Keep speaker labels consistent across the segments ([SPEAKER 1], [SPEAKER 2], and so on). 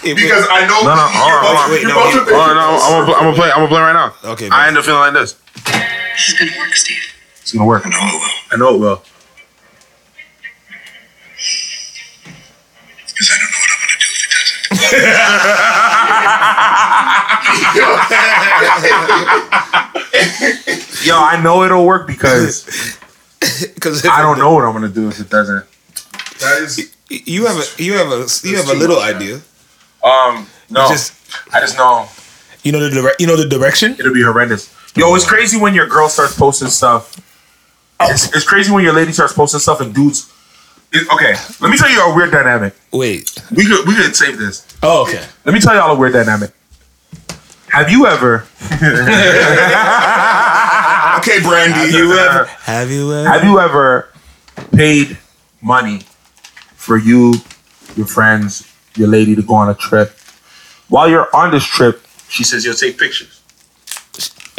[SPEAKER 1] Okay, but-
[SPEAKER 2] because I know
[SPEAKER 3] No, no, hold on,
[SPEAKER 2] you're
[SPEAKER 3] hold on.
[SPEAKER 2] both,
[SPEAKER 3] Wait,
[SPEAKER 2] you're
[SPEAKER 1] no,
[SPEAKER 2] both
[SPEAKER 1] wait,
[SPEAKER 2] with
[SPEAKER 3] All right, Oh, I'm, I'm, I'm gonna play. I'm gonna play right now.
[SPEAKER 1] Okay,
[SPEAKER 3] I
[SPEAKER 1] man.
[SPEAKER 3] end up feeling like this.
[SPEAKER 4] This is gonna work, Steve.
[SPEAKER 3] It's gonna work.
[SPEAKER 4] No, it will.
[SPEAKER 3] I know it will.
[SPEAKER 4] Because I don't know what I'm gonna do if it doesn't.
[SPEAKER 3] Yo, I know it'll work because
[SPEAKER 1] Because
[SPEAKER 3] I don't know what I'm gonna do if it doesn't.
[SPEAKER 2] That is
[SPEAKER 1] You have a you have a you have a
[SPEAKER 2] too
[SPEAKER 1] little
[SPEAKER 2] much,
[SPEAKER 1] idea.
[SPEAKER 3] Um, no,
[SPEAKER 2] Oh.
[SPEAKER 1] Just
[SPEAKER 3] I just know
[SPEAKER 1] you know the dire- you know the direction.
[SPEAKER 3] it'll be horrendous. Yo, it's crazy when your girl starts posting stuff. It's, it's crazy when your lady starts posting stuff and dudes. It, okay, let me tell you a weird dynamic.
[SPEAKER 1] Wait.
[SPEAKER 3] We could we could save this.
[SPEAKER 1] Oh, okay.
[SPEAKER 3] Let me tell y'all a weird dynamic. Have you ever?
[SPEAKER 2] okay, Brandy. You have
[SPEAKER 1] Have you ever?
[SPEAKER 3] Have you ever paid money for you, your friends, your lady to go on a trip? While you're on this trip, she says you'll take pictures.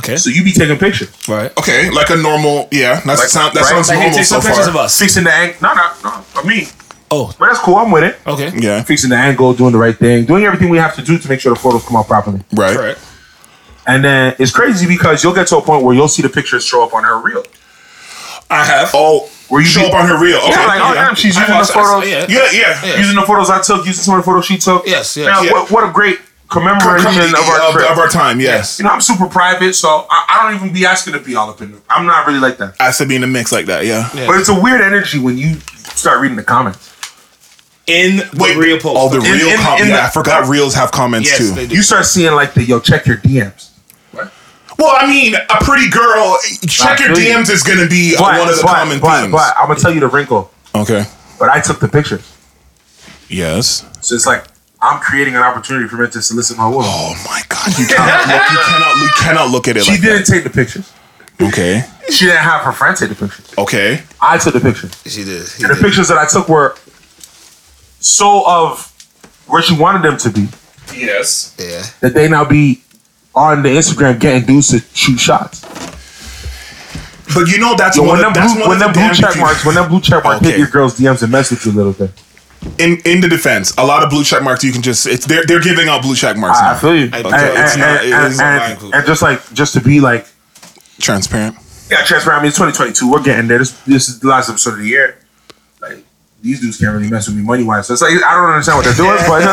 [SPEAKER 1] Okay.
[SPEAKER 3] So you be taking pictures.
[SPEAKER 1] Right.
[SPEAKER 2] okay, like a normal. Yeah, that's
[SPEAKER 3] Like-
[SPEAKER 2] sound, that
[SPEAKER 3] right?
[SPEAKER 2] sounds
[SPEAKER 3] Like, hey,
[SPEAKER 2] normal
[SPEAKER 1] take
[SPEAKER 2] so
[SPEAKER 1] some pictures of
[SPEAKER 2] far.
[SPEAKER 1] us.
[SPEAKER 3] Fixing the angle. No, no, no. For me.
[SPEAKER 1] Oh.
[SPEAKER 3] But that's cool. I'm with it.
[SPEAKER 1] Okay.
[SPEAKER 2] Yeah,
[SPEAKER 3] Fixing the angle, doing the right thing, doing everything we have to do to make sure the photos come out properly.
[SPEAKER 2] right.
[SPEAKER 1] Correct.
[SPEAKER 3] And then it's crazy because you'll get to a point where you'll see the pictures show up on her reel.
[SPEAKER 2] I have.
[SPEAKER 3] Oh, where you
[SPEAKER 2] show
[SPEAKER 3] be-
[SPEAKER 2] up on her reel. Okay.
[SPEAKER 3] Yeah, like, oh,
[SPEAKER 2] yeah.
[SPEAKER 3] damn, she's
[SPEAKER 1] I
[SPEAKER 3] using the
[SPEAKER 1] watched- I saw-
[SPEAKER 3] photos.
[SPEAKER 1] yeah.
[SPEAKER 2] yeah, yeah.
[SPEAKER 1] Yeah.
[SPEAKER 3] using the photos I took, using some of the photos she took.
[SPEAKER 1] Yes, yes.
[SPEAKER 3] Man,
[SPEAKER 2] Yeah.
[SPEAKER 3] What, what a great commemoration
[SPEAKER 2] Comedy
[SPEAKER 3] of our trip.
[SPEAKER 2] of our time, yes.
[SPEAKER 3] you know, I'm super private, so I, I don't even be asking to be all up in it. I'm not really like that.
[SPEAKER 2] I should be in the mix like that, yeah.
[SPEAKER 1] Yeah.
[SPEAKER 3] But it's a weird energy when you start reading the comments.
[SPEAKER 1] In the
[SPEAKER 2] Wait,
[SPEAKER 1] real post.
[SPEAKER 2] Oh, the
[SPEAKER 3] In-
[SPEAKER 2] real
[SPEAKER 3] in-
[SPEAKER 2] comments.
[SPEAKER 3] in
[SPEAKER 2] Yeah,
[SPEAKER 3] the-
[SPEAKER 2] I forgot reels have comments
[SPEAKER 1] Yes,
[SPEAKER 2] too.
[SPEAKER 1] they do.
[SPEAKER 3] You start seeing like the yo, check your DMs.
[SPEAKER 2] Well, I mean, a pretty girl, check your
[SPEAKER 3] feel you.
[SPEAKER 2] DMs is going to be uh, one of the
[SPEAKER 3] but,
[SPEAKER 2] common
[SPEAKER 3] but,
[SPEAKER 2] themes.
[SPEAKER 3] but I'm gonna tell you the wrinkle.
[SPEAKER 2] okay.
[SPEAKER 3] But I took the pictures,
[SPEAKER 2] Yes.
[SPEAKER 3] so it's like I'm creating an opportunity for men to solicit my woman.
[SPEAKER 2] Oh my God, you cannot look, you cannot, you cannot look at it
[SPEAKER 3] she
[SPEAKER 2] like
[SPEAKER 3] didn't take the pictures.
[SPEAKER 2] that. Okay.
[SPEAKER 3] She didn't have her friend take the pictures.
[SPEAKER 2] Okay.
[SPEAKER 3] I took the pictures.
[SPEAKER 1] she did. He
[SPEAKER 3] And the
[SPEAKER 1] did.
[SPEAKER 3] pictures that I took were so of where she wanted them to be
[SPEAKER 2] Yes.
[SPEAKER 1] Yeah.
[SPEAKER 3] that they now be on the Instagram getting dudes to shoot shots.
[SPEAKER 2] But you know that's
[SPEAKER 3] So
[SPEAKER 2] one
[SPEAKER 3] when
[SPEAKER 2] of
[SPEAKER 3] them
[SPEAKER 2] that's
[SPEAKER 3] blue,
[SPEAKER 2] one
[SPEAKER 3] when
[SPEAKER 2] of the
[SPEAKER 3] them blue
[SPEAKER 2] damn
[SPEAKER 3] check
[SPEAKER 2] few-
[SPEAKER 3] marks, when them blue check marks
[SPEAKER 2] Okay.
[SPEAKER 3] hit your girl's DMs and mess with you a little bit.
[SPEAKER 2] in in the defense, a lot of blue check marks you can just it's they're they're giving out blue check marks
[SPEAKER 3] I, I
[SPEAKER 2] now.
[SPEAKER 3] feel you. And,
[SPEAKER 1] it's
[SPEAKER 3] and-
[SPEAKER 2] not- it
[SPEAKER 3] and-
[SPEAKER 2] is not
[SPEAKER 3] and-
[SPEAKER 1] cool.
[SPEAKER 3] and just like just to be like,
[SPEAKER 2] Transparent.
[SPEAKER 3] yeah, transparent. I mean, it's 2022. We're getting there. This this is the last episode of the year. Like these dudes can't really mess with me money wise. So it's like I don't understand what they're doing, but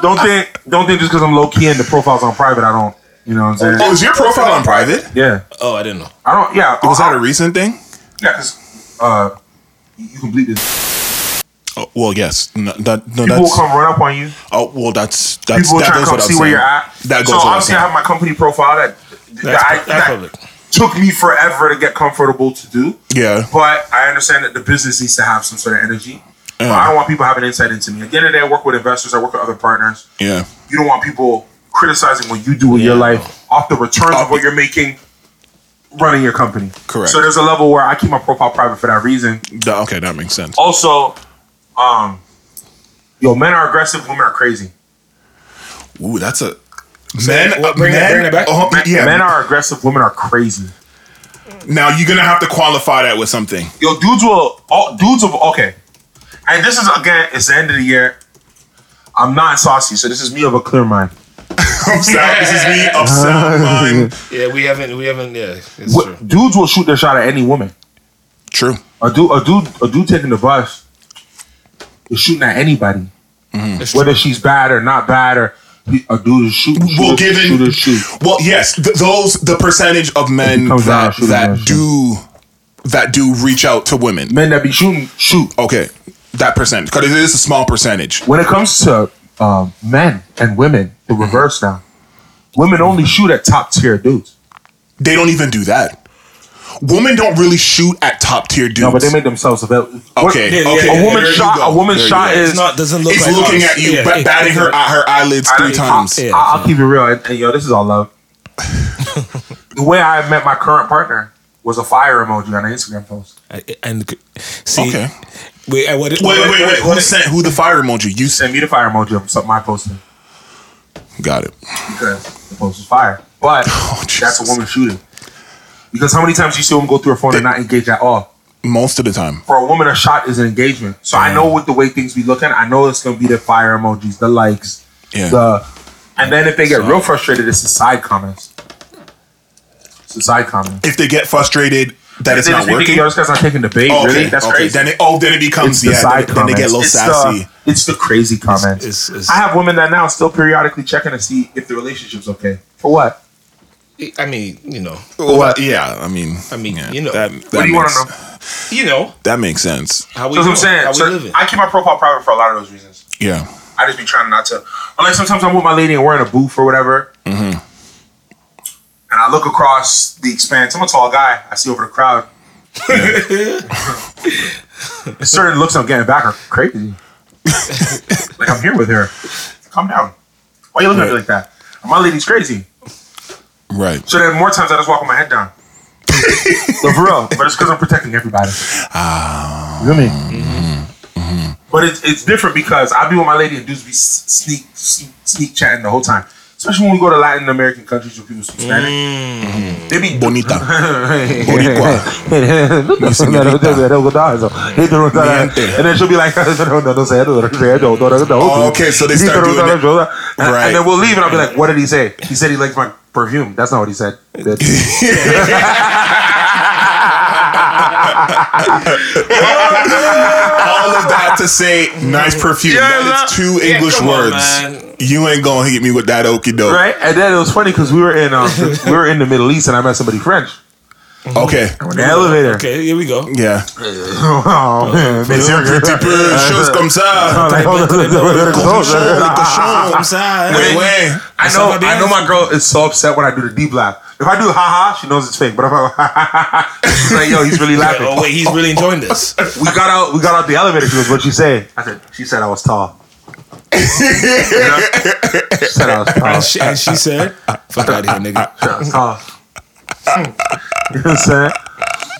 [SPEAKER 3] don't think don't think just because I'm low key and the profile's on private, I don't. You know what I'm
[SPEAKER 2] Oh,
[SPEAKER 3] saying?
[SPEAKER 2] is your profile on private?
[SPEAKER 3] Yeah,
[SPEAKER 1] Oh, I didn't know.
[SPEAKER 3] I don't. Yeah,
[SPEAKER 2] Was that a recent thing?
[SPEAKER 3] Yeah, because uh, you you complete this.
[SPEAKER 2] Oh, well, yes. No, that, no
[SPEAKER 3] People will
[SPEAKER 2] that's
[SPEAKER 3] come run up on you.
[SPEAKER 2] oh well, that's that's
[SPEAKER 3] People will
[SPEAKER 2] that
[SPEAKER 3] try to
[SPEAKER 2] goes
[SPEAKER 3] come
[SPEAKER 2] without
[SPEAKER 3] see
[SPEAKER 2] saying.
[SPEAKER 3] where you're at.
[SPEAKER 2] That
[SPEAKER 3] so
[SPEAKER 2] goes without
[SPEAKER 3] obviously, I have
[SPEAKER 2] saying.
[SPEAKER 3] my company profile that that,
[SPEAKER 1] That's,
[SPEAKER 3] I,
[SPEAKER 1] that's
[SPEAKER 3] that
[SPEAKER 1] public.
[SPEAKER 3] took me forever to get comfortable to do.
[SPEAKER 2] Yeah.
[SPEAKER 3] But I understand that the business needs to have some sort of energy. But
[SPEAKER 2] Yeah.
[SPEAKER 3] I don't want people having insight into me. At the end of the day, I work with investors. I work with other partners.
[SPEAKER 2] Yeah.
[SPEAKER 3] You don't want people criticizing what you do in your
[SPEAKER 1] Yeah.
[SPEAKER 3] life off the returns of what you're making running your company.
[SPEAKER 2] Correct.
[SPEAKER 3] So there's a level where I keep my profile private for that reason.
[SPEAKER 2] That- okay, that makes sense.
[SPEAKER 3] Also, um, yo, men are aggressive, women are crazy.
[SPEAKER 2] Ooh, that's a men.
[SPEAKER 1] what, bring it-
[SPEAKER 2] men,
[SPEAKER 1] bring it back?
[SPEAKER 2] Oh, yeah.
[SPEAKER 3] Men are aggressive, women are crazy.
[SPEAKER 2] now you're gonna have to qualify that with something.
[SPEAKER 3] Yo, dudes will, all, dudes will, okay. And this is, again, it's the end of the year. I'm not saucy, so this is me of a clear mind.
[SPEAKER 2] Upset. this is me.
[SPEAKER 3] Oh,
[SPEAKER 2] Upset. Mine.
[SPEAKER 1] Yeah, we haven't. We haven't. Yeah, it's
[SPEAKER 3] Wh-
[SPEAKER 1] true.
[SPEAKER 3] Dudes will shoot their shot at any woman.
[SPEAKER 2] True.
[SPEAKER 3] A dude, a dude, a dude taking the bus is shooting at anybody,
[SPEAKER 2] Mm-hmm.
[SPEAKER 1] It's true.
[SPEAKER 3] whether she's bad or not bad, or he- a dude is shooting.
[SPEAKER 2] well,
[SPEAKER 3] shooting,
[SPEAKER 2] given
[SPEAKER 3] shooting, shooting.
[SPEAKER 2] well, yes, th- those the percentage of men
[SPEAKER 3] comes
[SPEAKER 2] that
[SPEAKER 3] out, shoot him,
[SPEAKER 2] that
[SPEAKER 3] shoot.
[SPEAKER 2] do that do reach out to women.
[SPEAKER 3] men that be shooting shoot.
[SPEAKER 2] Okay, that percent because it is a small percentage.
[SPEAKER 3] When it comes to um, men and women, the
[SPEAKER 2] Mm-hmm.
[SPEAKER 3] reverse now. Women only shoot at top tier dudes.
[SPEAKER 2] They don't even do that. Women don't really shoot at top tier dudes.
[SPEAKER 3] No, but they make themselves available.
[SPEAKER 2] okay,
[SPEAKER 1] Yeah, yeah,
[SPEAKER 2] okay.
[SPEAKER 1] yeah,
[SPEAKER 3] A
[SPEAKER 1] yeah,
[SPEAKER 3] woman's
[SPEAKER 1] there you
[SPEAKER 3] shot.
[SPEAKER 2] go.
[SPEAKER 3] A woman's
[SPEAKER 2] There you
[SPEAKER 3] shot
[SPEAKER 2] go.
[SPEAKER 3] is.
[SPEAKER 1] It's not. Doesn't look.
[SPEAKER 2] It's
[SPEAKER 1] like
[SPEAKER 2] looking
[SPEAKER 1] ours.
[SPEAKER 2] at you,
[SPEAKER 1] Yeah,
[SPEAKER 2] ba-
[SPEAKER 1] it-
[SPEAKER 2] batting
[SPEAKER 1] it-
[SPEAKER 2] her at her eyelids three times.
[SPEAKER 1] yeah.
[SPEAKER 3] I, I'll keep it real, and, and yo, this is all love. the way I met my current partner was a fire emoji on an Instagram post.
[SPEAKER 1] I- And see.
[SPEAKER 2] Okay.
[SPEAKER 1] Wait. I- What?
[SPEAKER 2] Wait, wait, wait, wait. Who sent who the fire emoji? You sent.
[SPEAKER 3] Send me the fire emoji of something I posted
[SPEAKER 2] Got it.
[SPEAKER 3] because the post was fire. But
[SPEAKER 2] Oh,
[SPEAKER 3] that's a
[SPEAKER 2] Jesus.
[SPEAKER 3] woman shooting. Because how many times you see a woman go through her phone and not engage at all?
[SPEAKER 2] most of the time.
[SPEAKER 3] for a woman, a shot is an engagement. So I know with the way things be looking, I know it's gonna be the fire emojis, the likes,
[SPEAKER 2] Yeah.
[SPEAKER 3] the, and then if they get real frustrated, it's the side comments. It's the side comments.
[SPEAKER 2] If they get frustrated that it's
[SPEAKER 3] They
[SPEAKER 2] not
[SPEAKER 3] just be thinking,
[SPEAKER 2] working,
[SPEAKER 3] Yo, this guy's not taking the bait.
[SPEAKER 2] oh, okay,
[SPEAKER 3] really, that's
[SPEAKER 2] okay.
[SPEAKER 3] crazy.
[SPEAKER 2] Then it, oh, then it becomes
[SPEAKER 3] It's the
[SPEAKER 2] yeah.
[SPEAKER 3] side
[SPEAKER 2] Then, then they get a little
[SPEAKER 3] comments. It's
[SPEAKER 2] sassy.
[SPEAKER 3] The, it's the crazy comments.
[SPEAKER 1] it's- it's-
[SPEAKER 3] I have women that now still periodically checking to see if the relationship's okay. For what?
[SPEAKER 1] I mean, you know,
[SPEAKER 2] Well, yeah, I mean,
[SPEAKER 1] I mean,
[SPEAKER 2] yeah,
[SPEAKER 1] you know.
[SPEAKER 2] that,
[SPEAKER 3] What do you
[SPEAKER 2] want
[SPEAKER 3] want to know?
[SPEAKER 1] you know
[SPEAKER 2] That makes sense.
[SPEAKER 1] how we.
[SPEAKER 3] That's
[SPEAKER 1] doing,
[SPEAKER 3] what I'm saying.
[SPEAKER 1] How
[SPEAKER 3] So
[SPEAKER 1] we living?
[SPEAKER 3] I keep my profile private for a lot of those reasons.
[SPEAKER 2] Yeah,
[SPEAKER 3] I just be trying not to. Unlike sometimes I'm with my lady and we're in a booth or whatever, and I look across the expanse. I'm a tall guy. I see over the crowd. Certain looks I'm getting back are crazy. like I'm here with her. Calm down. Why you looking at me like that? My lady's crazy.
[SPEAKER 2] right.
[SPEAKER 3] So then more times I just walk with my head down. no, for real. But it's because I'm protecting everybody.
[SPEAKER 2] Ah.
[SPEAKER 3] you know what I mean?
[SPEAKER 2] Mm-hmm.
[SPEAKER 3] But it's, it's different because I be with my lady and dudes be s- sneak, sneak sneak chatting the whole time. Especially when we go to Latin American countries where people speak Spanish. They be
[SPEAKER 2] Bonita. Mm. Boricua.
[SPEAKER 3] and then she'll be like,
[SPEAKER 2] Oh,
[SPEAKER 3] okay,
[SPEAKER 2] okay, so they start doing it. Right.
[SPEAKER 3] And then we'll leave, and I'll be like, what did he say? He said he likes my perfume. That's not what he said. That's-
[SPEAKER 2] All of that to say nice perfume.
[SPEAKER 3] Yeah,
[SPEAKER 2] that is two
[SPEAKER 1] Yeah,
[SPEAKER 2] English
[SPEAKER 1] come on,
[SPEAKER 2] words.
[SPEAKER 1] man.
[SPEAKER 2] you ain't gonna hit me with that okie doke.
[SPEAKER 3] right? And then it was funny because we were in um, we were in the Middle East, and I met somebody French
[SPEAKER 2] Okay.
[SPEAKER 3] in the elevator.
[SPEAKER 1] Okay, here we go.
[SPEAKER 2] Yeah.
[SPEAKER 3] Oh man, mais c'est vrai.
[SPEAKER 2] Petit peu, chose comme ça.
[SPEAKER 3] Like, oh,
[SPEAKER 2] Cochon, le cochon.
[SPEAKER 1] I'm sorry.
[SPEAKER 2] Ouais, ouais.
[SPEAKER 3] I know,
[SPEAKER 1] Somebody
[SPEAKER 3] I know.
[SPEAKER 1] else.
[SPEAKER 3] My girl is so upset when I do the deep laugh. If I do ha ha, she knows it's fake. But if I ha ha ha, she's like, yo, he's really laughing.
[SPEAKER 1] Oh wait, he's really enjoying this.
[SPEAKER 3] We got out. We got out the elevator. She goes, "What'd she say?" I said, "She said I was tall." she said I was tall.
[SPEAKER 1] And she, and she said, "Fuck out of here, nigga."
[SPEAKER 3] tough. you know what I'm saying?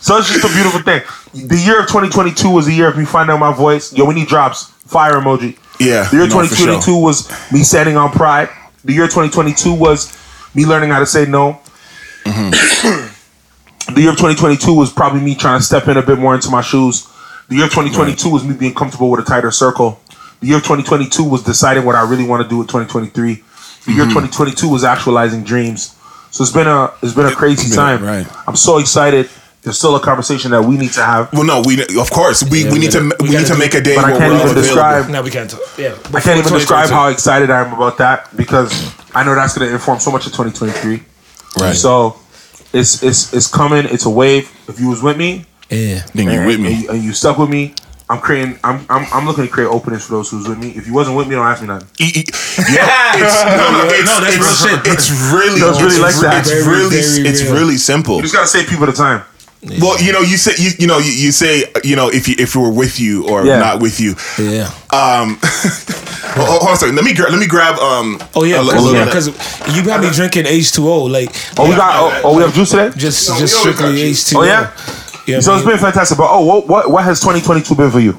[SPEAKER 3] So it's just a beautiful thing. The year of 2022 was the year of me finding out my voice. Yo, when he drops, fire emoji.
[SPEAKER 2] Yeah,
[SPEAKER 3] The year
[SPEAKER 2] no, for
[SPEAKER 3] 2022
[SPEAKER 2] sure.
[SPEAKER 3] was me standing on pride. The year 2022 was me learning how to say no.
[SPEAKER 2] Mm-hmm.
[SPEAKER 3] the year of 2022 was probably me trying to step in a bit more into my shoes. The year of 2022 was me being comfortable with a tighter circle. The year of 2022 was deciding what I really want to do with 2023. The year
[SPEAKER 2] Mm-hmm.
[SPEAKER 3] 2022 was actualizing dreams. So it's been a it's been a crazy
[SPEAKER 2] been a-
[SPEAKER 3] time.
[SPEAKER 2] right.
[SPEAKER 3] I'm so excited. There's still a conversation that we need to have.
[SPEAKER 2] Well, no, we of course we, we,
[SPEAKER 1] we
[SPEAKER 2] need
[SPEAKER 1] gotta-
[SPEAKER 2] to
[SPEAKER 1] we
[SPEAKER 2] we
[SPEAKER 1] gotta
[SPEAKER 2] need to
[SPEAKER 1] do-
[SPEAKER 2] make a day
[SPEAKER 3] but I
[SPEAKER 2] where
[SPEAKER 3] can't
[SPEAKER 2] we're all
[SPEAKER 3] even
[SPEAKER 2] available.
[SPEAKER 3] describe-
[SPEAKER 1] Now we can't talk. Yeah,
[SPEAKER 3] I can't even describe how excited I am about that because I know that's going to inform so much of 2023.
[SPEAKER 2] Right. So
[SPEAKER 3] So it's it's it's coming. It's a wave. If you was with me,
[SPEAKER 1] Yeah,
[SPEAKER 2] then you with
[SPEAKER 3] and
[SPEAKER 2] me.
[SPEAKER 3] you, and you stuck with me. I'm creating. I'm, I'm I'm looking to create openings for those who's with me. If you wasn't with me, don't ask me nothing.
[SPEAKER 2] E- e- Yeah, it's, no, no, it's,
[SPEAKER 1] no, that's
[SPEAKER 2] it's,
[SPEAKER 1] real shit.
[SPEAKER 2] it's really,
[SPEAKER 3] That's really
[SPEAKER 2] it's,
[SPEAKER 3] like that.
[SPEAKER 2] It's
[SPEAKER 1] Very,
[SPEAKER 2] really,
[SPEAKER 1] very
[SPEAKER 2] it's
[SPEAKER 1] real.
[SPEAKER 2] really simple.
[SPEAKER 3] You just gotta save people the time.
[SPEAKER 2] Well, you know, you say, you, you know, you, you say, you know, if you if we were with you or
[SPEAKER 3] Yeah.
[SPEAKER 2] not with you.
[SPEAKER 1] yeah.
[SPEAKER 2] Um, hold, hold on a second. Let me gra- let me grab. Um,
[SPEAKER 1] Oh yeah,
[SPEAKER 2] a, li- a little bit.
[SPEAKER 1] because you got me drinking H two O. Like,
[SPEAKER 3] Oh, we got. Oh, oh we have juice today.
[SPEAKER 1] just
[SPEAKER 2] No, we
[SPEAKER 1] just
[SPEAKER 2] always got
[SPEAKER 1] strictly
[SPEAKER 2] you.
[SPEAKER 1] H two O.
[SPEAKER 3] Oh yeah.
[SPEAKER 1] yeah.
[SPEAKER 3] So it's been fantastic. But oh, what what, what has 2022 been for you?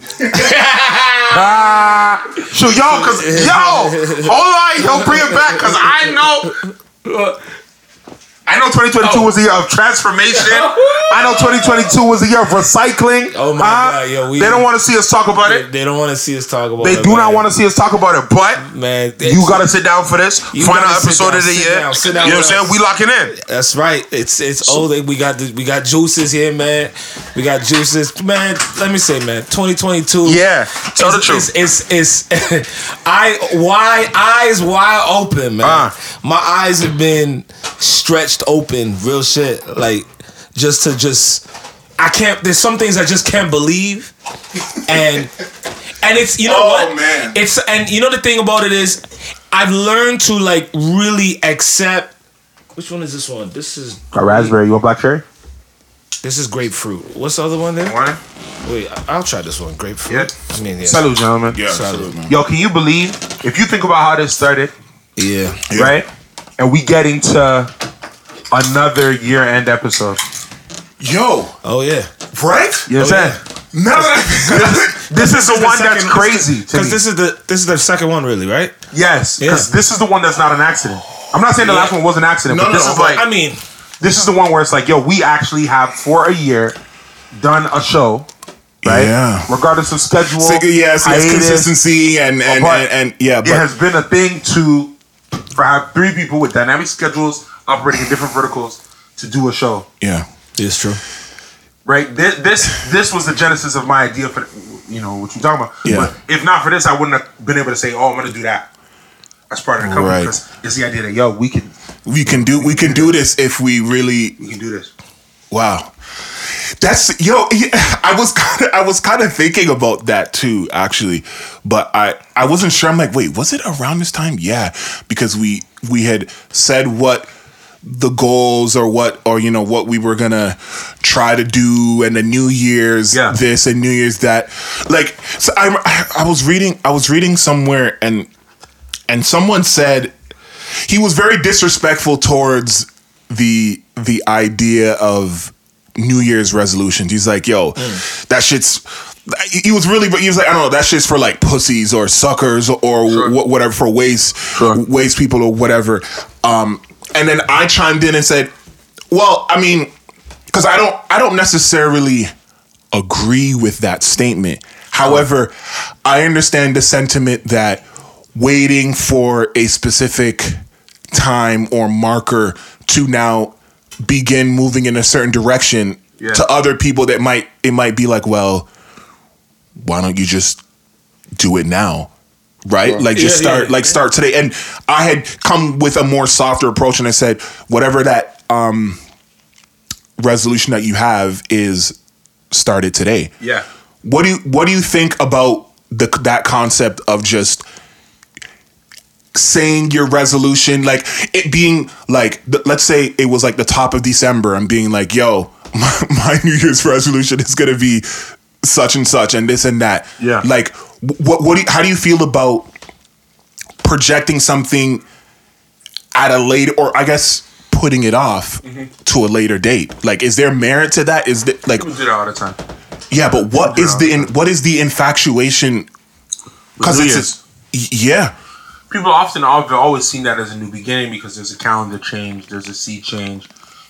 [SPEAKER 3] Ah, so y'all, cause yo, hold on, yo, bring it back, cause I know. I know 2022
[SPEAKER 1] Oh.
[SPEAKER 3] was a year of transformation. I know 2022 was a year of recycling.
[SPEAKER 1] Oh my God, yo, we-
[SPEAKER 3] they don't want to see us talk about
[SPEAKER 1] they,
[SPEAKER 3] it.
[SPEAKER 1] they don't want to see us talk about.
[SPEAKER 3] They
[SPEAKER 1] it,
[SPEAKER 3] do not
[SPEAKER 1] man.
[SPEAKER 3] want to see us talk about it, but
[SPEAKER 1] man.
[SPEAKER 3] you gotta sit down for this.
[SPEAKER 1] You
[SPEAKER 3] Final
[SPEAKER 1] gotta sit down,
[SPEAKER 3] episode of the
[SPEAKER 1] sit
[SPEAKER 3] year.
[SPEAKER 1] down, sit down
[SPEAKER 3] you know
[SPEAKER 1] with
[SPEAKER 3] what I'm saying?
[SPEAKER 1] us.
[SPEAKER 3] We locking in.
[SPEAKER 1] That's right. It's it's oh they, we got the, we got juices here, man. We got juices, man. Let me say, man. Twenty twenty two.
[SPEAKER 3] Yeah, tell the
[SPEAKER 1] it's,
[SPEAKER 3] truth.
[SPEAKER 1] It's it's, it's I why eyes wide open, man.
[SPEAKER 3] Ah.
[SPEAKER 1] My eyes have been stretched open, real shit. Like just to just I can't. There's some things I just can't believe, and and it's you know
[SPEAKER 2] Oh,
[SPEAKER 1] what
[SPEAKER 2] man.
[SPEAKER 1] it's and you know the thing about it is I've learned to like really accept. Which one is this one? This is
[SPEAKER 3] A raspberry. You want black cherry?
[SPEAKER 1] this is grapefruit. What's the other one there?
[SPEAKER 3] One.
[SPEAKER 1] Wait, I- I'll try this one. Grapefruit.
[SPEAKER 3] Yeah.
[SPEAKER 1] I mean, yeah.
[SPEAKER 3] Salute, gentlemen.
[SPEAKER 2] Yeah,
[SPEAKER 1] Solid.
[SPEAKER 2] salute, man.
[SPEAKER 3] Yo, can you believe if you think about how this started,
[SPEAKER 1] Yeah.
[SPEAKER 2] Yeah.
[SPEAKER 3] right? And we getting to another year end episode.
[SPEAKER 2] Yo,
[SPEAKER 1] Oh yeah.
[SPEAKER 2] right?
[SPEAKER 3] You know what I'm
[SPEAKER 1] Oh,
[SPEAKER 3] saying?
[SPEAKER 2] Now that I-
[SPEAKER 3] This is the
[SPEAKER 1] The
[SPEAKER 3] one
[SPEAKER 1] second-
[SPEAKER 3] that's crazy to me.
[SPEAKER 1] Because this is the this is the second one, really, right?
[SPEAKER 3] yes, because
[SPEAKER 1] Yeah.
[SPEAKER 3] this is the one that's not an accident. I'm not saying the last one was an accident,
[SPEAKER 2] No,
[SPEAKER 3] but
[SPEAKER 2] no,
[SPEAKER 3] this
[SPEAKER 2] no,
[SPEAKER 3] is
[SPEAKER 2] but
[SPEAKER 3] like
[SPEAKER 1] I mean,
[SPEAKER 3] this is the one where it's like, yo, we actually have for a year done a show, right?
[SPEAKER 2] Yeah.
[SPEAKER 3] Regardless of schedule,
[SPEAKER 2] So, yes, yes,
[SPEAKER 3] hiatus,
[SPEAKER 2] consistency and and,
[SPEAKER 3] but
[SPEAKER 2] and and yeah, but
[SPEAKER 3] it has been a thing to for have three people with dynamic schedules operating in different verticals to do a show.
[SPEAKER 2] yeah,
[SPEAKER 1] It's true.
[SPEAKER 3] Right? This this, this was the genesis of my idea for you know what you're talking about.
[SPEAKER 2] Yeah.
[SPEAKER 3] But if not for this, I wouldn't have been able to say, "Oh, I'm going to do that." As part of the company,
[SPEAKER 2] Right.
[SPEAKER 3] because it's the idea that yo, we can
[SPEAKER 2] we can do we can do this if we really
[SPEAKER 3] we can do this.
[SPEAKER 2] Wow. That's yo. yeah, I was kind of I was kind of thinking about that too, actually, but I I wasn't sure. I'm like, wait, was it around this time? Yeah, because we we had said what the goals or what or you know what we were gonna try to do and the New Year's
[SPEAKER 3] Yeah.
[SPEAKER 2] this and New Year's that. Like, so I I was reading I was reading somewhere and and someone said he was very disrespectful towards the the idea of New Year's resolutions. He's like, yo, that shit's. He he was really, but he was like, I don't know, that shit's for like pussies or suckers or wh- whatever for waste waste people or whatever. Um, and then I chimed in and said, well, I mean, because I don't I don't necessarily agree with that statement. However, I understand the sentiment that waiting for a specific time or marker to now begin moving in a certain direction
[SPEAKER 3] Yeah.
[SPEAKER 2] to other people that might it might be like, well, why don't you just do it now? Right? Like just
[SPEAKER 1] Yeah, yeah,
[SPEAKER 2] start like start today. And I had come with a more softer approach and I said, whatever that um resolution that you have is started today.
[SPEAKER 3] Yeah.
[SPEAKER 2] What do you what do you think about the that concept of just saying your resolution like it being like th- let's say it was like the top of December and being like yo my, my new year's resolution is going to be such and such and this and that.
[SPEAKER 3] Yeah.
[SPEAKER 2] Like wh- what what do you, how do you feel about projecting something at a later or I guess putting it off to a later date? Like is there merit to that? Is that like
[SPEAKER 3] We do that all the time.
[SPEAKER 2] yeah, but what is the in, what is the infatuation? Because
[SPEAKER 3] New
[SPEAKER 2] it's y- yeah,
[SPEAKER 3] people often have always seen that as a new beginning because there's a calendar change, there's a sea change.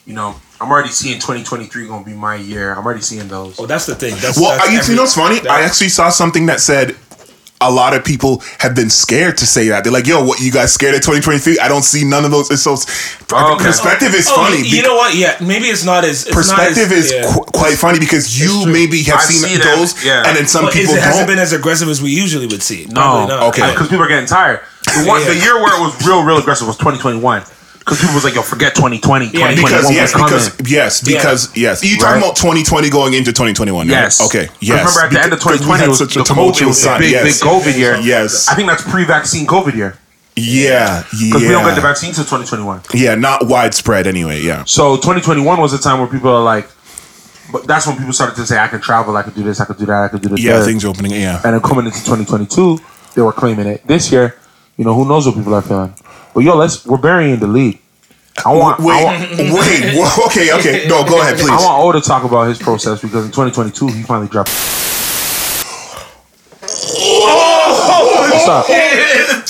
[SPEAKER 3] You know, I'm already seeing 2023 going to be my year. I'm already seeing those.
[SPEAKER 1] Oh, that's the thing. That's,
[SPEAKER 2] Well,
[SPEAKER 1] that's
[SPEAKER 2] I- you
[SPEAKER 1] every-
[SPEAKER 2] know what's funny?
[SPEAKER 1] that-
[SPEAKER 2] I actually saw something that said a lot of people have been scared to say that. They're like, "Yo, what you guys scared at 2023? I don't see none of those." It's so I think
[SPEAKER 3] Okay.
[SPEAKER 2] perspective is
[SPEAKER 1] Oh,
[SPEAKER 2] funny.
[SPEAKER 1] You, you know what? Yeah, maybe it's not as it's
[SPEAKER 2] perspective
[SPEAKER 1] not as,
[SPEAKER 2] is
[SPEAKER 1] yeah.
[SPEAKER 2] qu- quite funny because you
[SPEAKER 3] true.
[SPEAKER 2] maybe have
[SPEAKER 3] I
[SPEAKER 2] seen
[SPEAKER 3] see that,
[SPEAKER 2] those,
[SPEAKER 3] yeah.
[SPEAKER 2] and then some
[SPEAKER 1] But is-
[SPEAKER 2] people
[SPEAKER 1] it hasn't
[SPEAKER 2] don't.
[SPEAKER 1] been as aggressive as we usually would see.
[SPEAKER 3] no,
[SPEAKER 1] Probably not.
[SPEAKER 2] okay.
[SPEAKER 1] Yeah.
[SPEAKER 3] because people are getting tired. The, one, the
[SPEAKER 1] Yeah.
[SPEAKER 3] year where it was real, real aggressive was 2021 because people was like, "Yo, forget 2020,
[SPEAKER 1] Yeah,
[SPEAKER 3] 2021
[SPEAKER 2] because
[SPEAKER 3] was
[SPEAKER 2] yes,
[SPEAKER 3] coming."
[SPEAKER 2] because yes,
[SPEAKER 1] Yeah.
[SPEAKER 2] because yes. You talking
[SPEAKER 3] Right.
[SPEAKER 2] about 2020 going into 2021? right?
[SPEAKER 3] Yes.
[SPEAKER 2] Okay.
[SPEAKER 3] I
[SPEAKER 2] Yes.
[SPEAKER 3] remember at the end of
[SPEAKER 2] Because we
[SPEAKER 3] 2020
[SPEAKER 2] had
[SPEAKER 3] was
[SPEAKER 2] such
[SPEAKER 3] the
[SPEAKER 2] a tumultuous
[SPEAKER 3] COVID year,
[SPEAKER 2] time.
[SPEAKER 3] big,
[SPEAKER 2] Yes.
[SPEAKER 3] big COVID year.
[SPEAKER 2] Yes.
[SPEAKER 3] I think that's pre-vaccine COVID year
[SPEAKER 2] Yeah, yeah.
[SPEAKER 3] because we don't get the vaccine till 2021.
[SPEAKER 2] Yeah, not widespread anyway. Yeah,
[SPEAKER 3] So 2021 was a time where people are like, but that's when people started to say, "I can travel, I can do this, I can do that, I can do this."
[SPEAKER 2] yeah.
[SPEAKER 3] that."
[SPEAKER 2] Things are opening. Yeah,
[SPEAKER 3] and then coming into 2022, they were claiming it. This year, you know, who knows what people are feeling? But yo, let's we're burying the lead. I want,
[SPEAKER 2] wait,
[SPEAKER 3] I want,
[SPEAKER 2] wait. wha- Okay, okay. No, go ahead,
[SPEAKER 3] I
[SPEAKER 2] please.
[SPEAKER 3] want O to talk about his process because in 2022 he finally dropped. What's up?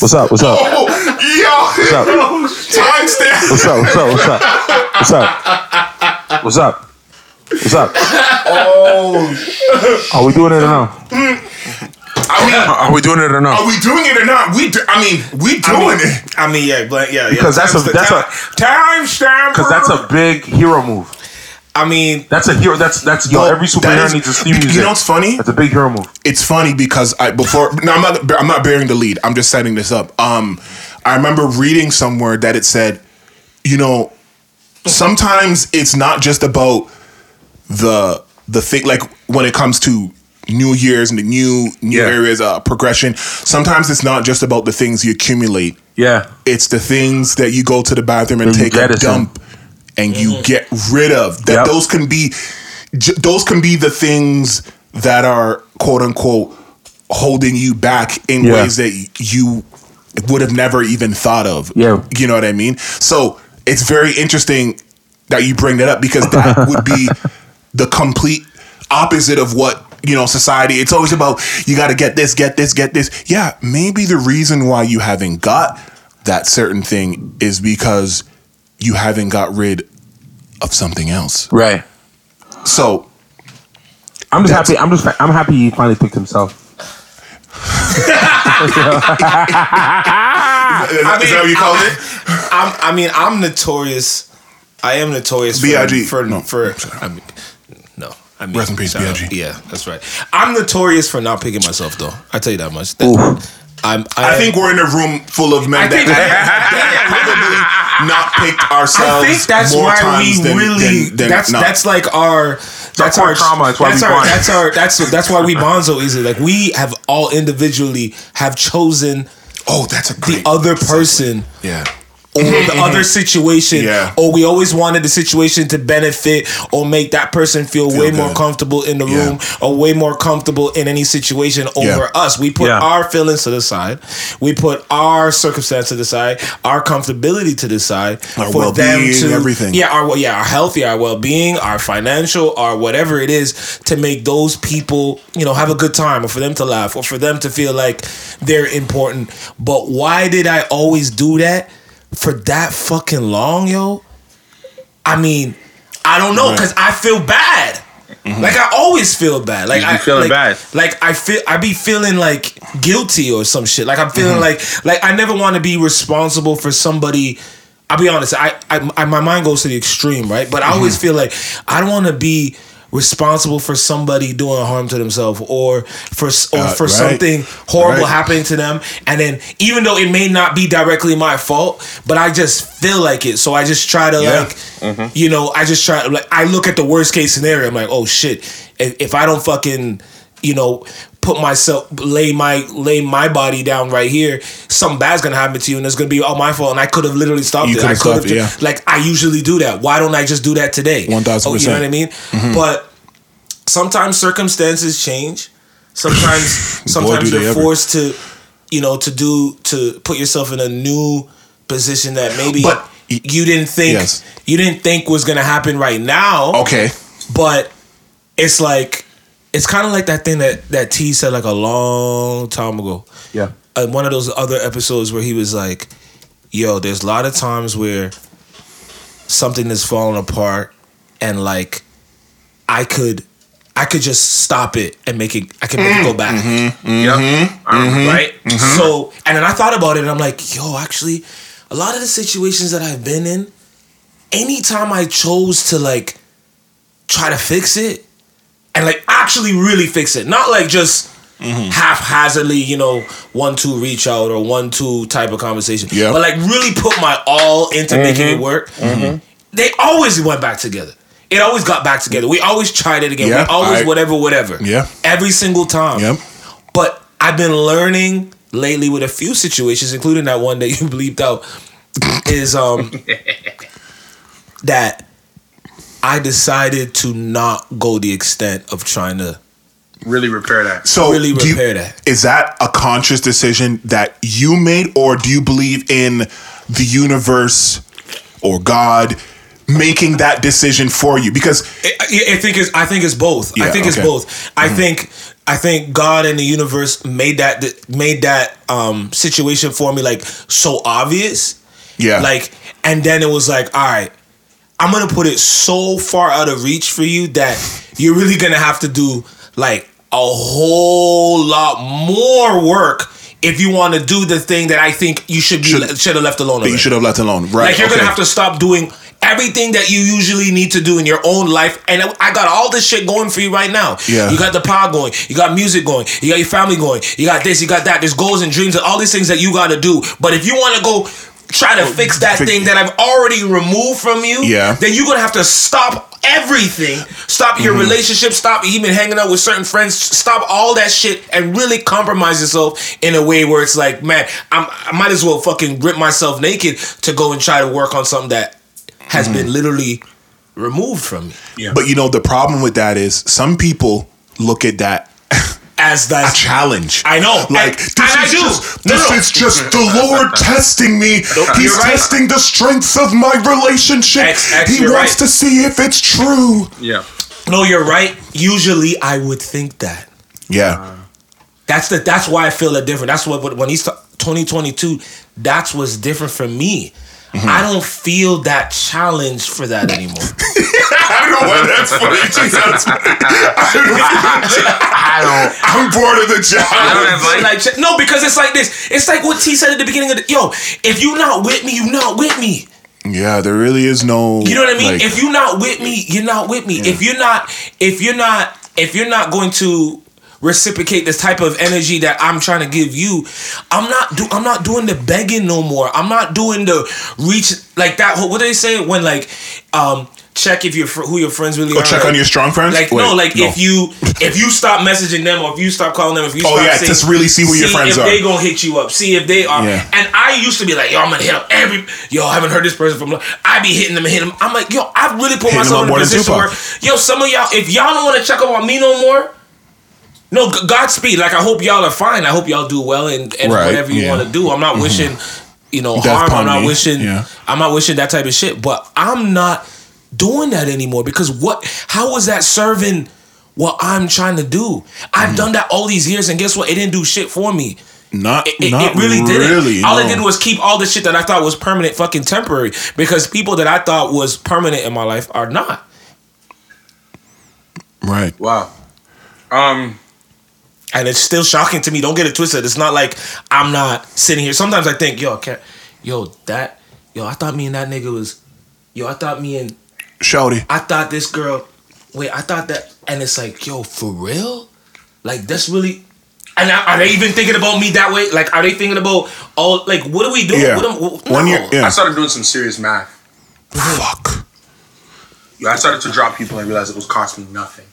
[SPEAKER 3] What's up? What's up?
[SPEAKER 2] Yo, timestamp.
[SPEAKER 3] What's up? What's up? What's up? What's up? What's up? What's up? Oh, are we doing it or no?
[SPEAKER 2] I mean,
[SPEAKER 3] Are we doing it or
[SPEAKER 2] are
[SPEAKER 3] no?
[SPEAKER 2] we doing it or not? We, do, I mean, we doing it.
[SPEAKER 1] I mean, yeah, but yeah, yeah.
[SPEAKER 3] Because that's a-
[SPEAKER 1] Timestamp-
[SPEAKER 3] that's a-
[SPEAKER 1] time stamp.
[SPEAKER 3] Because that's a big hero move.
[SPEAKER 1] I mean,
[SPEAKER 3] That's a hero. That's that's yo.
[SPEAKER 2] Well,
[SPEAKER 3] every
[SPEAKER 2] that
[SPEAKER 3] superhero
[SPEAKER 2] is-
[SPEAKER 3] needs his theme
[SPEAKER 2] You
[SPEAKER 3] music.
[SPEAKER 2] know what's funny?
[SPEAKER 3] That's a big hero move.
[SPEAKER 2] it's funny because I before no I'm not I'm not bearing the lead. I'm just setting this up. Um I remember reading somewhere that it said, you know, sometimes it's not just about the the thing like when it comes to new years and the new new
[SPEAKER 3] Yeah.
[SPEAKER 2] areas uh, progression, sometimes it's not just about the things you accumulate.
[SPEAKER 3] Yeah.
[SPEAKER 2] It's the things that you go to the bathroom and
[SPEAKER 3] That you
[SPEAKER 2] take a
[SPEAKER 3] jettison.
[SPEAKER 2] dump and you get rid of. That
[SPEAKER 3] Yep.
[SPEAKER 2] those can be j- those can be the things that are quote unquote holding you back in
[SPEAKER 3] Yeah.
[SPEAKER 2] ways that you would have never even thought of.
[SPEAKER 3] Yeah.
[SPEAKER 2] You know what I mean? So, it's very interesting that you bring that up because that would be the complete opposite of what you know society it's always about you got to get this get this get this yeah maybe the reason why you haven't got that certain thing is because you haven't got rid of something else
[SPEAKER 3] Right.
[SPEAKER 2] so
[SPEAKER 3] I'm just happy. I'm just. I'm happy he finally picked himself.
[SPEAKER 2] Is that, is that what you call it?
[SPEAKER 1] I'm, I mean, I'm notorious. I am notorious. for-
[SPEAKER 2] B.I.G..
[SPEAKER 1] For,
[SPEAKER 2] No,
[SPEAKER 1] for I mean, no. I mean,
[SPEAKER 2] Rest in peace,
[SPEAKER 1] shout out.
[SPEAKER 2] B.I.G..
[SPEAKER 1] Yeah, that's right. I'm notorious for not picking myself though. I tell you that much. I'm, I,
[SPEAKER 2] I think we're in a room full of men
[SPEAKER 1] I
[SPEAKER 2] that,
[SPEAKER 1] think-
[SPEAKER 2] that probably not picked ourselves.
[SPEAKER 1] I think that's
[SPEAKER 2] more
[SPEAKER 1] why
[SPEAKER 2] times
[SPEAKER 1] we
[SPEAKER 2] than-
[SPEAKER 1] really.
[SPEAKER 2] than- than
[SPEAKER 1] that's
[SPEAKER 2] not.
[SPEAKER 1] that's like our. That's
[SPEAKER 3] core
[SPEAKER 1] our
[SPEAKER 3] trauma, it's why
[SPEAKER 1] that's
[SPEAKER 3] we
[SPEAKER 1] our,
[SPEAKER 3] bond.
[SPEAKER 1] that's our. That's that's why we bonzo easily. Like we have all individually have chosen
[SPEAKER 2] oh, that's a
[SPEAKER 1] the
[SPEAKER 2] great
[SPEAKER 1] other person
[SPEAKER 2] yeah.
[SPEAKER 1] or the other situation,
[SPEAKER 2] Mm-hmm. Yeah.
[SPEAKER 1] or we always wanted the situation to benefit or make that person feel, way more
[SPEAKER 2] good.
[SPEAKER 1] comfortable in the
[SPEAKER 2] Yeah.
[SPEAKER 1] room or way more comfortable in any situation over
[SPEAKER 2] Yeah.
[SPEAKER 1] us. We put
[SPEAKER 3] Yeah.
[SPEAKER 1] our feelings to the side, we put our circumstance to the side, our comfortability to the side
[SPEAKER 2] Our well-being, everything.
[SPEAKER 1] yeah, our yeah, our healthy, our well being, our financial, our whatever it is to make those people you know have a good time, or for them to laugh, or for them to feel like they're important. But why did I always do that for that fucking long, yo? I mean, I don't know, cause I feel bad. Like I always feel bad. Like
[SPEAKER 3] Mm-hmm. You be
[SPEAKER 1] I
[SPEAKER 3] feeling
[SPEAKER 1] like,
[SPEAKER 3] bad.
[SPEAKER 1] Like I feel I be feeling like guilty or some shit. Like I'm feeling
[SPEAKER 3] Mm-hmm.
[SPEAKER 1] like like I never want to be responsible for somebody. I'll be honest. I, I, I my mind goes to the extreme, right? But
[SPEAKER 3] Mm-hmm.
[SPEAKER 1] I always feel like I don't want to be responsible for somebody doing harm to themselves or for s- or
[SPEAKER 2] Uh,
[SPEAKER 1] for
[SPEAKER 2] right.
[SPEAKER 1] something horrible
[SPEAKER 2] Right.
[SPEAKER 1] happening to them and then even though it may not be directly my fault but i just feel like it so i just try to
[SPEAKER 2] Yeah. Mm-hmm.
[SPEAKER 1] like you know i just try like i look at the worst case scenario i'm like oh shit if, if i don't fucking you know put myself lay my lay my body down right here something bad's gonna happen to you and it's gonna be all my fault and i could have literally stopped
[SPEAKER 2] You
[SPEAKER 1] it
[SPEAKER 2] could
[SPEAKER 1] i
[SPEAKER 2] have
[SPEAKER 1] could have
[SPEAKER 2] stopped it,
[SPEAKER 1] ju- like i usually do that why don't i just do that today
[SPEAKER 2] 1000%. Mm-hmm.
[SPEAKER 1] Oh, you know what i mean but sometimes circumstances change sometimes
[SPEAKER 2] do
[SPEAKER 1] sometimes
[SPEAKER 2] they
[SPEAKER 1] you're
[SPEAKER 2] ever.
[SPEAKER 1] forced to you know to do to put yourself in a new position that maybe
[SPEAKER 2] But-
[SPEAKER 1] you didn't think
[SPEAKER 2] Yes. Oh.
[SPEAKER 1] you didn't think was going to happen right now
[SPEAKER 2] Okay.
[SPEAKER 1] but it's like it's kind of like that thing that that T said like a long time ago
[SPEAKER 3] Yeah.
[SPEAKER 1] in one of those other episodes where he was like, "Yo, there's a lot of times where something is falling apart, and like, I could, I could just stop it and make it. I can make
[SPEAKER 2] Mm-hmm.
[SPEAKER 1] it go back, Um, right? So, and then I thought about it, and I'm like, yo, actually, a lot of the situations that I've been in, anytime I chose to like try to fix it, and like actually really fix it, not like just
[SPEAKER 2] Mm-hmm.
[SPEAKER 1] haphazardly, you know, one two reach out or one two type of conversation.
[SPEAKER 2] Yeah. Mm-hmm.
[SPEAKER 1] But like really put my all into making it work. They always went back together. It always got back together. We always tried it again.
[SPEAKER 2] Yeah,
[SPEAKER 1] we always
[SPEAKER 2] I-
[SPEAKER 1] whatever, whatever.
[SPEAKER 2] Yeah.
[SPEAKER 1] Every single time.
[SPEAKER 2] Yep.
[SPEAKER 1] But I've been learning lately with a few situations, including that one that you bleeped out, is um that I decided to not go the extent of trying to
[SPEAKER 3] Really repair that.
[SPEAKER 2] So
[SPEAKER 1] really
[SPEAKER 2] do you-
[SPEAKER 1] repair that.
[SPEAKER 2] Is that a conscious decision that you made, or do you believe in the universe or God making that decision for you? Because
[SPEAKER 1] I, I- I think it's I think it's both. I
[SPEAKER 2] Yeah,
[SPEAKER 1] think it's
[SPEAKER 2] okay. Mm-hmm.
[SPEAKER 1] both. I think I think God and the universe made that made that um situation for me like so obvious.
[SPEAKER 2] yeah,
[SPEAKER 1] Like and then it was like, all right, I'm gonna put it so far out of reach for you that you're really gonna have to do like a whole lot more work if you want to do the thing that I think you should be
[SPEAKER 2] Should-
[SPEAKER 1] should have left alone.
[SPEAKER 2] you
[SPEAKER 1] already.
[SPEAKER 2] should have left alone, right?
[SPEAKER 1] Like you're
[SPEAKER 2] okay.
[SPEAKER 1] gonna have to stop doing everything that you usually need to do in your own life. And I got all this shit going for you right now.
[SPEAKER 2] Yeah.
[SPEAKER 1] You got the pod going. You got music going. You got your family going. You got this. You got that. There's goals and dreams and all these things that you got to do. But if you want to go try to fix that
[SPEAKER 2] Oh, fix-
[SPEAKER 1] thing that I've already removed from you,
[SPEAKER 2] Yeah.
[SPEAKER 1] then you're gonna have to stop everything. Stop your
[SPEAKER 2] Mm-hmm.
[SPEAKER 1] relationship. Stop even hanging out with certain friends. Stop all that shit and really compromise yourself in a way where it's like, man, I'm, I might as well fucking rip myself naked to go and try to work on something that has
[SPEAKER 2] Mm-hmm.
[SPEAKER 1] been literally removed from me.
[SPEAKER 2] But you know the problem with that is some people look at that
[SPEAKER 1] As
[SPEAKER 2] a
[SPEAKER 1] that
[SPEAKER 2] challenge.
[SPEAKER 1] I know.
[SPEAKER 2] Like
[SPEAKER 1] And-
[SPEAKER 2] this
[SPEAKER 1] and I
[SPEAKER 2] is
[SPEAKER 1] do.
[SPEAKER 2] just
[SPEAKER 1] No,
[SPEAKER 2] this
[SPEAKER 1] no.
[SPEAKER 2] is just the Lord testing me. He's
[SPEAKER 1] you're right.
[SPEAKER 2] testing the strengths of my relationship.
[SPEAKER 1] X, X,
[SPEAKER 2] he
[SPEAKER 1] you're
[SPEAKER 2] wants
[SPEAKER 1] right.
[SPEAKER 2] to see if it's true.
[SPEAKER 3] Yeah.
[SPEAKER 1] no, you're right. Usually, I would think that.
[SPEAKER 2] Yeah.
[SPEAKER 1] That's the that's why I feel it different. That's what, what when he's t- 2022, that's what's different for me. I don't feel that challenge for that anymore.
[SPEAKER 2] I don't know why that's funny. It just sounds funny.
[SPEAKER 3] I don't.
[SPEAKER 2] I'm bored of the job.
[SPEAKER 3] Like-
[SPEAKER 1] like, ch- no, because it's like this. It's like what T said at the beginning of the yo. If you not with me, you not with me.
[SPEAKER 2] yeah, there really is no.
[SPEAKER 1] You know what I mean?
[SPEAKER 2] like-
[SPEAKER 1] if you not with me, you're not with me. If you're not, if you're not, if you're not going to reciprocate this type of energy that I'm trying to give you, I'm not do I'm not doing the begging no more. I'm not doing the reach like that. whole- What do they say when like um check if you're fr- who your friends really
[SPEAKER 2] Go
[SPEAKER 1] are?
[SPEAKER 2] check
[SPEAKER 1] like-
[SPEAKER 2] on your strong friends.
[SPEAKER 1] Like
[SPEAKER 2] Wait,
[SPEAKER 1] no, like if you if you stop messaging them or if you stop calling them, if you
[SPEAKER 2] Oh,
[SPEAKER 1] stop
[SPEAKER 2] yeah,
[SPEAKER 1] saying,
[SPEAKER 2] just really see who your friends
[SPEAKER 1] if
[SPEAKER 2] are.
[SPEAKER 1] They gonna hit you up. See if they are.
[SPEAKER 2] Yeah.
[SPEAKER 1] And I used to be like, yo, I'm gonna hit up every yo. I haven't heard this person from. I be hitting them, and hitting them. I'm like, yo, I really put
[SPEAKER 2] Hitting
[SPEAKER 1] myself
[SPEAKER 2] them up
[SPEAKER 1] in a
[SPEAKER 2] more than
[SPEAKER 1] position where
[SPEAKER 2] Tupac.
[SPEAKER 1] yo, some of y'all, if y'all don't want to check up on me no more. No, g- Godspeed. Like I hope y'all are fine. I hope y'all do well and, and
[SPEAKER 2] Right,
[SPEAKER 1] whatever you
[SPEAKER 2] yeah. Mm-hmm.
[SPEAKER 1] want to do. I'm not wishing, you know,
[SPEAKER 2] Death
[SPEAKER 1] harm. I'm
[SPEAKER 2] upon
[SPEAKER 1] not
[SPEAKER 2] me,
[SPEAKER 1] wishing.
[SPEAKER 2] yeah.
[SPEAKER 1] I'm not wishing that type of shit. But I'm not doing that anymore because what? How is that serving what I'm trying to do?
[SPEAKER 2] Mm.
[SPEAKER 1] I've done that all these years, and guess what? It didn't do shit for me.
[SPEAKER 2] not,
[SPEAKER 1] It, it-
[SPEAKER 2] not
[SPEAKER 1] it really did.
[SPEAKER 2] Really,
[SPEAKER 1] not all it
[SPEAKER 2] no.
[SPEAKER 1] did was keep all the shit that I thought was permanent fucking temporary because people that I thought was permanent in my life are not.
[SPEAKER 2] right.
[SPEAKER 3] Wow. Um.
[SPEAKER 1] and it's still shocking to me. Don't get it twisted. It's not like I'm not sitting here. Sometimes I think, yo, I can't, yo, that, yo, I thought me and that nigga was, yo, I thought me and
[SPEAKER 2] Shouty.
[SPEAKER 1] I thought this girl, wait, I thought that, and it's like, yo, for real, like that's really, and I, are they even thinking about me that way? Like, are they thinking about all? Like, what are we doing?
[SPEAKER 2] Yeah.
[SPEAKER 1] What am- what-
[SPEAKER 2] One
[SPEAKER 1] no.
[SPEAKER 2] year. Yeah.
[SPEAKER 3] I started doing some serious math.
[SPEAKER 2] Fuck.
[SPEAKER 3] Yo, I started to drop people and realized it was cost me nothing.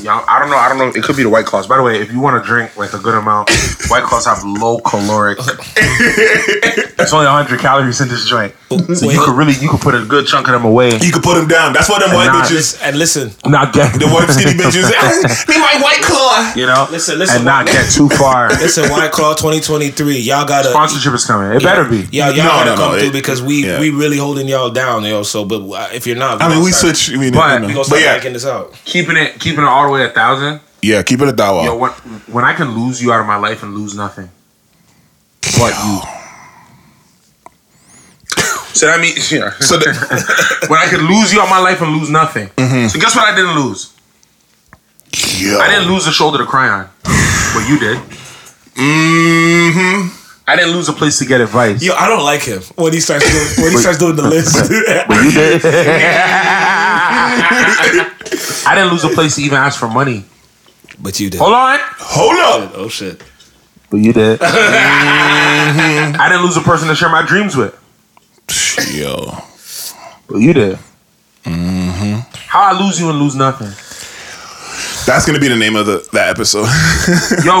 [SPEAKER 3] Y'all, I don't know. I don't know. It could be the white claws. By the way, if you want to drink like a good amount, white claws have low caloric. it's only 100 calories in this joint, so
[SPEAKER 1] Wait.
[SPEAKER 3] you could really you could put a good chunk of them away.
[SPEAKER 2] You could put him down. That's why them white
[SPEAKER 3] Nah.
[SPEAKER 2] bitches,
[SPEAKER 1] And listen,
[SPEAKER 3] Not get
[SPEAKER 2] the white skinny bitches. "Ah, Me my white claw.
[SPEAKER 3] you know.
[SPEAKER 1] Listen, listen,
[SPEAKER 3] and not
[SPEAKER 1] man.
[SPEAKER 3] get too far.
[SPEAKER 1] listen, White Claw 2023, y'all gotta.
[SPEAKER 3] Sponsorship is coming. It better be.
[SPEAKER 1] Y'all, y'all
[SPEAKER 2] No,
[SPEAKER 1] gotta
[SPEAKER 2] no, no,
[SPEAKER 1] come through
[SPEAKER 2] it-
[SPEAKER 1] because we
[SPEAKER 2] yeah.
[SPEAKER 1] we really holding y'all down, yo. So, but uh, if you're not,
[SPEAKER 2] I mean,
[SPEAKER 1] gonna
[SPEAKER 2] we
[SPEAKER 1] start-
[SPEAKER 2] switch. I mean,
[SPEAKER 1] We
[SPEAKER 2] you
[SPEAKER 3] But-
[SPEAKER 2] know.
[SPEAKER 1] gonna
[SPEAKER 2] but
[SPEAKER 1] start
[SPEAKER 2] yeah,
[SPEAKER 1] breaking this out.
[SPEAKER 3] Keeping it, keeping it all the way a thousand.
[SPEAKER 2] yeah, keep it a dollar.
[SPEAKER 3] Yo, when, when I can lose you out of my life and lose nothing, but you. So that means yeah.
[SPEAKER 2] So the,
[SPEAKER 3] when I could lose you out my life and lose nothing.
[SPEAKER 2] Mm-hmm.
[SPEAKER 3] So guess what? I didn't lose.
[SPEAKER 2] yo.
[SPEAKER 3] I didn't lose the shoulder to cry on, but you did.
[SPEAKER 2] Mm-hmm.
[SPEAKER 3] I didn't lose a place to get advice.
[SPEAKER 1] Yo, I don't like him when he starts doing, when he starts doing the list.
[SPEAKER 3] You did. I didn't lose a place to even ask for money.
[SPEAKER 1] but you did.
[SPEAKER 3] Hold on.
[SPEAKER 2] Hold up.
[SPEAKER 1] Oh shit!
[SPEAKER 3] But you did. Mm-hmm. I didn't lose a person to share my dreams with.
[SPEAKER 2] Yo.
[SPEAKER 3] But you did. Mm-hmm. How I lose you and lose nothing.
[SPEAKER 2] That's gonna be the name of the that episode.
[SPEAKER 3] Yo,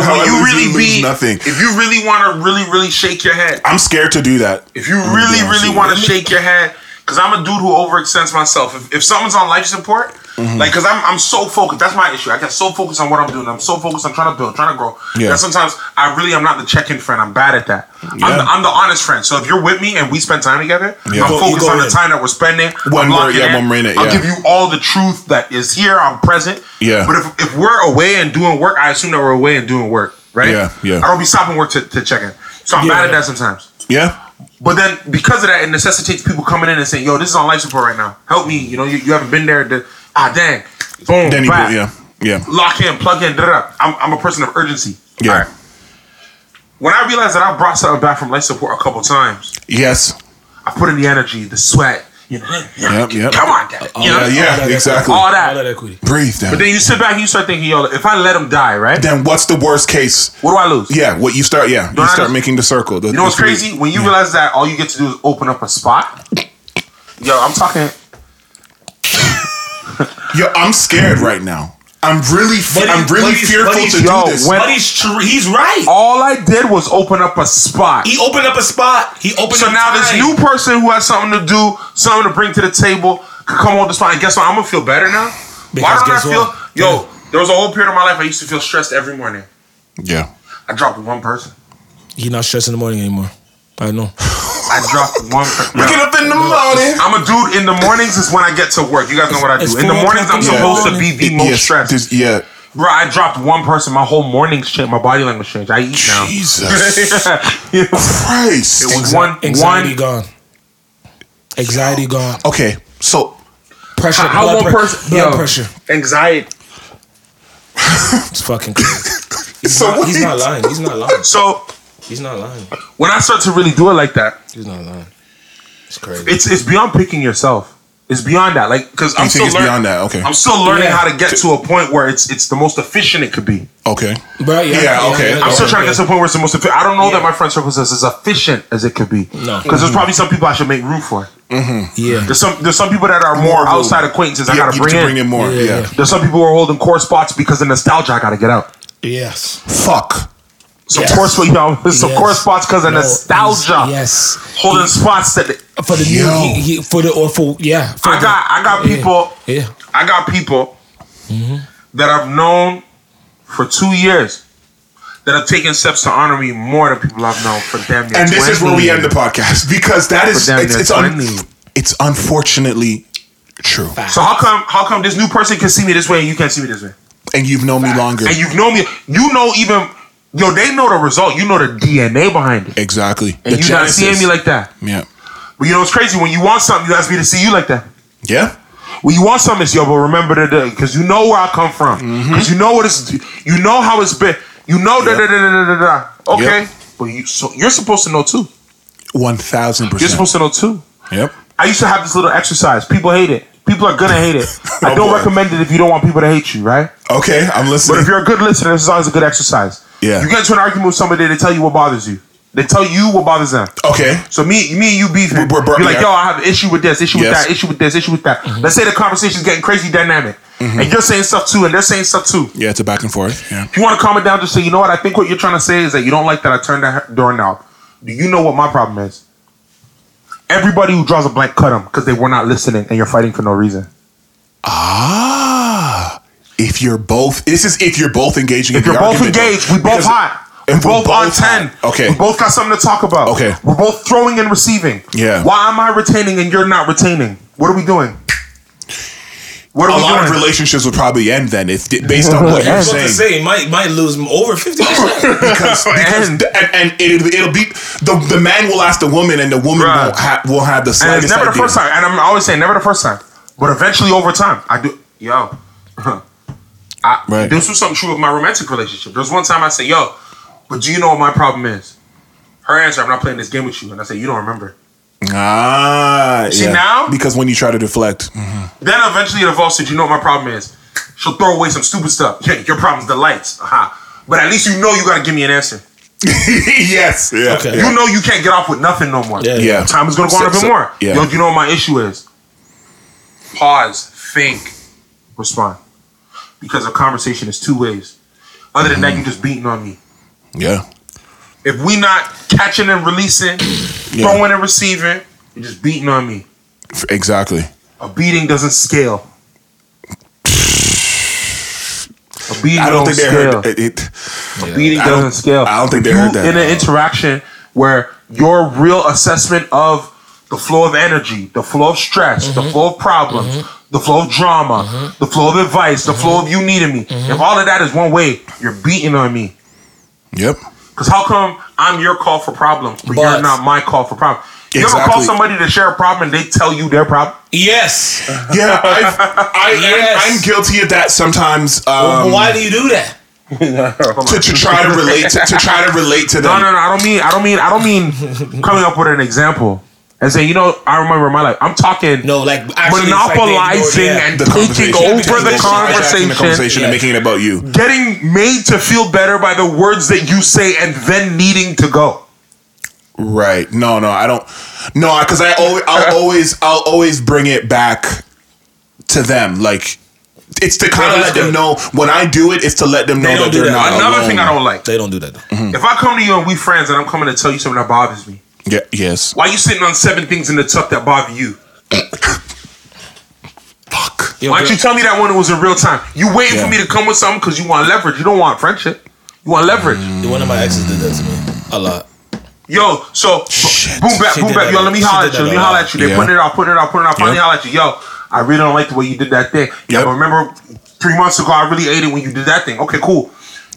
[SPEAKER 2] How I
[SPEAKER 3] when you
[SPEAKER 2] lose
[SPEAKER 3] really
[SPEAKER 2] and lose
[SPEAKER 3] be
[SPEAKER 2] nothing.
[SPEAKER 3] if you really want to really really shake your head,
[SPEAKER 2] I'm scared to do that.
[SPEAKER 3] if you
[SPEAKER 2] be
[SPEAKER 3] really
[SPEAKER 2] honest with
[SPEAKER 3] really
[SPEAKER 2] you.
[SPEAKER 3] want to shake your head, because I'm a dude who overextends myself. If, if someone's on life support,
[SPEAKER 2] Mm-hmm.
[SPEAKER 3] like because I'm I'm so focused. That's my issue. I get so focused on what I'm doing. I'm so focused. I'm trying to build, trying to grow.
[SPEAKER 2] Yeah.
[SPEAKER 3] That sometimes I really am not the check-in friend. I'm bad at that. I'm,
[SPEAKER 2] Yeah.
[SPEAKER 3] the, I'm the honest friend. So if you're with me and we spend time together,
[SPEAKER 2] Yeah. You
[SPEAKER 3] I'm
[SPEAKER 2] go-
[SPEAKER 1] you
[SPEAKER 3] focused
[SPEAKER 1] go
[SPEAKER 3] on the
[SPEAKER 1] in.
[SPEAKER 3] time that we're spending.
[SPEAKER 2] When we're-
[SPEAKER 3] I'm locking
[SPEAKER 2] yeah,
[SPEAKER 3] in.
[SPEAKER 2] when we're in it, yeah.
[SPEAKER 3] I'll give you all the truth that is here. I'm present.
[SPEAKER 2] Yeah.
[SPEAKER 3] But if, if we're away and doing work, I assume that we're away and doing work, right?
[SPEAKER 2] Yeah, yeah.
[SPEAKER 3] I don't be stopping work to, to check in. So I'm
[SPEAKER 1] Yeah,
[SPEAKER 3] bad at
[SPEAKER 1] yeah.
[SPEAKER 3] that sometimes.
[SPEAKER 2] Yeah.
[SPEAKER 3] But then because of that, it necessitates people coming in and saying, "Yo, this is on life support right now. Help me. You know, you, you haven't been there. The, ah, dang. Boom.
[SPEAKER 2] Danny.
[SPEAKER 3] back.
[SPEAKER 2] Yeah. Yeah.
[SPEAKER 3] Lock in. Plug in. Da, da, da. I'm, I'm a person of urgency.
[SPEAKER 2] Yeah.
[SPEAKER 3] All right. When I realized that I brought something back from life support a couple times,
[SPEAKER 2] Yes.
[SPEAKER 3] I put in the energy, the sweat. You know,
[SPEAKER 2] Yep, yep.
[SPEAKER 3] come on, Dad. You know,
[SPEAKER 2] Yeah. Yeah.
[SPEAKER 1] that-
[SPEAKER 2] Exactly.
[SPEAKER 3] all
[SPEAKER 1] All
[SPEAKER 3] that.
[SPEAKER 1] that equity.
[SPEAKER 2] Breathe. Then.
[SPEAKER 3] Oh, But then you sit back and you start thinking, yo, if I let him die, right?
[SPEAKER 2] then what's the worst case?
[SPEAKER 3] What do I lose?
[SPEAKER 2] Yeah, what you start, yeah, you
[SPEAKER 3] I
[SPEAKER 2] start
[SPEAKER 3] just-
[SPEAKER 2] making the circle. The,
[SPEAKER 3] You know what's crazy? When you realize that all you get to do is open up a spot. Yo, I'm talking.
[SPEAKER 2] Yo, I'm scared right now. I'm really, f-
[SPEAKER 1] But
[SPEAKER 2] I'm
[SPEAKER 1] he's-
[SPEAKER 2] really
[SPEAKER 1] but he's-
[SPEAKER 2] fearful
[SPEAKER 1] but he's-
[SPEAKER 2] to do
[SPEAKER 3] yo,
[SPEAKER 2] this.
[SPEAKER 3] when-
[SPEAKER 1] But he's true. He's right.
[SPEAKER 3] All I did was open up a spot.
[SPEAKER 1] He opened up a spot. He opened
[SPEAKER 3] So
[SPEAKER 1] up.
[SPEAKER 3] now
[SPEAKER 1] time.
[SPEAKER 3] this new person who has something to do, something to bring to the table, could come on the spot. And guess what? I'm gonna feel better now.
[SPEAKER 1] Because
[SPEAKER 3] Why don't I
[SPEAKER 1] guess
[SPEAKER 3] feel?
[SPEAKER 1] what?
[SPEAKER 3] Yo, there was a whole period of my life I used to feel stressed every morning.
[SPEAKER 2] yeah,
[SPEAKER 3] I dropped one person.
[SPEAKER 1] He not stressed in the morning anymore. I know.
[SPEAKER 3] I dropped one. Per-
[SPEAKER 2] get up in the morning.
[SPEAKER 3] I'm a dude. In the mornings is when I get to work. You guys know what I do.
[SPEAKER 1] It's
[SPEAKER 3] In the
[SPEAKER 1] four
[SPEAKER 3] mornings,
[SPEAKER 1] o'clock
[SPEAKER 3] I'm
[SPEAKER 1] in the
[SPEAKER 3] supposed to
[SPEAKER 1] morning.
[SPEAKER 3] be the most
[SPEAKER 2] Yes,
[SPEAKER 3] stressed.
[SPEAKER 2] this- yeah,
[SPEAKER 3] Bro, I dropped one person. My whole morning's changed. My body language changed. I eat now.
[SPEAKER 2] Jesus
[SPEAKER 3] Yeah.
[SPEAKER 2] Christ.
[SPEAKER 3] It was one.
[SPEAKER 1] Anxiety
[SPEAKER 3] one.
[SPEAKER 1] gone. Anxiety gone.
[SPEAKER 2] okay, so
[SPEAKER 1] Pressure.
[SPEAKER 3] How- how
[SPEAKER 1] blood pre-
[SPEAKER 3] one person-
[SPEAKER 1] Blood
[SPEAKER 3] yo.
[SPEAKER 1] pressure.
[SPEAKER 5] Anxiety.
[SPEAKER 1] It's fucking. Crazy. He's,
[SPEAKER 2] So
[SPEAKER 1] not, he's
[SPEAKER 2] wait.
[SPEAKER 1] not lying. He's not lying.
[SPEAKER 3] So
[SPEAKER 1] He's not lying.
[SPEAKER 3] when I start to really do it like that,
[SPEAKER 1] He's not lying. It's crazy.
[SPEAKER 3] it's it's beyond picking yourself. It's beyond that. Like because
[SPEAKER 2] you
[SPEAKER 3] I'm
[SPEAKER 2] think
[SPEAKER 3] still
[SPEAKER 2] it's
[SPEAKER 3] learning.
[SPEAKER 2] beyond that? Okay,
[SPEAKER 3] I'm still learning
[SPEAKER 1] Yeah.
[SPEAKER 3] how to get to a point where it's it's the most efficient it could be.
[SPEAKER 2] okay.
[SPEAKER 1] Bro, yeah,
[SPEAKER 2] Yeah, okay.
[SPEAKER 3] I'm still
[SPEAKER 1] yeah,
[SPEAKER 3] trying to get to a point where it's the most efficient. I don't know
[SPEAKER 1] Oh, Yeah.
[SPEAKER 3] that my friend circle is as efficient as it could be.
[SPEAKER 1] No.
[SPEAKER 3] because there's probably some people I should make room for.
[SPEAKER 1] Yeah.
[SPEAKER 3] There's some there's some people that are more
[SPEAKER 2] room.
[SPEAKER 3] outside acquaintances I
[SPEAKER 2] Yeah,
[SPEAKER 3] gotta
[SPEAKER 2] you
[SPEAKER 3] bring,
[SPEAKER 2] should
[SPEAKER 3] in.
[SPEAKER 2] bring in more.
[SPEAKER 1] Yeah,
[SPEAKER 2] Yeah.
[SPEAKER 1] yeah.
[SPEAKER 3] There's some people who are holding core spots because of nostalgia I gotta get out.
[SPEAKER 1] Yes.
[SPEAKER 2] Fuck.
[SPEAKER 3] So
[SPEAKER 1] Yes.
[SPEAKER 3] core spots, y'all. Some
[SPEAKER 1] Yes.
[SPEAKER 3] core spots because of
[SPEAKER 1] No,
[SPEAKER 3] nostalgia.
[SPEAKER 1] Yes.
[SPEAKER 3] holding spots that
[SPEAKER 1] For the
[SPEAKER 2] Yo.
[SPEAKER 1] new, he, he, for the or for yeah. For
[SPEAKER 3] I got. I got
[SPEAKER 1] Yeah.
[SPEAKER 3] people.
[SPEAKER 1] the, yeah.
[SPEAKER 3] I got people that I've known for two years that have taken steps to honor me more than people I've known for damn near.
[SPEAKER 2] And this is where we
[SPEAKER 3] 20.
[SPEAKER 2] end the podcast because that is
[SPEAKER 3] damn
[SPEAKER 2] it's
[SPEAKER 3] near
[SPEAKER 2] it's, un-
[SPEAKER 3] 20.
[SPEAKER 2] it's unfortunately true.
[SPEAKER 3] So how come? How come this new person can see me this way and you can't see me this way?
[SPEAKER 2] And you've known me longer.
[SPEAKER 3] And you've known me. You know even. Yo, they know the result. You know the DNA behind it.
[SPEAKER 2] Exactly.
[SPEAKER 3] And
[SPEAKER 2] The
[SPEAKER 3] you not seeing
[SPEAKER 2] genesis.
[SPEAKER 3] me like that.
[SPEAKER 2] yeah,
[SPEAKER 3] But you know it's crazy when you want something, you ask me to see you like that.
[SPEAKER 2] yeah.
[SPEAKER 3] When you want something, it's yo, but remember the day because you know where I come from.
[SPEAKER 2] Mm-hmm.
[SPEAKER 3] Because you know what it's, you know how it's been. You know da da da da da da. da. Okay,
[SPEAKER 2] Yep.
[SPEAKER 3] but you so you're supposed to know too.
[SPEAKER 2] One thousand
[SPEAKER 3] You're
[SPEAKER 2] percent.
[SPEAKER 3] supposed to know too.
[SPEAKER 2] Yep.
[SPEAKER 3] I used to have this little exercise. People hate it. People are gonna hate it. I
[SPEAKER 2] Oh,
[SPEAKER 3] don't
[SPEAKER 2] boy.
[SPEAKER 3] recommend it if you don't want people to hate you, right?
[SPEAKER 2] Okay, I'm
[SPEAKER 3] But
[SPEAKER 2] listening.
[SPEAKER 3] if you're a good listener, this is always a good exercise.
[SPEAKER 2] Yeah.
[SPEAKER 3] You get into an argument with somebody, they tell you what bothers you. They tell you what bothers them.
[SPEAKER 2] Okay,
[SPEAKER 3] So me, me and you beefing.
[SPEAKER 2] We're- we're-
[SPEAKER 3] you're like,
[SPEAKER 2] yeah.
[SPEAKER 3] yo, I have an issue with this, issue with
[SPEAKER 2] Yes.
[SPEAKER 3] that, issue with this, issue with that. Let's say the conversation's getting crazy dynamic,
[SPEAKER 2] Mm-hmm.
[SPEAKER 3] and you're saying stuff too, and they're saying stuff too.
[SPEAKER 2] yeah, it's a back and forth. Yeah,
[SPEAKER 3] If you want to calm it down, just say, you know what? I think what you're trying to say is that you don't like that I turned that doorknob. Do you know what my problem is? Everybody who draws a blank, cut them because they were not listening, and you're fighting for no reason.
[SPEAKER 2] Ah, if you're both, this is if you're both engaging.
[SPEAKER 3] If
[SPEAKER 2] in the
[SPEAKER 3] you're both
[SPEAKER 2] argument, though.
[SPEAKER 3] engaged, we both
[SPEAKER 2] Because-
[SPEAKER 3] hot. We're
[SPEAKER 2] if we're
[SPEAKER 3] both, on
[SPEAKER 2] both
[SPEAKER 3] 10.
[SPEAKER 2] hot, okay.
[SPEAKER 3] We both got something to talk about.
[SPEAKER 2] Okay.
[SPEAKER 3] We're both throwing and receiving.
[SPEAKER 2] Yeah.
[SPEAKER 3] Why am I retaining and you're not retaining? What are we doing? What are
[SPEAKER 2] A
[SPEAKER 3] we
[SPEAKER 2] lot
[SPEAKER 3] doing?
[SPEAKER 2] of relationships would probably end then, if based on what you're
[SPEAKER 1] I was about to
[SPEAKER 2] saying.
[SPEAKER 1] say might might lose over fifty percent.
[SPEAKER 2] because, because
[SPEAKER 3] And-
[SPEAKER 2] and, and, it'll, it'll be the, the man will ask the woman and the woman
[SPEAKER 3] Bruh.
[SPEAKER 2] won't ha- will have the
[SPEAKER 3] and
[SPEAKER 2] slightest
[SPEAKER 3] it's never the
[SPEAKER 2] idea.
[SPEAKER 3] first time. And I'm always saying never the first time. But eventually over time, I do yo. I,
[SPEAKER 2] Right.
[SPEAKER 3] This was something true with my romantic relationship. There was one time I said, yo, but do you know what my problem is? Her answer, I'm not playing this game with you. And I said, you don't remember.
[SPEAKER 2] Ah,
[SPEAKER 3] See,
[SPEAKER 2] yeah.
[SPEAKER 3] now-
[SPEAKER 2] because when you try to deflect,
[SPEAKER 3] Then eventually it evolves to, you know what my problem is? She'll throw away some stupid stuff. Yeah, your problem's the lights. Aha. But at least you know you gotta give me an answer.
[SPEAKER 2] yes, yeah,
[SPEAKER 1] Okay.
[SPEAKER 2] yeah.
[SPEAKER 3] You know you can't get off with nothing no more.
[SPEAKER 1] Yeah.
[SPEAKER 2] Yeah.
[SPEAKER 3] Time is gonna go on
[SPEAKER 2] So-
[SPEAKER 3] a bit
[SPEAKER 2] so-
[SPEAKER 3] more.
[SPEAKER 2] yeah.
[SPEAKER 3] Yo, you know what my issue is? Pause, think, respond. Because a conversation is two ways. Other than that, you just beating on me.
[SPEAKER 2] yeah,
[SPEAKER 3] If we not catching and releasing,
[SPEAKER 2] Yeah.
[SPEAKER 3] throwing and receiving, you're just beating on me.
[SPEAKER 2] F- exactly.
[SPEAKER 3] A beating doesn't scale. A beating
[SPEAKER 2] I don't think they
[SPEAKER 3] scale.
[SPEAKER 2] heard it. it
[SPEAKER 3] beating
[SPEAKER 2] I don't-
[SPEAKER 3] doesn't scale.
[SPEAKER 2] I don't think they
[SPEAKER 3] You
[SPEAKER 2] heard that.
[SPEAKER 3] In an interaction where your real assessment of the flow of energy, the flow of stress, the flow of problems, the flow of drama, the flow of advice, the flow of you needing me. If all of that is one way, you're beating on me.
[SPEAKER 2] yep.
[SPEAKER 3] Because how come I'm your call for problems, but,
[SPEAKER 1] But-
[SPEAKER 3] you're not my call for problems? You ever call
[SPEAKER 2] Exactly.
[SPEAKER 3] somebody to share a problem and they tell you their problem?
[SPEAKER 1] yes.
[SPEAKER 2] Yeah, I've, I,
[SPEAKER 1] Yes.
[SPEAKER 2] I'm, I'm guilty of that sometimes. Um,
[SPEAKER 1] But why do you do that?
[SPEAKER 2] to, to try to relate to, to try to relate to them.
[SPEAKER 3] No, no, no. I don't mean. I don't mean. I don't mean coming up with an example and saying, you know, I remember my life. I'm talking.
[SPEAKER 1] No, like actually,
[SPEAKER 3] monopolizing and
[SPEAKER 2] The
[SPEAKER 3] taking
[SPEAKER 2] conversation.
[SPEAKER 3] over
[SPEAKER 1] Yeah,
[SPEAKER 3] the
[SPEAKER 1] because
[SPEAKER 2] Hijacking
[SPEAKER 3] conversation,
[SPEAKER 2] the conversation
[SPEAKER 1] Yeah.
[SPEAKER 2] and making it about you.
[SPEAKER 3] getting made to feel better by the words that you say, and then needing to go.
[SPEAKER 2] Right. No, no, I don't. No, because I always, I'll always, I'll always bring it back to them. Like it's to kind
[SPEAKER 1] No,
[SPEAKER 2] of
[SPEAKER 1] that's
[SPEAKER 2] let them
[SPEAKER 1] good.
[SPEAKER 2] know when I do it, it's to let them know
[SPEAKER 1] don't
[SPEAKER 2] that
[SPEAKER 1] do
[SPEAKER 2] they're
[SPEAKER 1] that.
[SPEAKER 2] not
[SPEAKER 3] Another
[SPEAKER 2] alone.
[SPEAKER 3] thing I don't like:
[SPEAKER 1] They don't do that. Though.
[SPEAKER 3] if I come to you and we friends, and I'm coming to tell you something that bothers me,
[SPEAKER 2] Yeah. Yes.
[SPEAKER 3] why you sitting on seven things in the tuck that bother you?
[SPEAKER 2] Fuck.
[SPEAKER 1] Yo,
[SPEAKER 3] Why don't
[SPEAKER 1] bro,
[SPEAKER 3] you tell me that when it was in real time? You waiting
[SPEAKER 2] Yeah.
[SPEAKER 3] for me to come with something because you want leverage. You don't want friendship. You want leverage.
[SPEAKER 1] one of my exes did that to me a lot.
[SPEAKER 3] Yo, so
[SPEAKER 2] Shit.
[SPEAKER 3] boom back,
[SPEAKER 1] She
[SPEAKER 3] boom
[SPEAKER 1] did
[SPEAKER 3] back.
[SPEAKER 1] that
[SPEAKER 3] Yo,
[SPEAKER 1] a-
[SPEAKER 3] let me
[SPEAKER 1] she
[SPEAKER 3] holler
[SPEAKER 1] did
[SPEAKER 3] at you. Let
[SPEAKER 1] that
[SPEAKER 3] me
[SPEAKER 1] a
[SPEAKER 3] holler
[SPEAKER 1] lot.
[SPEAKER 3] at you. They
[SPEAKER 2] Yeah.
[SPEAKER 3] putting it out, putting it out, putting it out. Finally
[SPEAKER 2] Yeah.
[SPEAKER 3] holler at you. Yo, I really don't like the way you did that thing.
[SPEAKER 2] Yep.
[SPEAKER 3] Yo, remember three months ago, I really ate it when you did that thing. Okay, cool.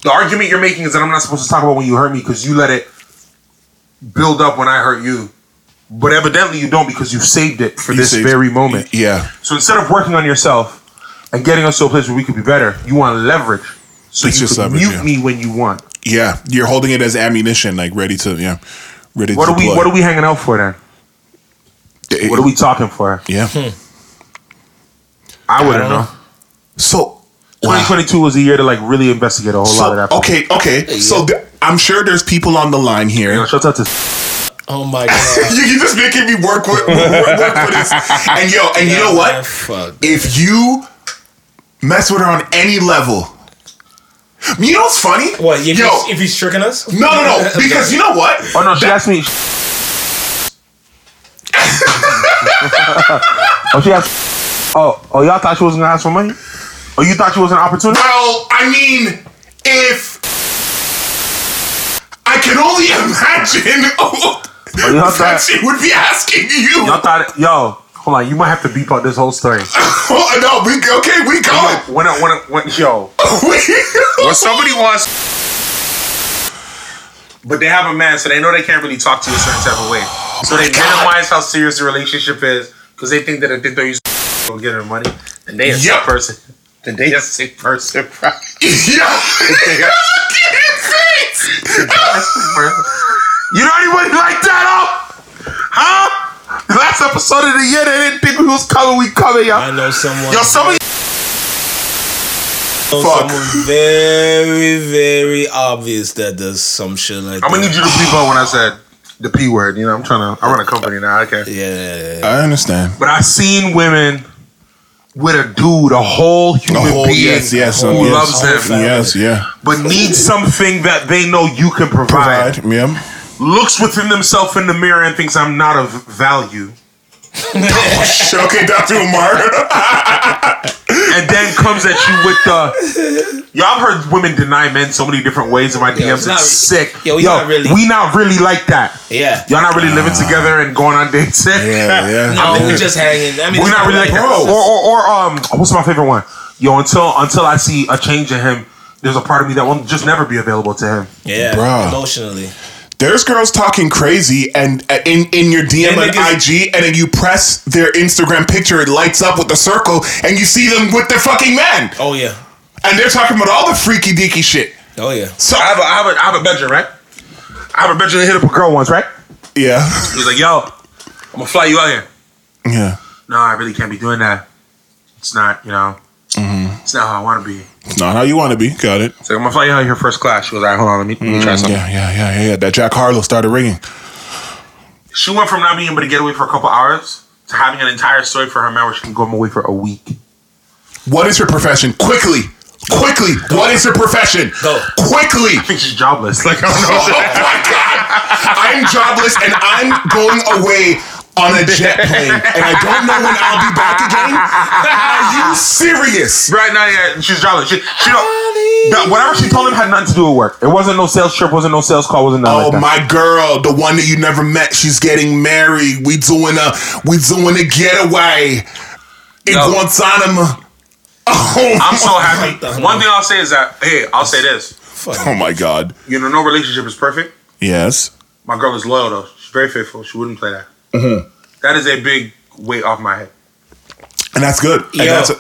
[SPEAKER 3] The argument you're making is that I'm not supposed to talk about when you hurt me because you let it build up when I hurt you. But evidently you don't because you've saved it for
[SPEAKER 2] You
[SPEAKER 3] this
[SPEAKER 2] saved-
[SPEAKER 3] very moment.
[SPEAKER 2] Yeah.
[SPEAKER 3] So instead of working on yourself and getting us to a place where we could be better, you want leverage. So
[SPEAKER 2] It's
[SPEAKER 3] you
[SPEAKER 2] just
[SPEAKER 3] can
[SPEAKER 2] leverage,
[SPEAKER 3] mute
[SPEAKER 2] yeah.
[SPEAKER 3] me when you want.
[SPEAKER 2] Yeah. You're holding it as ammunition, like ready to yeah. Ready
[SPEAKER 3] What
[SPEAKER 2] to
[SPEAKER 3] are we? What are we hanging out for then?
[SPEAKER 2] we
[SPEAKER 3] What are we Hmm. talking for?
[SPEAKER 2] Yeah.
[SPEAKER 3] I
[SPEAKER 1] I
[SPEAKER 3] wouldn't
[SPEAKER 1] don't
[SPEAKER 3] know.
[SPEAKER 2] So wow.
[SPEAKER 3] 2022 was a year to like really investigate a whole lot
[SPEAKER 2] So,
[SPEAKER 3] of that.
[SPEAKER 2] okay, okay. So th- I'm sure there's people on the line here.
[SPEAKER 3] You know, shout out to
[SPEAKER 1] Oh my god.
[SPEAKER 2] you, you just making me work with work, work for this. And yo, and you know
[SPEAKER 1] Man,
[SPEAKER 2] what?
[SPEAKER 1] Fuck.
[SPEAKER 2] If you mess with her on any level, you know what's funny?
[SPEAKER 1] What? If,
[SPEAKER 2] yo,
[SPEAKER 1] he's, if he's tricking us?
[SPEAKER 2] no, no, no. Because you know what?
[SPEAKER 3] Oh no, she asked me. oh, she asked. Oh, oh, y'all thought she wasn't gonna ask for money? Oh, you thought she was an opportunity?
[SPEAKER 2] Well, I mean, if I can only imagine
[SPEAKER 3] you
[SPEAKER 2] that
[SPEAKER 3] have that-
[SPEAKER 2] she would be asking you.
[SPEAKER 3] Y'all thought, it, yo, hold on, you might have to beep out this whole story.
[SPEAKER 2] Oh, no, we okay. We
[SPEAKER 3] Yo,
[SPEAKER 2] going.
[SPEAKER 3] when, I- when, I- when, yo,
[SPEAKER 2] We-
[SPEAKER 3] when somebody wants, but they have a man, so they know they can't really talk to you a certain type of way. So they
[SPEAKER 2] God.
[SPEAKER 3] minimize how serious the relationship is because they think that if they throw you will get her money, then they a sick
[SPEAKER 2] Yup.
[SPEAKER 3] person. Then they a sick person, bro.
[SPEAKER 2] yeah.
[SPEAKER 3] You know anybody like that up? Huh? The last episode of the year, they didn't think we was coming. We coming, y'all.
[SPEAKER 1] I know someone.
[SPEAKER 2] Yo, some of you
[SPEAKER 1] I know
[SPEAKER 2] fuck.
[SPEAKER 1] someone very, very obvious that does some shit like
[SPEAKER 3] I'm gonna
[SPEAKER 1] that.
[SPEAKER 3] need you to bleep out when I said the p word. You know, I'm trying to. I run a company now. I can't.
[SPEAKER 1] Yeah.
[SPEAKER 2] I understand.
[SPEAKER 3] But I seen women with a dude, a whole
[SPEAKER 2] The
[SPEAKER 3] human
[SPEAKER 2] whole
[SPEAKER 3] being
[SPEAKER 2] yes, yes,
[SPEAKER 1] who
[SPEAKER 2] yes.
[SPEAKER 3] loves
[SPEAKER 1] them.
[SPEAKER 2] Yes, yeah.
[SPEAKER 3] but needs something that they know you can provide.
[SPEAKER 2] Provide, yeah.
[SPEAKER 3] Looks within themselves in the mirror and thinks I'm not of value.
[SPEAKER 2] okay, Dr. Umar.
[SPEAKER 3] And then comes at you with the. Y'all heard women deny men so many different ways in my
[SPEAKER 1] it's
[SPEAKER 3] DMs. it's
[SPEAKER 1] not-
[SPEAKER 3] sick.
[SPEAKER 1] yo, we not really-
[SPEAKER 3] We not really like that.
[SPEAKER 1] Yeah.
[SPEAKER 3] Y'all not really living together and going on dates.
[SPEAKER 2] yeah.
[SPEAKER 1] I think we're just hanging. I mean,
[SPEAKER 3] We're
[SPEAKER 1] it's
[SPEAKER 3] not really like that.
[SPEAKER 2] oh.
[SPEAKER 1] bro.
[SPEAKER 3] Or, or, or um, what's my favorite one? Yo, until until I see a change in him, there's a part of me that will just never be available to him.
[SPEAKER 1] yeah,
[SPEAKER 2] Bruh.
[SPEAKER 1] emotionally.
[SPEAKER 2] There's girls talking crazy and uh, in in your DM
[SPEAKER 1] And
[SPEAKER 2] and
[SPEAKER 1] niggas-
[SPEAKER 2] IG, and then you press their Instagram picture, it lights up with the circle, and you see them with their fucking man,
[SPEAKER 1] Oh yeah,
[SPEAKER 2] and they're talking about all the freaky deaky shit.
[SPEAKER 1] oh yeah.
[SPEAKER 2] So
[SPEAKER 3] I have a, I have a, I have a bedroom, right? I have a bedroom. I hit up a girl once, right?
[SPEAKER 2] yeah,
[SPEAKER 3] He was like, "Yo, I'm gonna fly you out here."
[SPEAKER 2] yeah,
[SPEAKER 3] No, I really can't be doing that. It's not, you know, it's not how I want to be.
[SPEAKER 2] it's not how you want to be. Got it.
[SPEAKER 3] So I'm gonna fly you out here first class. She was like, "Hold on, let me, let me try something."
[SPEAKER 2] Mm, Yeah, yeah, yeah, yeah. That Jack Harlow started ringing.
[SPEAKER 3] She went from not being able to get away for a couple hours to having an entire story for her man where she can go away for a week.
[SPEAKER 2] What is your profession? Quickly, quickly. What is your profession?
[SPEAKER 1] Go.
[SPEAKER 2] Quickly.
[SPEAKER 3] I think she's jobless. Like I don't know.
[SPEAKER 2] Oh my god! I'm jobless and I'm going away on a jet plane, and I don't know when I'll be back again. Are you serious?
[SPEAKER 3] Right now, yeah, she's jobless. She, she don't. that- whatever she told him had nothing to do with work. It wasn't no sales trip. Wasn't no sales call. Wasn't nothing.
[SPEAKER 2] Oh
[SPEAKER 3] like that.
[SPEAKER 2] my girl, the one that you never met, she's getting married. We doing a we doing a getaway in
[SPEAKER 3] No.
[SPEAKER 2] Guantanamo. Oh,
[SPEAKER 3] I'm so
[SPEAKER 2] my-
[SPEAKER 3] happy. One thing I'll say is that hey, I'll say this.
[SPEAKER 2] Oh my god.
[SPEAKER 3] You know, no relationship is perfect.
[SPEAKER 2] Yes.
[SPEAKER 3] My girl is loyal though. She's very faithful. She wouldn't play that.
[SPEAKER 1] Mm-hmm.
[SPEAKER 3] That is a big weight off my head.
[SPEAKER 2] And that's good.
[SPEAKER 1] Yo.
[SPEAKER 2] And that's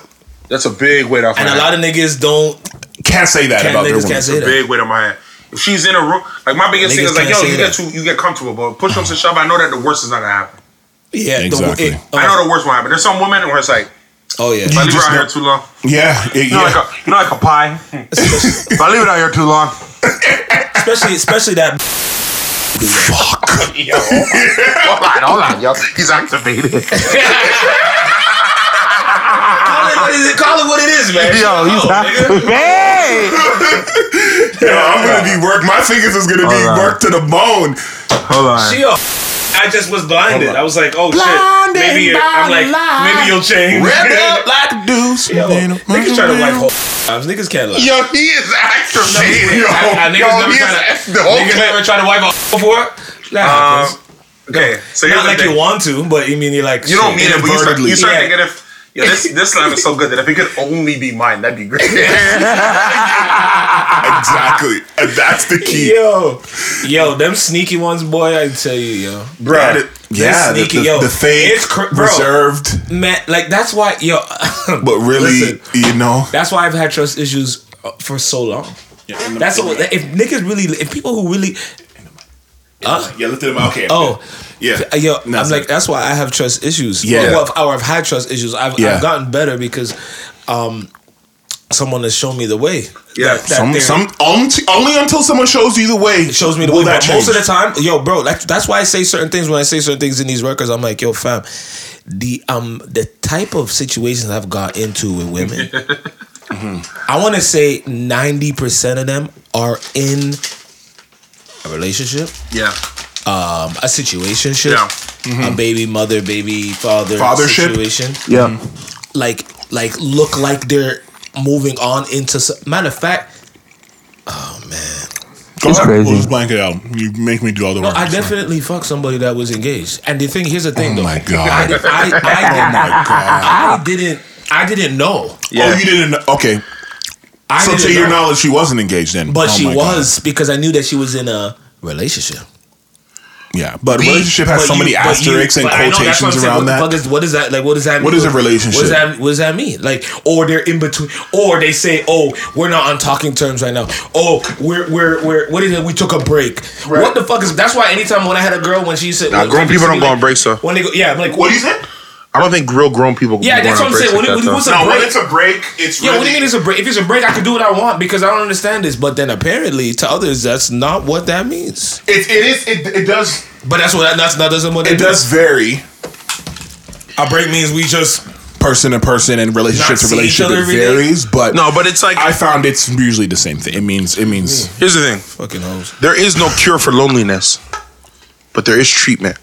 [SPEAKER 3] That's a big weight off
[SPEAKER 1] And
[SPEAKER 3] my
[SPEAKER 1] a
[SPEAKER 3] head.
[SPEAKER 1] lot of niggas don't.
[SPEAKER 2] can't say that
[SPEAKER 1] Can't,
[SPEAKER 2] about their
[SPEAKER 1] niggas
[SPEAKER 2] women.
[SPEAKER 1] can't say that.
[SPEAKER 3] big weight on my head. If she's in a room, like my biggest thing
[SPEAKER 1] Niggas
[SPEAKER 3] is like, yo,
[SPEAKER 1] can't
[SPEAKER 3] you
[SPEAKER 1] say
[SPEAKER 3] get too, you get comfortable, but push ups and shove. I know that the worst is not gonna happen.
[SPEAKER 1] Yeah, the-
[SPEAKER 2] Exactly.
[SPEAKER 1] it- oh,
[SPEAKER 3] I know the worst won't happen. There's some women where it's like, if
[SPEAKER 1] oh yeah.
[SPEAKER 3] I
[SPEAKER 2] You
[SPEAKER 3] leave her
[SPEAKER 2] just
[SPEAKER 3] out
[SPEAKER 2] know-
[SPEAKER 3] here too long,
[SPEAKER 2] Yeah. yeah,
[SPEAKER 3] you
[SPEAKER 2] yeah.
[SPEAKER 3] know, like a, you know, like a pie. if I leave it out here too long,
[SPEAKER 1] especially, especially that.
[SPEAKER 3] hold on, hold on, yo, he's activated.
[SPEAKER 1] Call it, what is it, call it what it is, man.
[SPEAKER 3] yo, he's
[SPEAKER 1] Oh, nigga.
[SPEAKER 3] activated. Hey,
[SPEAKER 2] Yo, I'm gonna be worked. My fingers is gonna be
[SPEAKER 3] All right.
[SPEAKER 2] worked to the bone.
[SPEAKER 3] hold on.
[SPEAKER 1] She a- I just was blinded. I was like, oh
[SPEAKER 2] Blinded
[SPEAKER 1] shit. Maybe you're- I'm like,
[SPEAKER 2] by the light.
[SPEAKER 1] maybe you'll change.
[SPEAKER 2] like a deuce.
[SPEAKER 1] Yo, niggas try to wipe whole times. Niggas can't lie.
[SPEAKER 2] Yo, he is activated. Yo,
[SPEAKER 1] I, I, niggas
[SPEAKER 2] yo,
[SPEAKER 1] never
[SPEAKER 2] he
[SPEAKER 1] try
[SPEAKER 2] is
[SPEAKER 1] to,
[SPEAKER 2] the whole
[SPEAKER 1] niggas never try to wipe a before. Nah,
[SPEAKER 3] Um,
[SPEAKER 1] 'cause
[SPEAKER 3] okay, so here's
[SPEAKER 1] not
[SPEAKER 3] the
[SPEAKER 1] like
[SPEAKER 3] thing.
[SPEAKER 1] you want to, but you mean you're like
[SPEAKER 3] You don't mean it, but you start,
[SPEAKER 2] Inadvertently.
[SPEAKER 3] you start
[SPEAKER 1] Yeah.
[SPEAKER 3] thinking if
[SPEAKER 5] Yeah, this this line is so good that if it could only be mine, that'd be great.
[SPEAKER 2] exactly. And that's the key.
[SPEAKER 1] Yo, yo, them sneaky ones, boy. I tell you, yo,
[SPEAKER 2] Bro, yeah, the,
[SPEAKER 1] sneaky,
[SPEAKER 2] the,
[SPEAKER 1] yo.
[SPEAKER 2] the fake,
[SPEAKER 1] It's cr- bro.
[SPEAKER 2] reserved,
[SPEAKER 1] man. Like that's why, yo.
[SPEAKER 2] but really,
[SPEAKER 1] Listen.
[SPEAKER 2] you know,
[SPEAKER 1] That's why I've had trust issues uh, for so long. That's what, if niggas really, if people who really,
[SPEAKER 3] Yeah, lift them out. Okay.
[SPEAKER 1] oh,
[SPEAKER 3] Yeah.
[SPEAKER 1] Uh, Yo,
[SPEAKER 3] No,
[SPEAKER 1] I'm
[SPEAKER 3] it's
[SPEAKER 1] like,
[SPEAKER 3] good.
[SPEAKER 1] that's why I have trust issues.
[SPEAKER 2] Yeah.
[SPEAKER 1] Well, Well, I've, or I've had trust issues. I've,
[SPEAKER 2] Yeah.
[SPEAKER 1] I've gotten better because um, someone has shown me the way.
[SPEAKER 5] Yeah,
[SPEAKER 2] some,
[SPEAKER 1] they're-
[SPEAKER 2] some um, only until someone shows you the way.
[SPEAKER 1] it shows me the
[SPEAKER 2] will
[SPEAKER 1] way.
[SPEAKER 2] that
[SPEAKER 1] But most of the
[SPEAKER 2] change.
[SPEAKER 1] time, yo, bro, like that's why I say certain things when I say certain things in these records. I'm like, yo, fam, the um the type of situations I've got into with women, I want to say ninety percent of them are in a relationship,
[SPEAKER 5] yeah,
[SPEAKER 1] um, a situationship,
[SPEAKER 5] Yeah.
[SPEAKER 1] a baby mother, baby father,
[SPEAKER 2] Mm-hmm. Fathership. Mm-hmm.
[SPEAKER 1] situation
[SPEAKER 5] yeah.
[SPEAKER 1] like like look like they're moving on into s- matter of fact oh man
[SPEAKER 2] Go
[SPEAKER 6] It's
[SPEAKER 2] ahead,
[SPEAKER 6] crazy.
[SPEAKER 2] pull this blanket out. You make me do all the work.
[SPEAKER 1] i definitely fucked somebody that was engaged and the thing here's the thing
[SPEAKER 2] oh
[SPEAKER 1] though
[SPEAKER 2] my
[SPEAKER 1] I,
[SPEAKER 2] god.
[SPEAKER 1] I, I, I, I didn't I didn't know
[SPEAKER 2] Oh, you didn't. know- Okay.
[SPEAKER 1] I
[SPEAKER 2] So
[SPEAKER 1] didn't
[SPEAKER 2] to your
[SPEAKER 1] know.
[SPEAKER 2] knowledge, she wasn't engaged then.
[SPEAKER 1] but
[SPEAKER 2] Oh
[SPEAKER 1] she
[SPEAKER 2] my God.
[SPEAKER 1] was because I knew that she was in a relationship
[SPEAKER 2] Yeah, but relationship has
[SPEAKER 1] But
[SPEAKER 2] so
[SPEAKER 1] you-
[SPEAKER 2] many
[SPEAKER 1] but you-
[SPEAKER 2] asterisks and
[SPEAKER 1] but I know, that's what I'm
[SPEAKER 2] quotations
[SPEAKER 1] saying.
[SPEAKER 2] around
[SPEAKER 1] what the fuck
[SPEAKER 2] that.
[SPEAKER 1] is- what is that like? What does that?
[SPEAKER 2] What
[SPEAKER 1] mean?
[SPEAKER 2] is a
[SPEAKER 1] What does
[SPEAKER 2] relationship?
[SPEAKER 1] that? What does that mean? Like, or they're in between, or they say, "Oh, we're not on talking terms right now." Oh, we're we're we're what is it? We took a break. What the fuck is? That's why anytime when I had a girl, when she said,
[SPEAKER 5] Nah,
[SPEAKER 1] when
[SPEAKER 5] grown
[SPEAKER 1] she
[SPEAKER 5] people
[SPEAKER 1] said me,
[SPEAKER 5] don't go
[SPEAKER 1] like-
[SPEAKER 5] on breaks, though.
[SPEAKER 1] When they go, yeah, I'm like
[SPEAKER 2] What do you think?
[SPEAKER 5] I don't think real grown people.
[SPEAKER 1] Yeah, that's what I'm saying. When it- when it was a-
[SPEAKER 5] a
[SPEAKER 2] No, when it's a break, it's
[SPEAKER 1] Yeah,
[SPEAKER 2] really.
[SPEAKER 1] what do you mean it's a break? If it's a break, I can do what I want because I don't understand this. But then apparently, to others, that's not what that means.
[SPEAKER 2] It, it is. It, it does.
[SPEAKER 1] But that's what that's not doesn't what they
[SPEAKER 2] It
[SPEAKER 1] do.
[SPEAKER 2] does vary,
[SPEAKER 1] A break means we just
[SPEAKER 2] person to person and relationship
[SPEAKER 1] Not
[SPEAKER 2] to
[SPEAKER 1] see each
[SPEAKER 2] relationship.
[SPEAKER 1] other
[SPEAKER 2] It
[SPEAKER 1] every day.
[SPEAKER 2] varies, but
[SPEAKER 3] No, but it's like
[SPEAKER 2] I found it's usually the same thing. It means. It means.
[SPEAKER 3] here's the thing.
[SPEAKER 1] fucking hoes.
[SPEAKER 3] There is no cure for loneliness, but there is treatment.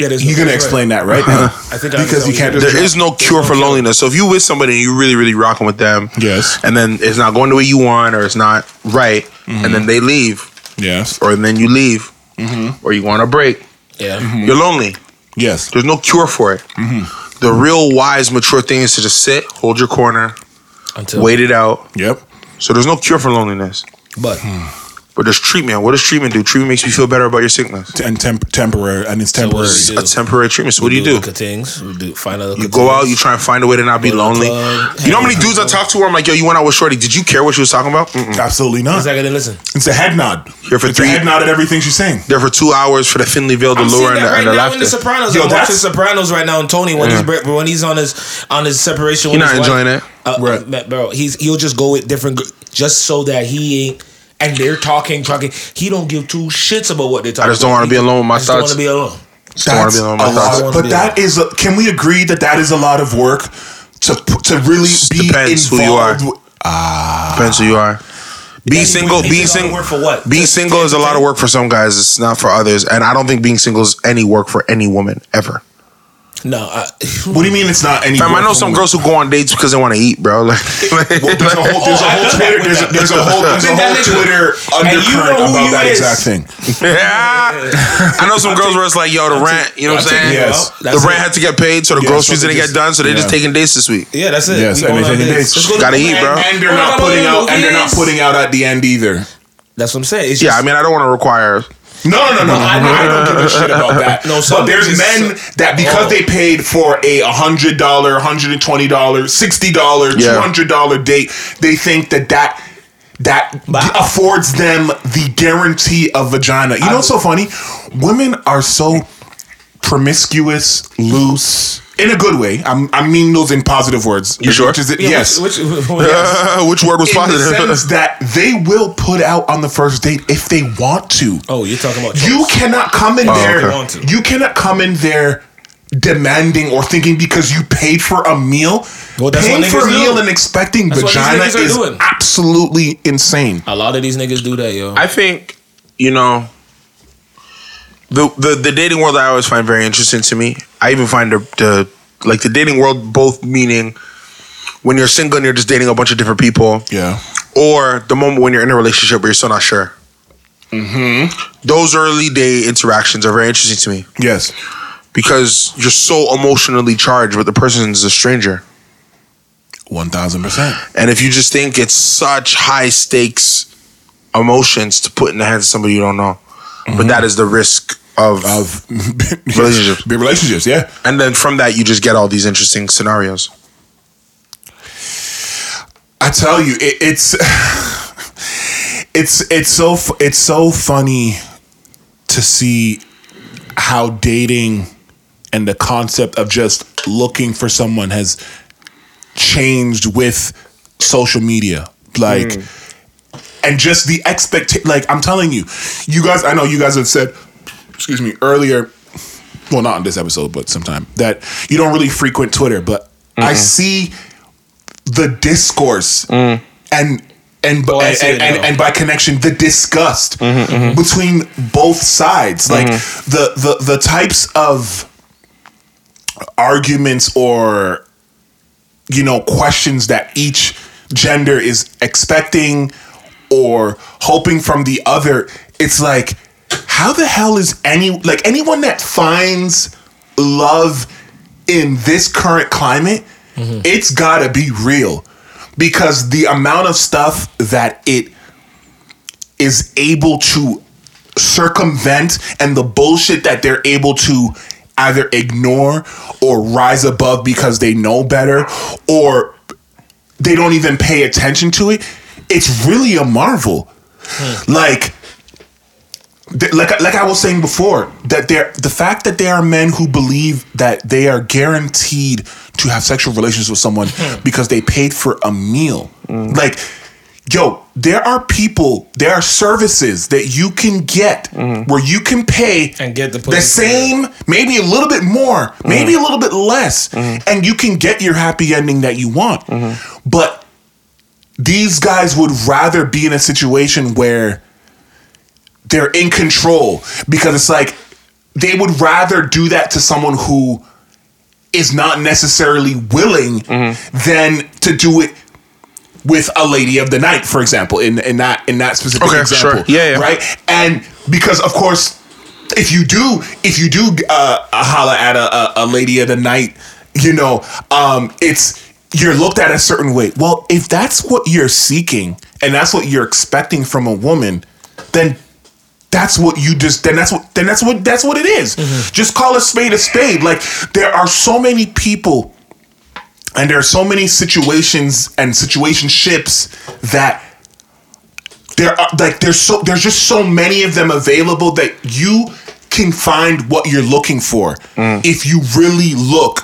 [SPEAKER 1] Yeah, there's no
[SPEAKER 2] You're gonna
[SPEAKER 1] break.
[SPEAKER 2] explain that right now
[SPEAKER 1] I think I
[SPEAKER 2] because
[SPEAKER 1] understand
[SPEAKER 2] you
[SPEAKER 1] what
[SPEAKER 2] can't.
[SPEAKER 1] you're
[SPEAKER 2] Just
[SPEAKER 3] There is no cure for loneliness. So if you with somebody and you really, really rocking with them,
[SPEAKER 2] Yes.
[SPEAKER 3] and then it's not going the way you want, or it's not right, and then they leave,
[SPEAKER 2] Yes.
[SPEAKER 3] or then you leave, or you want a break,
[SPEAKER 1] Yeah.
[SPEAKER 2] Mm-hmm.
[SPEAKER 3] you're lonely.
[SPEAKER 2] Yes.
[SPEAKER 3] There's no cure for it.
[SPEAKER 1] Mm-hmm.
[SPEAKER 3] The real wise, mature thing is to just sit, hold your corner,
[SPEAKER 1] Until
[SPEAKER 3] wait it out.
[SPEAKER 2] Yep.
[SPEAKER 3] So there's no cure for loneliness,
[SPEAKER 1] but.
[SPEAKER 2] Mm-hmm.
[SPEAKER 3] but there's treatment. What does treatment do? Treatment makes you feel better about your sickness.
[SPEAKER 2] And temp- temporary, and it's temporary.
[SPEAKER 1] what do you
[SPEAKER 3] A temporary treatment. So what do you do?
[SPEAKER 1] Look at things. We do find out.
[SPEAKER 3] You go out, you try and find a way to not be lonely.
[SPEAKER 1] club,
[SPEAKER 3] You know how
[SPEAKER 1] hang
[SPEAKER 3] many dudes I talk to where I'm like, yo, you went out with Shorty. Did you care what she was talking about? Mm-mm.
[SPEAKER 2] Absolutely not.
[SPEAKER 1] Exactly. Then listen.
[SPEAKER 2] It's a head nod.
[SPEAKER 3] Here for
[SPEAKER 2] it's
[SPEAKER 3] three-
[SPEAKER 2] a head nod at everything she's saying.
[SPEAKER 3] There for two hours for the thinly veiled
[SPEAKER 1] I'm seeing
[SPEAKER 3] allure and
[SPEAKER 1] that right
[SPEAKER 3] the, and the
[SPEAKER 1] now in The
[SPEAKER 3] laughter.
[SPEAKER 1] Sopranos.
[SPEAKER 2] Yo,
[SPEAKER 1] I'm watching
[SPEAKER 2] that's-
[SPEAKER 1] Sopranos right now, and Tony when he's he's when he's on his on his separation. with
[SPEAKER 3] You're not
[SPEAKER 1] his wife.
[SPEAKER 3] enjoying it.
[SPEAKER 1] Uh,
[SPEAKER 2] Right.
[SPEAKER 1] uh, man, bro. He's he'll just go with different gr- just so that he ain't. And they're talking, talking. He don't give two shits about what they're talking.
[SPEAKER 3] just don't wanna
[SPEAKER 1] about.
[SPEAKER 3] be alone with my
[SPEAKER 1] I just don't
[SPEAKER 3] thoughts.
[SPEAKER 1] wanna be alone.
[SPEAKER 3] don't wanna be alone with my
[SPEAKER 2] a
[SPEAKER 3] thoughts.
[SPEAKER 2] lot,
[SPEAKER 1] Don't wanna
[SPEAKER 2] but
[SPEAKER 1] be
[SPEAKER 2] that is. A, can we agree that that is a lot of work to p- to really be
[SPEAKER 3] Depends who you
[SPEAKER 2] involved?
[SPEAKER 3] are.
[SPEAKER 2] with-
[SPEAKER 3] Depends who you
[SPEAKER 1] Ah.
[SPEAKER 3] are. Being single,
[SPEAKER 1] He's
[SPEAKER 3] being
[SPEAKER 1] on
[SPEAKER 3] single,
[SPEAKER 1] work for what?
[SPEAKER 3] being single is a lot of work for some guys. It's not for others, and I don't think being single is any work for any woman ever.
[SPEAKER 1] No, I,
[SPEAKER 2] What do you mean it's not any?
[SPEAKER 3] Fam, I
[SPEAKER 2] work
[SPEAKER 3] know
[SPEAKER 2] for
[SPEAKER 3] some
[SPEAKER 2] women?
[SPEAKER 3] girls who go on dates because they want to eat, bro. Like,
[SPEAKER 2] Well, there's a whole, there's a
[SPEAKER 1] Oh, I
[SPEAKER 2] whole
[SPEAKER 1] love that
[SPEAKER 2] Twitter, there's a,
[SPEAKER 1] with
[SPEAKER 2] there's a whole, there's a
[SPEAKER 1] Then
[SPEAKER 2] whole
[SPEAKER 1] that nigga-
[SPEAKER 2] Twitter
[SPEAKER 1] And you
[SPEAKER 2] undercurrent
[SPEAKER 1] know who
[SPEAKER 2] about
[SPEAKER 1] you
[SPEAKER 2] that
[SPEAKER 1] is.
[SPEAKER 2] exact thing.
[SPEAKER 3] yeah. I know some girls where it's like, yo, the rent, you know what
[SPEAKER 1] I'll
[SPEAKER 3] I'm
[SPEAKER 1] take-
[SPEAKER 3] saying?
[SPEAKER 2] yes.
[SPEAKER 3] The
[SPEAKER 1] That's
[SPEAKER 3] rent
[SPEAKER 1] it.
[SPEAKER 3] had to get paid, so the
[SPEAKER 2] Yeah,
[SPEAKER 3] groceries didn't
[SPEAKER 2] something
[SPEAKER 3] get done, so they're just
[SPEAKER 2] yeah.
[SPEAKER 3] taking dates this week.
[SPEAKER 1] yeah, that's it.
[SPEAKER 2] Yes,
[SPEAKER 1] We going
[SPEAKER 2] anything
[SPEAKER 1] on
[SPEAKER 2] it
[SPEAKER 1] dates.
[SPEAKER 2] is.
[SPEAKER 1] Let's go to
[SPEAKER 3] Gotta
[SPEAKER 1] the
[SPEAKER 3] eat,
[SPEAKER 1] movies.
[SPEAKER 3] bro.
[SPEAKER 2] And they're
[SPEAKER 1] We're
[SPEAKER 2] not
[SPEAKER 1] gonna
[SPEAKER 2] putting
[SPEAKER 1] go to
[SPEAKER 2] out, and they're not
[SPEAKER 1] movies.
[SPEAKER 2] putting out at the end either.
[SPEAKER 1] That's what I'm saying. It's
[SPEAKER 3] Yeah,
[SPEAKER 1] just-
[SPEAKER 3] I mean, I don't want to require.
[SPEAKER 2] No, no, no, no.
[SPEAKER 1] I-
[SPEAKER 2] I, I don't give a shit about that.
[SPEAKER 1] No,
[SPEAKER 2] No,
[SPEAKER 1] some
[SPEAKER 2] but there's
[SPEAKER 1] bitches-
[SPEAKER 2] men that because
[SPEAKER 1] Oh.
[SPEAKER 2] they paid for a hundred dollar, hundred and twenty dollar, sixty dollar,
[SPEAKER 3] Yeah.
[SPEAKER 2] two hundred dollar date, they think that that that
[SPEAKER 1] Wow.
[SPEAKER 2] affords them the guarantee of vagina. You know what's so funny? Women are so promiscuous, loose. In a good way. I'm, I mean those in positive words. You
[SPEAKER 3] sure?
[SPEAKER 2] Which is it,
[SPEAKER 1] Yeah,
[SPEAKER 2] yes.
[SPEAKER 1] Which, which,
[SPEAKER 3] which word was
[SPEAKER 2] in the sense
[SPEAKER 3] positive?
[SPEAKER 2] that they will put out on the first date if they want to.
[SPEAKER 1] oh, you're talking about
[SPEAKER 2] You
[SPEAKER 1] choice. Oh,
[SPEAKER 2] cannot come in there.
[SPEAKER 1] okay. Want to.
[SPEAKER 2] You cannot come in there demanding or thinking because you paid for a meal.
[SPEAKER 1] Well, that's
[SPEAKER 2] Paying
[SPEAKER 1] what
[SPEAKER 2] for a
[SPEAKER 1] niggas do.
[SPEAKER 2] meal and expecting
[SPEAKER 1] That's what these
[SPEAKER 2] vagina
[SPEAKER 1] niggas are
[SPEAKER 2] is
[SPEAKER 1] doing.
[SPEAKER 2] absolutely insane.
[SPEAKER 1] A lot of these niggas do that, yo.
[SPEAKER 3] I think, you know, the, the the dating world I always find very interesting to me. I even find the, the like the dating world both meaning when you're single and you're just dating a bunch of different people,
[SPEAKER 2] Yeah.
[SPEAKER 3] or the moment when you're in a relationship but you're still not sure. Mm-hmm. Those early day interactions are very interesting to me
[SPEAKER 2] Yes.
[SPEAKER 5] because you're so emotionally charged, but the person is a stranger.
[SPEAKER 2] One thousand percent.
[SPEAKER 5] And if you just think it's such high stakes emotions to put in the hands of somebody you don't know, but that is the risk of,
[SPEAKER 2] Mm-hmm. Of
[SPEAKER 5] Relationships.
[SPEAKER 2] Big relationships, yeah.
[SPEAKER 5] And then from that, you just get all these interesting scenarios.
[SPEAKER 2] I tell you, it, it's it's it's so fu- it's so funny to see how dating and the concept of just looking for someone has changed with social media, like.
[SPEAKER 1] Hmm.
[SPEAKER 2] And just the expect, like I'm telling you, you guys. I know you guys have said, excuse me, earlier well, not in this episode, but sometime that you don't really frequent Twitter, but I see the discourse and and,
[SPEAKER 1] Mm. Oh, I
[SPEAKER 2] and,
[SPEAKER 1] see it
[SPEAKER 2] and, and
[SPEAKER 1] now. Mm-hmm,
[SPEAKER 2] by connection the disgust between both sides, like the the the types of arguments or you know questions that each gender is expecting or hoping from the other it's like how the hell is any like anyone that finds love in this current climate it's gotta be real because the amount of stuff that it is able to circumvent and the bullshit that they're able to either ignore or rise above because they know better or they don't even pay attention to it it's really a marvel like th- like like I was saying before that there the fact that there are men who believe that they are guaranteed to have sexual relations with someone because they paid for a meal like yo there are people there are services that you can get where you can pay
[SPEAKER 1] And get the
[SPEAKER 2] the
[SPEAKER 1] pussy.
[SPEAKER 2] same maybe a little bit more maybe a little bit less and you can get your happy ending that you want but these guys would rather be in a situation where they're in control because it's like they would rather do that to someone who is not necessarily willing
[SPEAKER 5] Mm-hmm.
[SPEAKER 2] than to do it with a lady of the night, for example, in in that in that specific
[SPEAKER 5] Okay,
[SPEAKER 2] example,
[SPEAKER 5] sure. Yeah, yeah.
[SPEAKER 2] right? And because of course, if you do if you do uh, a holla at a, a, a lady of the night, you know, um, it's you're looked at a certain way. Well, if that's what you're seeking and that's what you're expecting from a woman, then that's what you just then that's what then that's what that's what it is. Just call a spade a spade. Like there are so many people and there are so many situations and situationships that there are like there's so there's just so many of them available that you can find what you're looking for if you really look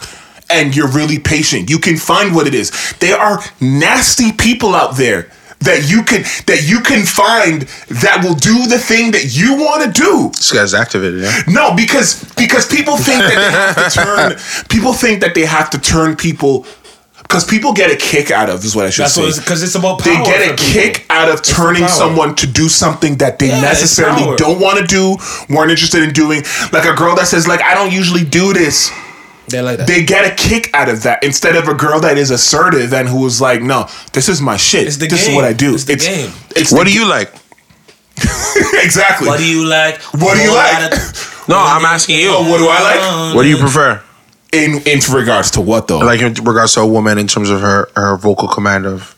[SPEAKER 2] and you're really patient you can find what it is there are nasty people out there that you can that you can find that will do the thing that you want to do
[SPEAKER 5] This guy's activated, yeah?
[SPEAKER 2] no, because because people think that they have to turn people think that they have to turn people because people get a kick out of is what I should
[SPEAKER 1] That's
[SPEAKER 2] say.
[SPEAKER 1] what because it's, about
[SPEAKER 2] they
[SPEAKER 1] power.
[SPEAKER 2] get a
[SPEAKER 1] for people.
[SPEAKER 2] kick out of
[SPEAKER 1] the
[SPEAKER 2] turning
[SPEAKER 1] power.
[SPEAKER 2] someone to do something that they
[SPEAKER 1] it's
[SPEAKER 2] necessarily
[SPEAKER 1] power.
[SPEAKER 2] don't want to do, weren't interested in doing. Like a girl that says, like, I don't usually do this.
[SPEAKER 1] They like that.
[SPEAKER 2] They get a kick out of that instead of a girl that is assertive and who is like, no, this is my shit.
[SPEAKER 1] It's the
[SPEAKER 2] this is
[SPEAKER 1] game.
[SPEAKER 2] what I do.
[SPEAKER 1] It's the game.
[SPEAKER 2] It's
[SPEAKER 5] What
[SPEAKER 2] the-
[SPEAKER 5] do you like?
[SPEAKER 2] exactly?
[SPEAKER 1] what do you like?
[SPEAKER 2] What do you like?
[SPEAKER 5] No, I'm asking you.
[SPEAKER 2] Oh, what do I like?
[SPEAKER 5] What do you prefer?
[SPEAKER 2] in in regards to what though?
[SPEAKER 5] Like in regards to a woman in terms of her, her vocal command of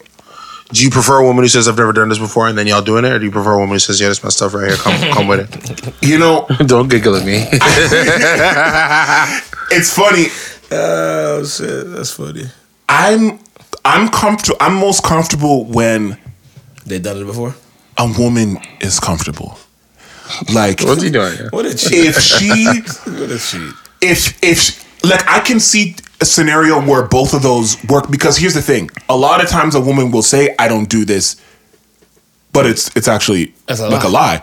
[SPEAKER 5] do you prefer a woman who says I've never done this before and then y'all doing it, or do you prefer a woman who says yeah, that's my stuff right here, come come with it?
[SPEAKER 2] you know,
[SPEAKER 5] Don't giggle at me.
[SPEAKER 2] it's funny.
[SPEAKER 1] Oh shit, that's funny.
[SPEAKER 2] I'm I'm comfortable. I'm most comfortable when
[SPEAKER 1] They done it before.
[SPEAKER 2] a woman is comfortable. Like
[SPEAKER 5] What's he doing? here?
[SPEAKER 1] What a cheat!
[SPEAKER 2] if she
[SPEAKER 1] what a cheat!
[SPEAKER 2] if if like I can see a scenario where both of those work because here's the thing: a lot of times a woman will say, "I don't do this," but it's it's actually
[SPEAKER 1] That's a
[SPEAKER 2] like a lie.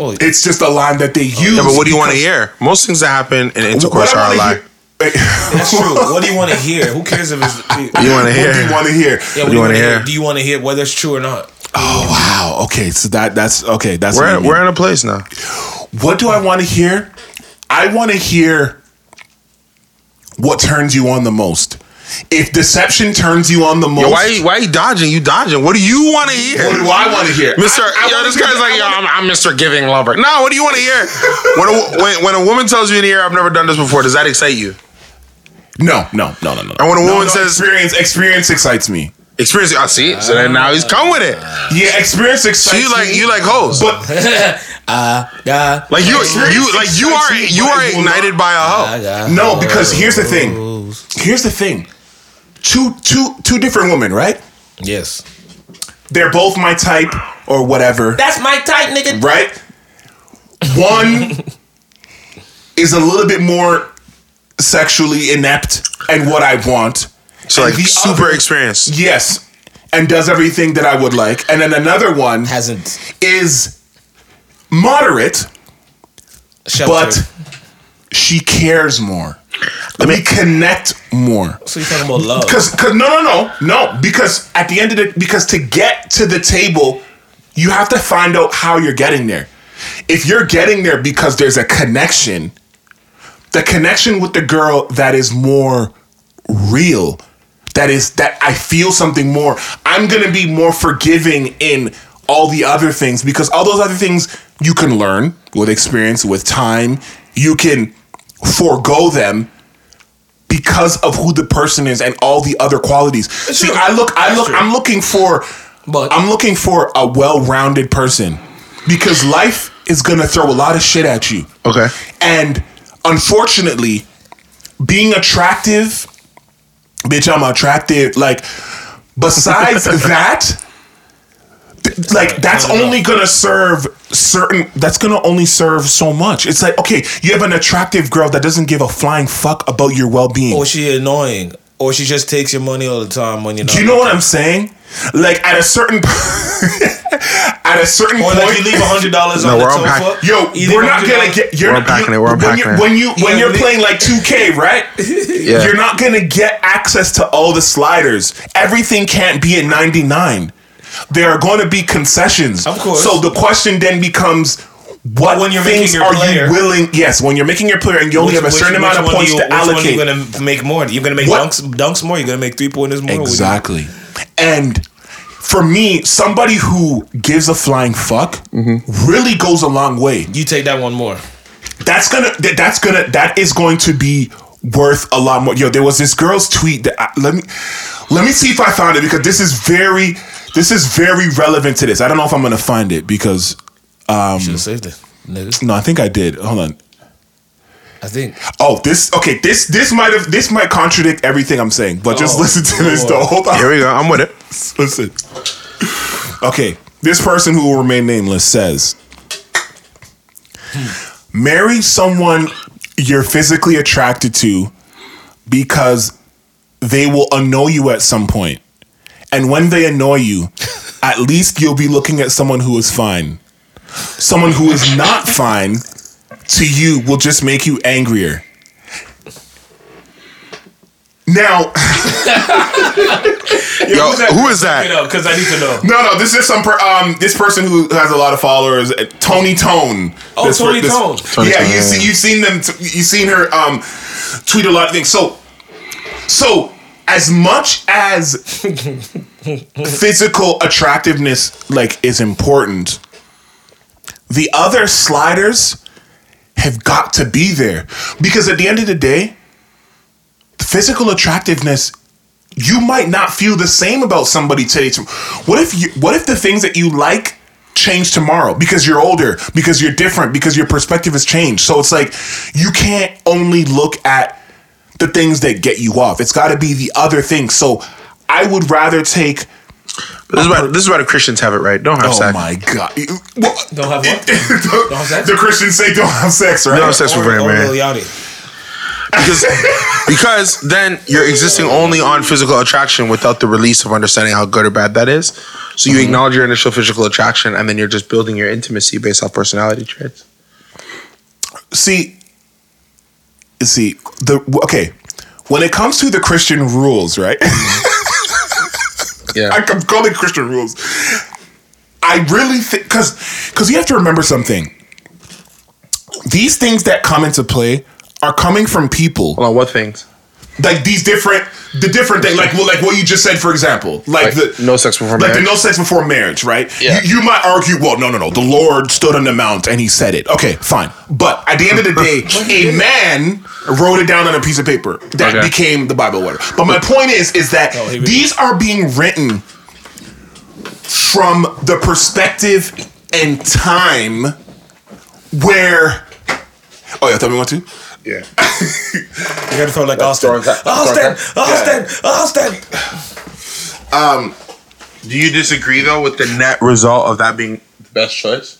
[SPEAKER 1] Oh,
[SPEAKER 2] It's just a line that they use.
[SPEAKER 5] Yeah, but what do you want to
[SPEAKER 2] because-
[SPEAKER 5] hear? Most things that happen in
[SPEAKER 2] What
[SPEAKER 5] intercourse
[SPEAKER 2] I
[SPEAKER 5] are a
[SPEAKER 2] wanna
[SPEAKER 5] lie.
[SPEAKER 2] hear- That's
[SPEAKER 1] that's true. What do you want to hear? Who cares if it's?
[SPEAKER 5] You want to
[SPEAKER 2] What
[SPEAKER 5] hear?
[SPEAKER 2] do you want to hear?
[SPEAKER 1] yeah,
[SPEAKER 5] do you wanna
[SPEAKER 1] wanna
[SPEAKER 5] hear?
[SPEAKER 1] Do you want to hear whether it's true or not?
[SPEAKER 2] Oh wow. Okay, so that that's okay. That's what you
[SPEAKER 5] We're
[SPEAKER 2] mean.
[SPEAKER 5] we're in a place now.
[SPEAKER 2] What do I want to hear? I want to hear what turns you on the most. If deception turns you on the most,
[SPEAKER 5] Yo, why why you dodging? You dodging? What do you want to hear?
[SPEAKER 2] what do I want to hear?
[SPEAKER 5] Mr.
[SPEAKER 2] I- I
[SPEAKER 5] yo,
[SPEAKER 2] wanna
[SPEAKER 5] this
[SPEAKER 2] hear-
[SPEAKER 5] guy's
[SPEAKER 2] I
[SPEAKER 5] like, yo,
[SPEAKER 2] wanna-
[SPEAKER 5] I'm, I'm Mr. Giving Lover. No, what do you want to hear? when, a, when, when a woman tells you in the ear, I've never done this before, does that excite you?
[SPEAKER 2] No, no, no, no, no.
[SPEAKER 5] And when a
[SPEAKER 2] No,
[SPEAKER 5] woman
[SPEAKER 2] no,
[SPEAKER 5] says,
[SPEAKER 2] experience, experience excites me.
[SPEAKER 5] experience, I see. it. So then now he's come with it.
[SPEAKER 2] Yeah, experience
[SPEAKER 5] So
[SPEAKER 2] excites
[SPEAKER 5] you like,
[SPEAKER 2] me.
[SPEAKER 5] you like hoes.
[SPEAKER 2] but Uh,
[SPEAKER 1] Yeah.
[SPEAKER 5] Like you,
[SPEAKER 2] Experience
[SPEAKER 5] you, like you
[SPEAKER 2] excites
[SPEAKER 5] are,
[SPEAKER 2] me,
[SPEAKER 5] you
[SPEAKER 2] but
[SPEAKER 5] are
[SPEAKER 2] I will
[SPEAKER 5] ignited by a hoe.
[SPEAKER 2] no, because here's the thing. Here's the thing. Two, two, two different women, right?
[SPEAKER 1] Yes.
[SPEAKER 2] They're both my type or whatever.
[SPEAKER 1] That's my type, nigga.
[SPEAKER 2] right? One is a little bit more sexually inept and what I want.
[SPEAKER 5] So
[SPEAKER 2] And
[SPEAKER 5] like
[SPEAKER 2] the
[SPEAKER 5] super
[SPEAKER 2] other-
[SPEAKER 5] experienced.
[SPEAKER 2] Yes. And does everything that I would like. And then another one
[SPEAKER 1] Hasn't
[SPEAKER 2] is moderate,
[SPEAKER 1] sheltered.
[SPEAKER 2] but she cares more. Let me connect more.
[SPEAKER 1] so you're talking about love.
[SPEAKER 2] Because, cause no, no, no, no. Because at the end of the, because to get to the table, you have to find out how you're getting there. If you're getting there because there's a connection, the connection with the girl that is more real, that is that I feel something more. I'm gonna be more forgiving in all the other things because all those other things you can learn with experience, with time. You can forego them because of who the person is and all the other qualities. See, I look, I look, I'm looking for,
[SPEAKER 1] But-
[SPEAKER 2] I'm looking for a well-rounded person because life is gonna throw a lot of shit at you,
[SPEAKER 5] Okay.
[SPEAKER 2] and unfortunately, being attractive, bitch, I'm attractive. Like, besides that. th- Like that's only gonna serve certain. That's gonna only serve so much. It's like okay, you have an attractive girl that doesn't give a flying fuck about your well being.
[SPEAKER 1] or she annoying. Or she just takes your money all the time when you're not.
[SPEAKER 2] Do you know what I'm saying? Like at a certain at a certain
[SPEAKER 1] Or
[SPEAKER 2] point,
[SPEAKER 1] like you leave hundred dollars
[SPEAKER 5] No,
[SPEAKER 1] on the
[SPEAKER 5] we're
[SPEAKER 1] sofa.
[SPEAKER 5] unpacking-
[SPEAKER 2] Yo,
[SPEAKER 1] You leave
[SPEAKER 2] we're not
[SPEAKER 1] $100
[SPEAKER 2] gonna get. You're
[SPEAKER 5] We're
[SPEAKER 2] not-
[SPEAKER 5] unpacking
[SPEAKER 2] you-
[SPEAKER 5] it, we're
[SPEAKER 2] when
[SPEAKER 5] unpacking
[SPEAKER 2] you
[SPEAKER 5] it.
[SPEAKER 2] when you when
[SPEAKER 1] Yeah,
[SPEAKER 2] you're
[SPEAKER 1] we-
[SPEAKER 2] playing like 2K, right?
[SPEAKER 5] Yeah.
[SPEAKER 2] You're not gonna get access to all the sliders. Everything can't be at 99. There are going to be concessions.
[SPEAKER 1] Of course.
[SPEAKER 2] So the question then becomes. What
[SPEAKER 1] when you're making
[SPEAKER 2] things
[SPEAKER 1] your
[SPEAKER 2] are
[SPEAKER 1] player-
[SPEAKER 2] you willing? Yes, when you're making your player and you only have a certain amount of
[SPEAKER 1] one do
[SPEAKER 2] points
[SPEAKER 1] you,
[SPEAKER 2] to allocate.
[SPEAKER 1] Which one are you gonna make more? You're gonna make
[SPEAKER 2] What?
[SPEAKER 1] dunks, dunks more. You're gonna make three pointers more.
[SPEAKER 2] Exactly. And for me, somebody who gives a flying fuck
[SPEAKER 1] Mm-hmm.
[SPEAKER 2] really goes a long way.
[SPEAKER 1] You take that one more.
[SPEAKER 2] That's gonna. th- That's gonna. That is going to be worth a lot more. Yo, there was this girl's tweet that I, let me let me see if I found it because this is very this is very relevant to this. I don't know if I'm gonna find it because
[SPEAKER 1] Should
[SPEAKER 5] Um,
[SPEAKER 1] have saved it, niggas.
[SPEAKER 2] no, I think I did. Hold on.
[SPEAKER 1] I think.
[SPEAKER 2] Oh, this okay. This this might have this might contradict everything I'm saying, but just
[SPEAKER 1] Oh,
[SPEAKER 2] listen to this
[SPEAKER 1] Lord.
[SPEAKER 2] though. Hold on.
[SPEAKER 5] Here we go. I'm with it.
[SPEAKER 2] Listen. Okay, this person who will remain nameless says marry someone you're physically attracted to because they will annoy you at some point. And when they annoy you, at least you'll be looking at someone who is fine. Someone who is not fine to you will just make you angrier. Now,
[SPEAKER 5] Yo, who is that?
[SPEAKER 1] Because I need to know.
[SPEAKER 2] No, no, this is some per, um this person who has a lot of followers, uh, Tony Tone.
[SPEAKER 1] Oh,
[SPEAKER 2] This-
[SPEAKER 1] Tony
[SPEAKER 2] this-
[SPEAKER 1] Tone.
[SPEAKER 5] Tony
[SPEAKER 2] yeah,
[SPEAKER 5] Tone,
[SPEAKER 2] you
[SPEAKER 5] yeah,
[SPEAKER 2] see,
[SPEAKER 5] yeah.
[SPEAKER 2] you've seen them. T- you've seen her um tweet a lot of things. So, so as much as physical attractiveness like is important, the other sliders have got to be there because at the end of the day, physical attractiveness you might not feel the same about somebody today. tom- What if you, what if the things that you like change tomorrow because you're older, because you're different, because your perspective has changed. So it's like you can't only look at the things that get you off. It's got to be the other things. So I would rather take.
[SPEAKER 5] This is why this is why the Christians have it right. Don't have
[SPEAKER 2] Oh
[SPEAKER 5] sex.
[SPEAKER 2] my god! Well,
[SPEAKER 1] Don't have what?
[SPEAKER 2] don't,
[SPEAKER 1] have sex?
[SPEAKER 2] The Christians say don't have sex, right?
[SPEAKER 5] Don't have sex with
[SPEAKER 1] Or-
[SPEAKER 5] Ray
[SPEAKER 1] or Lil
[SPEAKER 5] man.
[SPEAKER 1] Yachty.
[SPEAKER 5] Because because then you're existing only on physical attraction without the release of understanding how good or bad that is. So you
[SPEAKER 2] Mm-hmm.
[SPEAKER 5] acknowledge your initial physical attraction and then you're just building your intimacy based off personality traits.
[SPEAKER 2] see see the okay when it comes to the christian rules right
[SPEAKER 5] Yeah.
[SPEAKER 2] I- i'm calling christian rules i really think because because you have to remember something these things that come into play are coming from people
[SPEAKER 5] Hold on, what things?
[SPEAKER 2] like these different the different thing like well like what you just said for example like,
[SPEAKER 3] Like,
[SPEAKER 2] the
[SPEAKER 3] no sex before
[SPEAKER 2] like the
[SPEAKER 3] marriage.
[SPEAKER 2] no sex before marriage right
[SPEAKER 3] Yeah.
[SPEAKER 2] you, you might argue well no no no the Lord stood on the mount and he said it okay fine but at the end of the day a man wrote it down on a piece of paper that
[SPEAKER 3] Okay.
[SPEAKER 2] became the Bible whatever but my point is is that
[SPEAKER 1] Oh, here we go.
[SPEAKER 2] these are being written from the perspective and time where oh yeah tell me what to
[SPEAKER 3] Yeah.
[SPEAKER 1] You're gonna throw like Austin.
[SPEAKER 7] throwing that-
[SPEAKER 1] Austin,
[SPEAKER 7] throwing
[SPEAKER 1] Austin, Austin.
[SPEAKER 3] Do you disagree though with the net result of that being the best choice?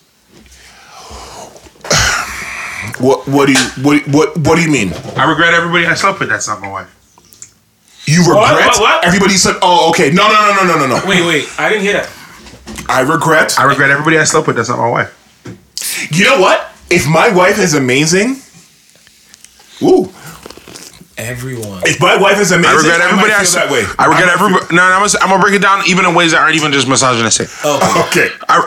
[SPEAKER 2] What what do you what what what do you mean?
[SPEAKER 7] I regret everybody I slept with. That's not my wife.
[SPEAKER 2] You
[SPEAKER 1] What?
[SPEAKER 2] regret
[SPEAKER 1] What? What?
[SPEAKER 2] everybody said oh okay. No no no no no no no.
[SPEAKER 1] Wait, wait, I didn't hear that.
[SPEAKER 2] I regret
[SPEAKER 7] I regret everybody I slept with. That's not my wife.
[SPEAKER 2] You know what? If my wife is amazing Ooh.
[SPEAKER 1] Everyone.
[SPEAKER 2] If my wife is amazing,
[SPEAKER 3] I regret everybody
[SPEAKER 2] might
[SPEAKER 3] I, s-
[SPEAKER 2] feel that way.
[SPEAKER 3] I regret
[SPEAKER 2] might
[SPEAKER 3] everybody. No, no, I'm gonna, I'm gonna break it down even in ways that aren't even just misogynistic.
[SPEAKER 1] Oh,
[SPEAKER 2] feel- Okay.
[SPEAKER 3] I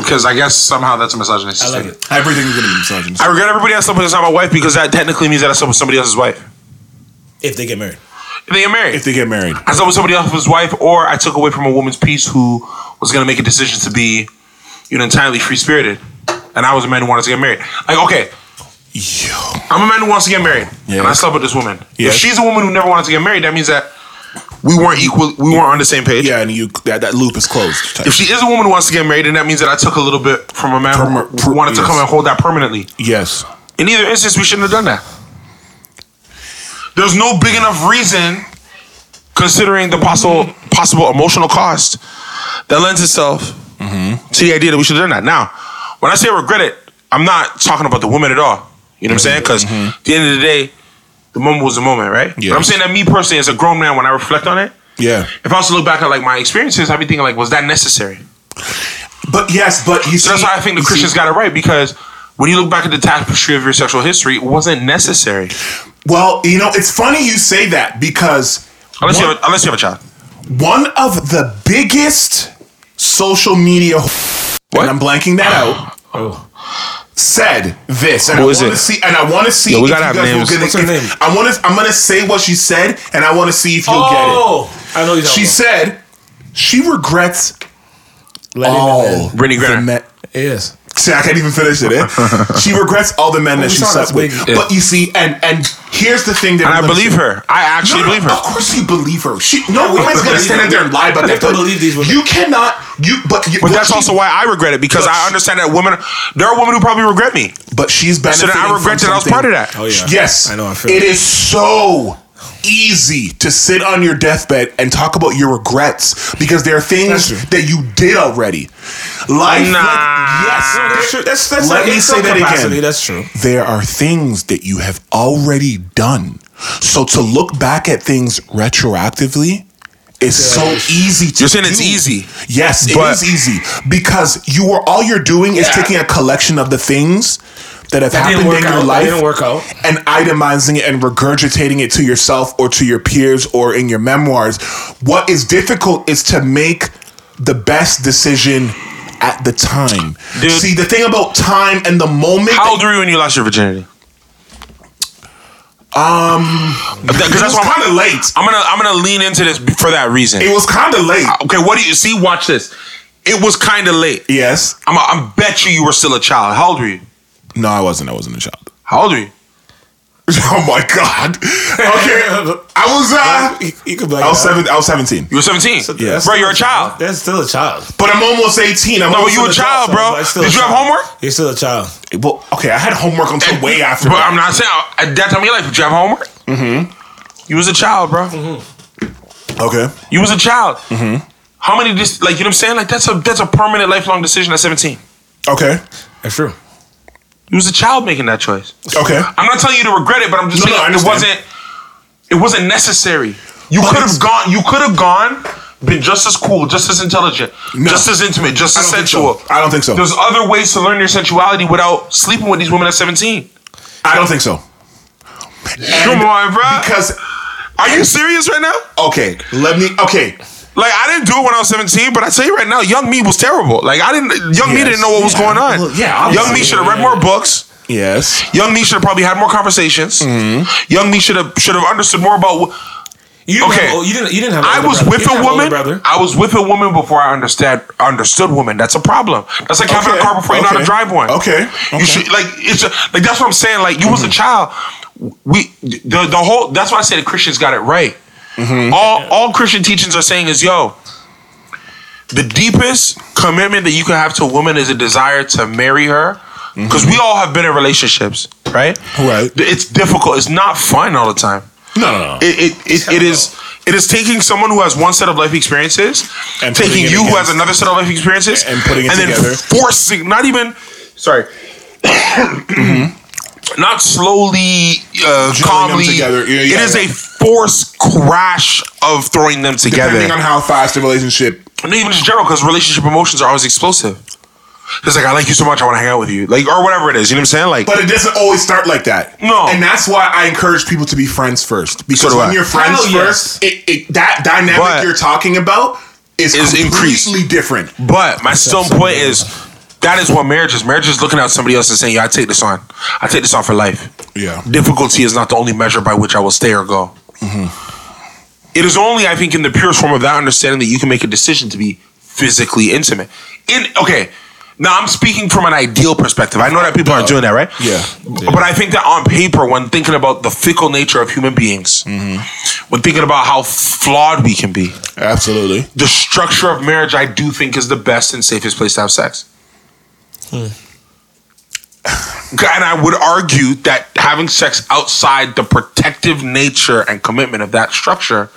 [SPEAKER 3] because I guess somehow that's a
[SPEAKER 1] I
[SPEAKER 3] misogynistic.
[SPEAKER 1] like
[SPEAKER 3] statement.
[SPEAKER 1] it.
[SPEAKER 2] Everything's gonna be misogynist.
[SPEAKER 3] I regret everybody I slept with that's not my wife because that technically means that I slept with somebody else's wife.
[SPEAKER 1] If they get married.
[SPEAKER 3] If they get married.
[SPEAKER 2] if they get married.
[SPEAKER 3] I slept with somebody else's wife, or I took away from a woman's peace who was going to make a decision to be, you know, entirely free spirited, and I was a man who wanted to get married. Like, okay,
[SPEAKER 2] Yo.
[SPEAKER 3] I'm a man who wants to get married, and I
[SPEAKER 2] Yes.
[SPEAKER 3] slept with this woman.
[SPEAKER 2] Yes.
[SPEAKER 3] If she's a woman who never wanted to get married, that means that we weren't equal. We weren't on the same page.
[SPEAKER 2] Yeah, and you that, that loop is closed.
[SPEAKER 3] If she is a woman who wants to get married, then that means that I took a little bit from a man who-
[SPEAKER 2] Perma-
[SPEAKER 3] who wanted to
[SPEAKER 2] yes.
[SPEAKER 3] come and hold that permanently.
[SPEAKER 2] yes.
[SPEAKER 3] In either instance, we shouldn't have done that. There's no big enough reason, considering the possible possible emotional cost, that lends itself to the idea that we should have done that. Now, when I say regret it, I'm not talking about the woman at all. You know what I'm
[SPEAKER 2] Mm-hmm.
[SPEAKER 3] saying? Because at the end of the day, the moment was the moment, right? But I'm
[SPEAKER 2] Yes.
[SPEAKER 3] saying that me personally, as a grown man, when I reflect on it,
[SPEAKER 2] Yeah.
[SPEAKER 3] if I was to look back at like my experiences, I'd be thinking like, was that necessary?
[SPEAKER 2] But yes, but you
[SPEAKER 3] So that's
[SPEAKER 2] see-
[SPEAKER 3] why I think the
[SPEAKER 2] you see-
[SPEAKER 3] Christians got it right because when you look back at the tapestry of your sexual history, it wasn't necessary.
[SPEAKER 2] Well, you know, it's funny you say that because
[SPEAKER 3] Unless you
[SPEAKER 2] One-
[SPEAKER 3] have, unless you have a child.
[SPEAKER 2] one of the biggest social media and I'm blanking that out. Said this, and
[SPEAKER 3] Oh. Who
[SPEAKER 2] I
[SPEAKER 3] is
[SPEAKER 2] want
[SPEAKER 3] it?
[SPEAKER 2] to see, and I want to see.
[SPEAKER 3] Yo, we
[SPEAKER 2] if
[SPEAKER 3] gotta
[SPEAKER 2] you
[SPEAKER 3] have
[SPEAKER 2] guys will
[SPEAKER 3] names.
[SPEAKER 2] get it.
[SPEAKER 1] What's her
[SPEAKER 2] If-
[SPEAKER 1] name?
[SPEAKER 2] I want to. I'm gonna say what she said, and I want to see if you'll
[SPEAKER 1] Oh, I know you're
[SPEAKER 2] get it. She
[SPEAKER 1] talking
[SPEAKER 2] said she regrets
[SPEAKER 1] about. Let it in,
[SPEAKER 2] all
[SPEAKER 1] man.
[SPEAKER 3] Brittany Griner.
[SPEAKER 2] the men.
[SPEAKER 1] Yes.
[SPEAKER 2] See, I can't even finish it. Eh? she regrets all the men that
[SPEAKER 1] we
[SPEAKER 2] she
[SPEAKER 1] saw
[SPEAKER 2] slept
[SPEAKER 1] that's
[SPEAKER 2] with.
[SPEAKER 1] big.
[SPEAKER 2] But you see, and and here's the thing that
[SPEAKER 3] And
[SPEAKER 2] we're
[SPEAKER 3] I
[SPEAKER 2] gonna
[SPEAKER 3] believe
[SPEAKER 2] see.
[SPEAKER 3] her. I actually
[SPEAKER 2] No, no,
[SPEAKER 3] believe her.
[SPEAKER 2] Of course you believe her. She, no woman's gonna stand in there and lie about
[SPEAKER 1] We
[SPEAKER 2] that.
[SPEAKER 1] have to
[SPEAKER 2] but
[SPEAKER 1] believe these women.
[SPEAKER 2] You cannot. You but you,
[SPEAKER 3] But that's
[SPEAKER 2] she-
[SPEAKER 3] also why I regret it because
[SPEAKER 2] Look,
[SPEAKER 3] I
[SPEAKER 2] she-
[SPEAKER 3] understand that women, there are women who probably regret me.
[SPEAKER 2] But she's
[SPEAKER 3] So
[SPEAKER 2] benefiting.
[SPEAKER 3] then I regret
[SPEAKER 2] from
[SPEAKER 3] that I was
[SPEAKER 2] something-
[SPEAKER 3] part of that.
[SPEAKER 1] Oh yeah.
[SPEAKER 2] Yes,
[SPEAKER 1] I know. I feel
[SPEAKER 2] it is so easy to sit on your deathbed and talk about your regrets because there are
[SPEAKER 1] That's
[SPEAKER 2] things
[SPEAKER 1] true.
[SPEAKER 2] that you did already. Life,
[SPEAKER 3] Nah.
[SPEAKER 2] like, yes,
[SPEAKER 1] That's true. That's that's.
[SPEAKER 2] Let
[SPEAKER 1] like,
[SPEAKER 2] me
[SPEAKER 1] in
[SPEAKER 2] say
[SPEAKER 1] some
[SPEAKER 2] that again.
[SPEAKER 1] capacity, That's true.
[SPEAKER 2] there are things that you have already done. So to look back at things retroactively is so easy to
[SPEAKER 3] You're saying it's
[SPEAKER 2] do.
[SPEAKER 3] easy.
[SPEAKER 2] Yes, it
[SPEAKER 3] But-
[SPEAKER 2] is easy because you are all you're doing is taking a collection of the things that have
[SPEAKER 1] That didn't
[SPEAKER 2] happened
[SPEAKER 1] work
[SPEAKER 2] in
[SPEAKER 1] out.
[SPEAKER 2] your
[SPEAKER 1] that
[SPEAKER 2] life
[SPEAKER 1] didn't work out.
[SPEAKER 2] and itemizing it and regurgitating it to yourself or to your peers or in your memoirs. What is difficult is to make the best decision at the time.
[SPEAKER 3] Dude.
[SPEAKER 2] See, the thing about time and the moment.
[SPEAKER 3] How old were you when you lost your virginity? Um, because that's why I'm,
[SPEAKER 2] kind of late.
[SPEAKER 3] I'm gonna I'm gonna lean into this for that reason.
[SPEAKER 2] It was kind of late.
[SPEAKER 3] Okay, what do you see? Watch this. It was kind of late.
[SPEAKER 2] Yes.
[SPEAKER 3] I'm I bet you you were still a child. How old were you?
[SPEAKER 2] No, I wasn't. I wasn't a child.
[SPEAKER 3] How old were you?
[SPEAKER 2] Oh my god. Okay. I was. Uh,
[SPEAKER 1] You, you could be like,
[SPEAKER 2] I was
[SPEAKER 1] uh,
[SPEAKER 2] seven. I was seventeen.
[SPEAKER 3] You were 17.
[SPEAKER 1] that's
[SPEAKER 3] Bro,
[SPEAKER 1] still
[SPEAKER 3] you're a child.
[SPEAKER 1] That's still a child.
[SPEAKER 2] But I'm almost eighteen. I'm
[SPEAKER 3] No,
[SPEAKER 2] almost
[SPEAKER 3] you
[SPEAKER 2] an
[SPEAKER 3] a
[SPEAKER 2] adult,
[SPEAKER 3] child, bro.
[SPEAKER 1] But still
[SPEAKER 3] Did
[SPEAKER 1] a
[SPEAKER 3] you have
[SPEAKER 1] child.
[SPEAKER 3] homework?
[SPEAKER 1] You're still a child.
[SPEAKER 2] so- Well, okay. I had homework until way after.
[SPEAKER 3] But
[SPEAKER 2] that.
[SPEAKER 3] I'm not saying at that time of your life, did you have homework? Mm-hmm. You was a child, bro.
[SPEAKER 2] okay.
[SPEAKER 3] You was a child. Mm-hmm. How many dis- like you know what I'm saying? Like that's a that's a permanent lifelong decision at 17.
[SPEAKER 2] Okay.
[SPEAKER 1] That's true.
[SPEAKER 3] You was a child making that choice.
[SPEAKER 2] Okay.
[SPEAKER 3] I'm not telling you to regret it, but I'm just
[SPEAKER 2] No, no, I
[SPEAKER 3] saying it
[SPEAKER 2] understand.
[SPEAKER 3] wasn't it wasn't necessary. You
[SPEAKER 2] But
[SPEAKER 3] could
[SPEAKER 2] it's-
[SPEAKER 3] have gone you could have gone, been just as cool, just as intelligent, just as intimate, just
[SPEAKER 2] I
[SPEAKER 3] as
[SPEAKER 2] don't think
[SPEAKER 3] sensual.
[SPEAKER 2] so. I don't think so.
[SPEAKER 3] There's other ways to learn your sensuality without sleeping with these women at 17.
[SPEAKER 2] I don't think so.
[SPEAKER 3] Come on, bro.
[SPEAKER 2] Because
[SPEAKER 3] Are you serious right now?
[SPEAKER 2] okay, let me. Okay.
[SPEAKER 3] Like I didn't do it when I was 17, but I tell you right now, young me was terrible. Like I didn't young me
[SPEAKER 2] Yes.
[SPEAKER 3] didn't know what was
[SPEAKER 2] Yeah.
[SPEAKER 3] going on.
[SPEAKER 2] Well, yeah, obviously.
[SPEAKER 3] young me should have read more books.
[SPEAKER 2] Yes.
[SPEAKER 3] Young me should have probably had more conversations.
[SPEAKER 2] Mm-hmm.
[SPEAKER 3] Young me should have should have understood more about. Wh-
[SPEAKER 1] You didn't
[SPEAKER 3] Okay.
[SPEAKER 1] Have, you didn't. You didn't have. an
[SPEAKER 3] I
[SPEAKER 1] older
[SPEAKER 3] was
[SPEAKER 1] brother.
[SPEAKER 3] with
[SPEAKER 1] You didn't
[SPEAKER 3] a
[SPEAKER 1] have an
[SPEAKER 3] woman.
[SPEAKER 1] older brother.
[SPEAKER 3] I was with a woman before I understand understood women. That's a problem. That's like having a
[SPEAKER 2] Okay.
[SPEAKER 3] car before you know how to
[SPEAKER 2] Okay.
[SPEAKER 3] drive one.
[SPEAKER 2] Okay. Mm-hmm.
[SPEAKER 3] You should like it's a, like that's what I'm saying. Like you was a child. We the the whole that's why I say the Christians got it right.
[SPEAKER 2] Mm-hmm.
[SPEAKER 3] All all Christian teachings are saying is yo. The deepest commitment that you can have to a woman is a desire to marry her. Because we all have been in relationships, right?
[SPEAKER 2] Mm-hmm. Right.
[SPEAKER 3] It's difficult. It's not fun all the time
[SPEAKER 2] No, no, no.
[SPEAKER 3] it, it, it, it is it is taking someone who has one set of life experiences
[SPEAKER 2] And putting
[SPEAKER 3] taking
[SPEAKER 2] it
[SPEAKER 3] you who has
[SPEAKER 2] against-
[SPEAKER 3] another set of life experiences
[SPEAKER 2] and putting it
[SPEAKER 3] then
[SPEAKER 2] together.
[SPEAKER 3] forcing not even sorry not slowly
[SPEAKER 2] Mm-hmm.
[SPEAKER 3] uh,
[SPEAKER 2] them
[SPEAKER 3] calmly
[SPEAKER 2] together. Yeah, yeah,
[SPEAKER 3] it is
[SPEAKER 2] yeah.
[SPEAKER 3] a forced crash of throwing them together
[SPEAKER 2] Depending on how fast the relationship.
[SPEAKER 3] and even just general, because relationship emotions are always explosive. It's like I like you so much, I want to hang out with you, like or whatever it is. You know what I'm saying? Like,
[SPEAKER 2] But it doesn't always start like that.
[SPEAKER 3] No.
[SPEAKER 2] And that's why I encourage people to be friends first. Because
[SPEAKER 3] So do
[SPEAKER 2] when
[SPEAKER 3] I.
[SPEAKER 2] you're friends
[SPEAKER 1] Hell yes.
[SPEAKER 2] first, it, it, that dynamic
[SPEAKER 3] But-
[SPEAKER 2] you're talking about is,
[SPEAKER 3] Is increased.
[SPEAKER 2] completely different.
[SPEAKER 3] But my still point is that is what marriage is. Marriage is looking at somebody else and saying, "Yeah, I take this on. I take this on for life."
[SPEAKER 2] Yeah.
[SPEAKER 3] Difficulty is not the only measure by which I will stay or go.
[SPEAKER 2] Mm-hmm.
[SPEAKER 3] It is only, I think, in the purest form of that understanding that you can make a decision to be physically intimate. In okay, now I'm speaking from an ideal perspective. I know that people aren't doing that, right?
[SPEAKER 2] Yeah.
[SPEAKER 3] But I think that on paper, when thinking about the fickle nature of human beings,
[SPEAKER 2] Mm-hmm.
[SPEAKER 3] when thinking about how flawed we can be,
[SPEAKER 2] Absolutely.
[SPEAKER 3] the structure of marriage I do think is the best and safest place to have sex.
[SPEAKER 2] Hmm.
[SPEAKER 3] And I would argue that having sex outside the protective nature and commitment of that structure,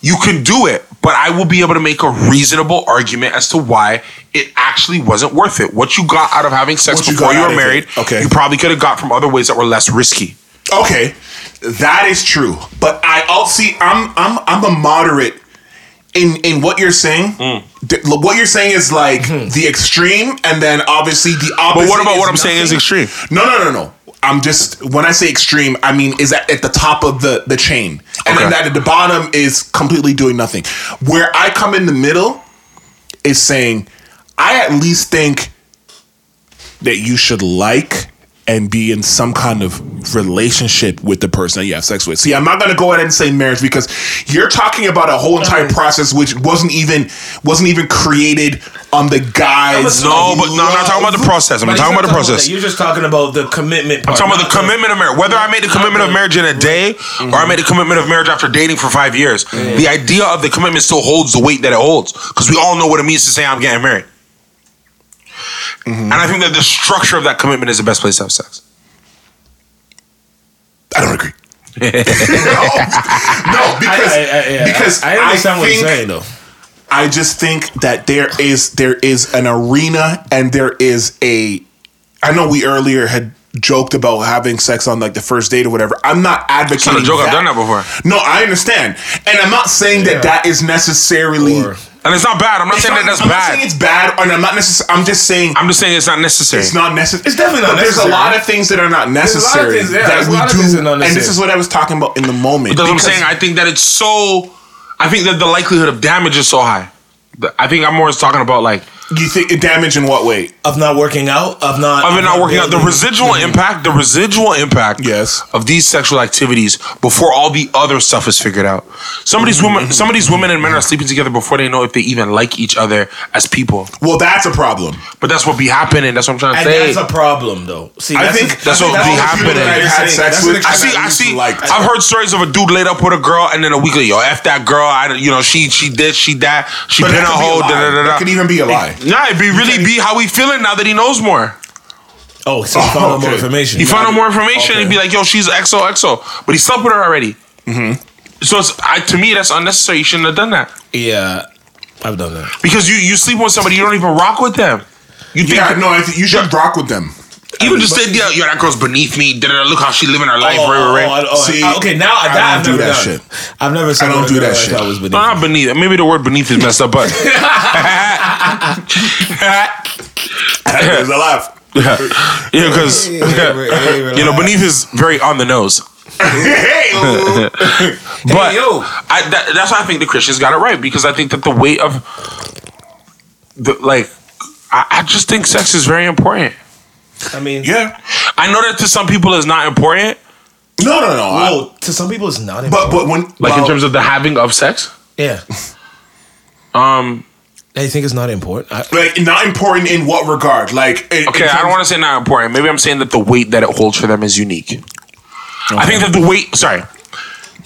[SPEAKER 3] you can do it, but I will be able to make a reasonable argument as to why it actually wasn't worth it. What you got out of having sex
[SPEAKER 2] What you got
[SPEAKER 3] before you
[SPEAKER 2] out
[SPEAKER 3] were
[SPEAKER 2] of it.
[SPEAKER 3] married,
[SPEAKER 2] Okay.
[SPEAKER 3] you probably could have got from other ways that were less risky.
[SPEAKER 2] Okay, that is true. But I also see I'm I'm I'm a moderate in in what you're saying.
[SPEAKER 3] Mm.
[SPEAKER 2] Th- What you're saying is like
[SPEAKER 1] Hmm.
[SPEAKER 2] the extreme, and then obviously the opposite.
[SPEAKER 3] But what about
[SPEAKER 2] is
[SPEAKER 3] what I'm saying is
[SPEAKER 2] nothing.
[SPEAKER 3] extreme?
[SPEAKER 2] No, no, no, no. I'm just when I say extreme, I mean is at, at the top of the the chain, and
[SPEAKER 3] Okay.
[SPEAKER 2] then at the bottom is completely doing nothing. Where I come in the middle is saying I at least think that you should like and be in some kind of relationship with the person that you have sex with. See, I'm not gonna go ahead and say marriage because you're talking about a whole entire process which wasn't even wasn't even created on the guise.
[SPEAKER 3] No,
[SPEAKER 2] of
[SPEAKER 3] but no, I'm not talking about the
[SPEAKER 2] love.
[SPEAKER 3] process. I'm
[SPEAKER 1] But he's
[SPEAKER 3] talking
[SPEAKER 1] not
[SPEAKER 3] about the process.
[SPEAKER 1] that. You're just talking about the commitment. Part,
[SPEAKER 3] I'm talking about
[SPEAKER 1] not
[SPEAKER 3] the commitment of marriage. Whether I made the commitment of marriage in a day or I made the commitment of marriage after dating for five years, the idea of the commitment still holds the weight that it holds because we all know what it means to say I'm getting married.
[SPEAKER 2] Mm-hmm.
[SPEAKER 3] And I think that the structure of that commitment is the best place to have sex.
[SPEAKER 2] I don't agree. no, no, because
[SPEAKER 1] I, I, I, yeah,
[SPEAKER 2] because
[SPEAKER 1] I, I understand what
[SPEAKER 2] think-
[SPEAKER 1] you're saying though.
[SPEAKER 2] I just think that there is there is an arena and there is a I know we earlier had joked about having sex on like the first date or whatever. I'm not advocating
[SPEAKER 3] not a joke. I've done that before.
[SPEAKER 2] No, I understand. And I'm not saying that that is necessarily
[SPEAKER 1] Or-
[SPEAKER 3] And it's not bad. I'm not saying that that's
[SPEAKER 2] I'm not saying
[SPEAKER 3] bad.
[SPEAKER 2] it's bad and I'm not necessarily I'm just saying
[SPEAKER 3] I'm just saying it's not necessary.
[SPEAKER 2] it's not necessary.
[SPEAKER 1] It's definitely not
[SPEAKER 2] but there's
[SPEAKER 1] necessary.
[SPEAKER 2] a lot of things that are
[SPEAKER 1] a lot of
[SPEAKER 2] not necessary
[SPEAKER 1] things- yeah, there's a lot
[SPEAKER 2] that
[SPEAKER 1] of
[SPEAKER 2] we
[SPEAKER 1] things
[SPEAKER 2] do.
[SPEAKER 1] that are not
[SPEAKER 2] and this
[SPEAKER 1] necessary.
[SPEAKER 2] is what I was talking about in the moment.
[SPEAKER 3] That's what I'm
[SPEAKER 2] because-
[SPEAKER 3] saying. I think that it's so. I think that the likelihood of damage is so high. The- I think I'm more talking about like
[SPEAKER 2] you think damage in what way?
[SPEAKER 1] Of not working out. Of not.
[SPEAKER 3] I've
[SPEAKER 1] of
[SPEAKER 3] been not working out. The
[SPEAKER 1] building-
[SPEAKER 3] residual impact, the residual impact,
[SPEAKER 2] Mm-hmm. Yes.
[SPEAKER 3] of these sexual activities before all the other stuff is figured out. Some of these women, some of these women and men are sleeping together before they know if they even like each other as people.
[SPEAKER 2] Well, that's a problem.
[SPEAKER 3] But that's what be happening. That's what I'm trying
[SPEAKER 1] And
[SPEAKER 3] to say.
[SPEAKER 1] that's a problem though. See,
[SPEAKER 2] I
[SPEAKER 1] that's
[SPEAKER 2] think
[SPEAKER 1] a-
[SPEAKER 3] that's what
[SPEAKER 2] I think all the
[SPEAKER 3] be
[SPEAKER 2] people
[SPEAKER 3] happening.
[SPEAKER 2] that I've had
[SPEAKER 1] That's
[SPEAKER 2] sex
[SPEAKER 1] an
[SPEAKER 2] with,
[SPEAKER 3] I
[SPEAKER 1] extreme-
[SPEAKER 3] see. I see.
[SPEAKER 2] Like,
[SPEAKER 3] I've heard stories of a dude laid up with a girl, and then a week later, yo, f that girl. I, you know, she, she did, she that, she
[SPEAKER 2] But
[SPEAKER 3] been
[SPEAKER 2] that
[SPEAKER 3] a
[SPEAKER 2] could be lie.
[SPEAKER 3] hoe. Da, da, da,
[SPEAKER 2] That
[SPEAKER 3] da.
[SPEAKER 2] could even be a lie.
[SPEAKER 3] Nah, it be really be how he feeling now that he knows more.
[SPEAKER 1] Oh, so you
[SPEAKER 2] Oh,
[SPEAKER 1] found out more
[SPEAKER 2] okay.
[SPEAKER 1] information.
[SPEAKER 3] He found out more information and he'd be like, yo, she's XOXO. But he slept with her already. Mm-hmm. So it's, I, to me, that's unnecessary. You shouldn't have done that.
[SPEAKER 1] Yeah, I've done that.
[SPEAKER 3] Because you, you sleep with somebody, you don't even rock with them. You think,
[SPEAKER 2] Yeah, no, I think you should rock with them.
[SPEAKER 3] even just said, yeah, yo, that girl's beneath me. Da-da-da, look how she living her life.
[SPEAKER 1] Oh,
[SPEAKER 3] right,
[SPEAKER 1] oh,
[SPEAKER 3] right, right.
[SPEAKER 1] oh, oh,
[SPEAKER 2] See,
[SPEAKER 1] I- okay, now I,
[SPEAKER 2] I
[SPEAKER 1] that I've
[SPEAKER 2] don't
[SPEAKER 1] never
[SPEAKER 2] do
[SPEAKER 1] done.
[SPEAKER 2] that
[SPEAKER 1] Shit. I've never.
[SPEAKER 2] I don't
[SPEAKER 1] slept with a
[SPEAKER 2] do that
[SPEAKER 1] girl I
[SPEAKER 2] shit.
[SPEAKER 1] thought was
[SPEAKER 3] No,
[SPEAKER 1] beneath.
[SPEAKER 3] not beneath. Maybe the word beneath is messed up, but.
[SPEAKER 2] There's a laugh.
[SPEAKER 3] yeah, because, you know, beneath is very on the nose.
[SPEAKER 2] Hey, oh.
[SPEAKER 3] But
[SPEAKER 1] yo.
[SPEAKER 3] I, that, that's why I think the Christians got it right because I think that the weight of the like, I, I just think sex is very important.
[SPEAKER 1] I mean,
[SPEAKER 2] Yeah.
[SPEAKER 3] I know that to some people is not important,
[SPEAKER 2] No, no, no. I-
[SPEAKER 1] oh, to some people it's not.
[SPEAKER 2] but but when
[SPEAKER 3] like in
[SPEAKER 2] well,
[SPEAKER 3] terms of the having of sex.
[SPEAKER 1] yeah,
[SPEAKER 3] Um,
[SPEAKER 1] they think it's not important. I,
[SPEAKER 2] like not important in what regard? Like in- in
[SPEAKER 3] okay, I
[SPEAKER 2] terms-
[SPEAKER 3] don't want to say not important. Maybe I'm saying that the weight that it holds for them is unique. I think that the weight, sorry,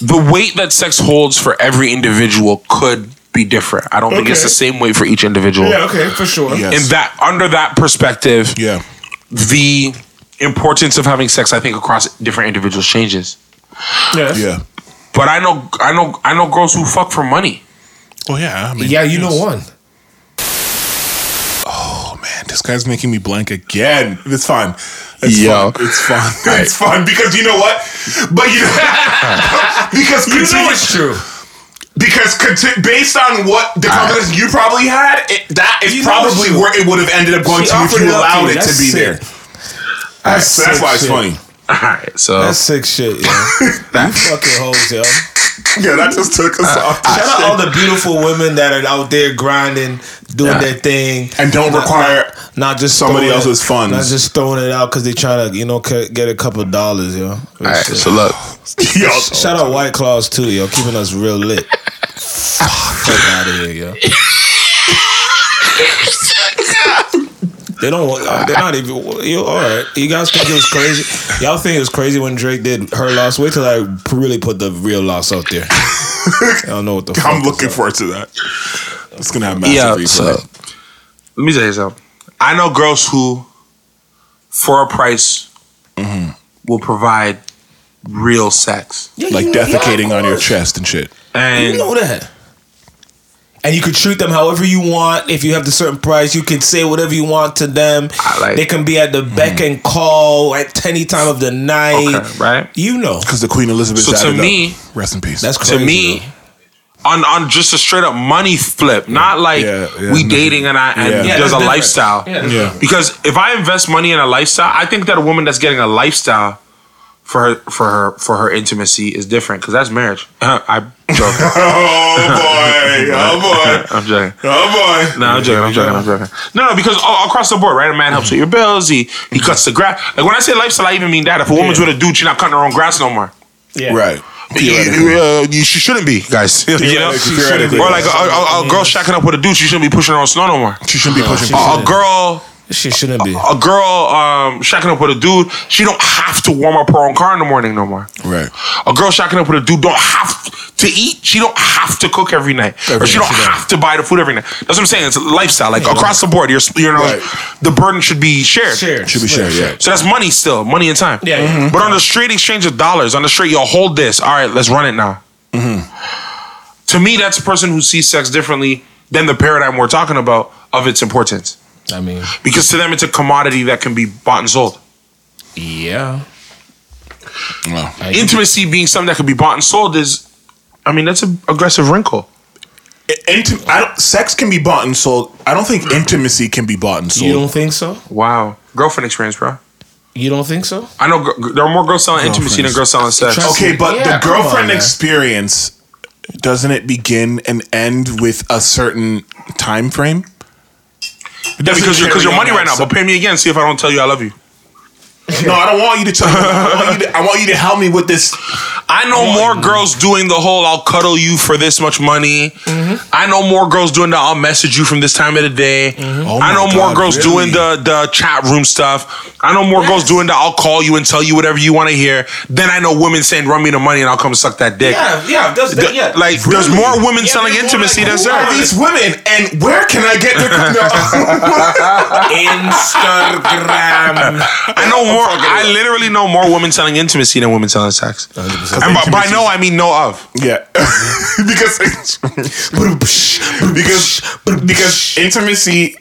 [SPEAKER 3] the weight that sex holds for every individual could be different. I don't think it's
[SPEAKER 2] Okay.
[SPEAKER 3] the same weight for each individual.
[SPEAKER 1] yeah, okay, for sure.
[SPEAKER 2] Yes.
[SPEAKER 3] In that, under that perspective,
[SPEAKER 2] yeah.
[SPEAKER 3] the importance of having sex, I think, across different individuals changes.
[SPEAKER 1] yeah,
[SPEAKER 2] Yeah.
[SPEAKER 3] But I know, I know, I know girls who fuck for money.
[SPEAKER 2] Well, yeah. I mean,
[SPEAKER 1] Yeah, you
[SPEAKER 2] yes.
[SPEAKER 1] know one.
[SPEAKER 2] Oh man, this guy's making me blank again. It's fun. It's
[SPEAKER 3] Yo.
[SPEAKER 2] fun. It's fun. It's fun because you know what? But you because continue,
[SPEAKER 1] true.
[SPEAKER 2] because conti- based on what the conversation you probably had, it, that is
[SPEAKER 1] You know it's
[SPEAKER 2] probably
[SPEAKER 1] true.
[SPEAKER 2] where it would have ended up going
[SPEAKER 1] She
[SPEAKER 2] to if
[SPEAKER 1] offered it
[SPEAKER 2] you
[SPEAKER 1] up to
[SPEAKER 2] allowed
[SPEAKER 1] you.
[SPEAKER 2] it to
[SPEAKER 1] That's
[SPEAKER 2] be
[SPEAKER 1] sick.
[SPEAKER 2] there. That's, that's
[SPEAKER 1] sick
[SPEAKER 2] why it's
[SPEAKER 1] shit.
[SPEAKER 2] funny.
[SPEAKER 3] All right, so
[SPEAKER 1] That's sick shit, yo. you fucking hoes, yo.
[SPEAKER 2] Yeah, that just took us off.
[SPEAKER 1] Shout out all the beautiful women that are out there grinding, doing
[SPEAKER 3] Yeah.
[SPEAKER 1] their thing,
[SPEAKER 2] and don't require
[SPEAKER 1] not just
[SPEAKER 2] Somebody
[SPEAKER 1] throwing it-
[SPEAKER 2] else's funds.
[SPEAKER 1] not just throwing it out because they trying to, you know, c- get a couple dollars, yo. Real
[SPEAKER 3] all right,
[SPEAKER 1] shit.
[SPEAKER 3] so look,
[SPEAKER 2] yo,
[SPEAKER 1] Shout out White Claws too, yo, keeping us real lit. Fuck out of here, yo. They don't. want- They're not even. You all right? You guys think it was crazy? Y'all think it was crazy when Drake did her loss? Wait till I really put the real loss out there. I don't know what the. fuck
[SPEAKER 2] I'm
[SPEAKER 1] is
[SPEAKER 2] looking
[SPEAKER 1] up.
[SPEAKER 2] forward to that. It's gonna have massive
[SPEAKER 3] yeah.
[SPEAKER 2] replay.
[SPEAKER 3] So let me tell you something. I know girls who, for a price,
[SPEAKER 2] Mm-hmm.
[SPEAKER 3] will provide real sex,
[SPEAKER 1] Yeah,
[SPEAKER 2] like
[SPEAKER 1] you know-
[SPEAKER 2] defecating
[SPEAKER 1] yeah,
[SPEAKER 2] on your
[SPEAKER 1] of
[SPEAKER 2] chest and shit.
[SPEAKER 1] course.
[SPEAKER 3] and
[SPEAKER 1] You know that. And you could treat them however you want. If you have the certain price, you can say whatever you want to them.
[SPEAKER 3] I like-
[SPEAKER 1] they can be at the beck
[SPEAKER 2] Mm.
[SPEAKER 1] and call at any time of the night.
[SPEAKER 3] Okay, right?
[SPEAKER 1] You know.
[SPEAKER 2] Because the Queen Elizabeth.
[SPEAKER 3] So to
[SPEAKER 2] added up.
[SPEAKER 3] me-
[SPEAKER 2] rest in peace.
[SPEAKER 1] That's
[SPEAKER 3] to
[SPEAKER 1] crazy.
[SPEAKER 3] me
[SPEAKER 1] though.
[SPEAKER 3] on on just a straight up money flip, not like
[SPEAKER 2] Yeah, yeah,
[SPEAKER 3] we
[SPEAKER 2] no.
[SPEAKER 3] dating and I and
[SPEAKER 2] Yeah. Yeah,
[SPEAKER 1] that's
[SPEAKER 3] there's a
[SPEAKER 1] different.
[SPEAKER 3] lifestyle.
[SPEAKER 2] yeah.
[SPEAKER 3] Because if I invest money in a lifestyle, I think that a woman that's getting a lifestyle for her for her for her intimacy is different because that's marriage. I joking.
[SPEAKER 2] Oh boy! Oh boy!
[SPEAKER 3] I'm joking.
[SPEAKER 2] Oh boy!
[SPEAKER 3] No, I'm joking. I'm joking. I'm joking. No, no, because all, across the board, right? A man helps with your bills. He he cuts the grass. Like when I say lifestyle, I even mean that. If a woman's
[SPEAKER 1] Yeah.
[SPEAKER 3] with a dude, she's not cutting her own grass no more.
[SPEAKER 1] Yeah.
[SPEAKER 2] Right.
[SPEAKER 3] You, you, uh, you- she shouldn't be, guys. You know,
[SPEAKER 2] Theoretically, theoretically,
[SPEAKER 3] or like a, a, a girl shacking up with a dude, she shouldn't be pushing her on snow no more.
[SPEAKER 2] She shouldn't be pushing.
[SPEAKER 1] she
[SPEAKER 2] Oh,
[SPEAKER 1] shouldn't.
[SPEAKER 3] A girl,
[SPEAKER 1] She shouldn't be.
[SPEAKER 3] a girl, um, shacking up with a dude, she don't have to warm up her own car in the morning no more.
[SPEAKER 2] Right.
[SPEAKER 3] A girl shacking up with a dude don't have to eat. She don't have to cook every night, or she
[SPEAKER 2] night,
[SPEAKER 3] don't
[SPEAKER 2] she don't.
[SPEAKER 3] have to buy the food every night. That's what I'm saying. It's a lifestyle, like across the board. You're, you know,
[SPEAKER 2] Right.
[SPEAKER 3] the burden should be shared.
[SPEAKER 1] Shared.
[SPEAKER 2] Should be shared. Yeah.
[SPEAKER 3] So that's money still, money and time. Mm-hmm.
[SPEAKER 1] Yeah, yeah. Mhm.
[SPEAKER 3] But on the straight exchange of dollars, on the straight, you'll hold this. All right, let's run it now. To me, that's a person who sees sex differently than the paradigm we're talking about of its importance.
[SPEAKER 1] I mean,
[SPEAKER 3] Because to them, it's a commodity that can be bought and sold.
[SPEAKER 1] yeah.
[SPEAKER 2] Well,
[SPEAKER 1] I-
[SPEAKER 3] Intimacy being something that can be bought and sold is, I mean, that's an aggressive wrinkle.
[SPEAKER 2] Intim- I don't, sex can be bought and sold. I don't think intimacy can be bought and
[SPEAKER 1] you
[SPEAKER 2] sold.
[SPEAKER 1] don't think so?
[SPEAKER 3] Wow. Girlfriend experience, bro.
[SPEAKER 1] You don't think so?
[SPEAKER 3] I know gr- there are more girls selling intimacy than
[SPEAKER 2] Girlfriends.
[SPEAKER 3] girls selling sex.
[SPEAKER 1] Trust-
[SPEAKER 2] Okay, but
[SPEAKER 1] Yeah,
[SPEAKER 2] the
[SPEAKER 1] come on,
[SPEAKER 2] girlfriend
[SPEAKER 1] man.
[SPEAKER 2] experience doesn't it begin and end with a certain time frame?
[SPEAKER 3] Yeah, because you're, because you're
[SPEAKER 2] carry
[SPEAKER 3] money
[SPEAKER 2] on
[SPEAKER 3] right now,
[SPEAKER 2] outside.
[SPEAKER 3] but pay me again. See if I don't tell you I love you.
[SPEAKER 2] No, I don't want you to tell me. I want you to, I want you to help me with this.
[SPEAKER 3] I know more girls doing the whole "I'll cuddle you for this much money." I know more girls doing the "I'll message you from this time of the day."
[SPEAKER 2] Oh my
[SPEAKER 3] I know more
[SPEAKER 2] God,
[SPEAKER 3] girls
[SPEAKER 2] really?
[SPEAKER 3] doing the the chat room stuff. I know more girls doing the "I'll call you and tell you whatever you want to hear." Then I know women saying "Run me the money and I'll come suck that dick."
[SPEAKER 1] yeah, that's,
[SPEAKER 3] Th- Like there's
[SPEAKER 2] Really?
[SPEAKER 3] more women
[SPEAKER 1] Yeah,
[SPEAKER 3] selling
[SPEAKER 1] they're more
[SPEAKER 3] intimacy
[SPEAKER 1] like,
[SPEAKER 3] than
[SPEAKER 1] who
[SPEAKER 3] sex.
[SPEAKER 2] Who are these women and where can I get their? No.
[SPEAKER 1] Instagram.
[SPEAKER 3] I know more. I literally know more women selling intimacy than women selling sex. And by, by
[SPEAKER 2] Intimacy-
[SPEAKER 3] know I mean know of.
[SPEAKER 2] Yeah, because because because intimacy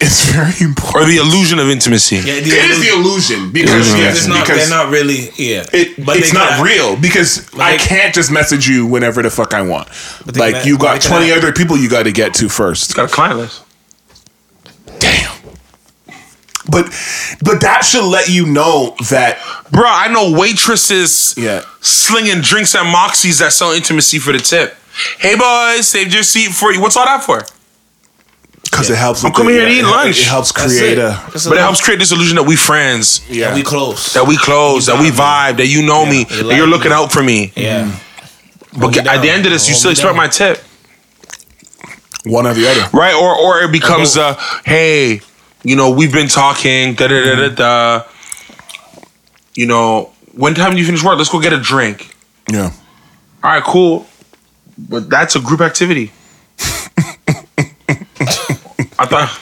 [SPEAKER 2] is very
[SPEAKER 3] or
[SPEAKER 2] important.
[SPEAKER 3] the illusion of intimacy. Yeah,
[SPEAKER 2] It is the illusion because yes,
[SPEAKER 1] it's not,
[SPEAKER 2] because
[SPEAKER 1] they're not really. Yeah,
[SPEAKER 2] it, it's
[SPEAKER 1] they
[SPEAKER 2] not
[SPEAKER 1] got-
[SPEAKER 2] real because
[SPEAKER 1] Like-
[SPEAKER 2] I can't just message you whenever the fuck I want.
[SPEAKER 1] they
[SPEAKER 2] Like
[SPEAKER 1] can-
[SPEAKER 2] you
[SPEAKER 1] but
[SPEAKER 2] got
[SPEAKER 1] they can
[SPEAKER 2] twenty
[SPEAKER 1] act.
[SPEAKER 2] other people you got to get to first.
[SPEAKER 3] got a client list.
[SPEAKER 2] Damn. But but that should let you know that
[SPEAKER 3] Bro, I know waitresses
[SPEAKER 2] Yeah.
[SPEAKER 3] slinging drinks at Moxie's that sell intimacy for the tip. Hey, boys, saved your seat for you. What's all that for?
[SPEAKER 2] because it helps.
[SPEAKER 3] I'm
[SPEAKER 2] with
[SPEAKER 3] coming
[SPEAKER 2] the-
[SPEAKER 3] here to
[SPEAKER 2] yeah,
[SPEAKER 3] eat
[SPEAKER 2] it hel-
[SPEAKER 3] lunch.
[SPEAKER 2] It helps
[SPEAKER 1] That's
[SPEAKER 2] create
[SPEAKER 1] it.
[SPEAKER 2] a.
[SPEAKER 1] That's
[SPEAKER 3] But it
[SPEAKER 1] all.
[SPEAKER 3] helps create this illusion that we friends,
[SPEAKER 1] And
[SPEAKER 2] Yeah,
[SPEAKER 1] we close.
[SPEAKER 3] that we close, that we
[SPEAKER 1] Exactly.
[SPEAKER 3] vibe, that you know me,
[SPEAKER 1] you
[SPEAKER 3] that
[SPEAKER 1] like
[SPEAKER 3] you're
[SPEAKER 1] me.
[SPEAKER 3] looking out for me.
[SPEAKER 1] yeah.
[SPEAKER 3] But
[SPEAKER 1] Hold me
[SPEAKER 3] at
[SPEAKER 1] down.
[SPEAKER 3] the end of this, you
[SPEAKER 1] Hold me
[SPEAKER 3] still expect
[SPEAKER 1] down.
[SPEAKER 3] my tip,
[SPEAKER 2] one or the other.
[SPEAKER 3] right? Or or it becomes a hey, you know, we've been talking, da da
[SPEAKER 1] Mm-hmm.
[SPEAKER 3] da da da. You know, when time do you finish work? Let's go get a drink.
[SPEAKER 2] Yeah,
[SPEAKER 3] All right, cool. But that's a group activity. I thought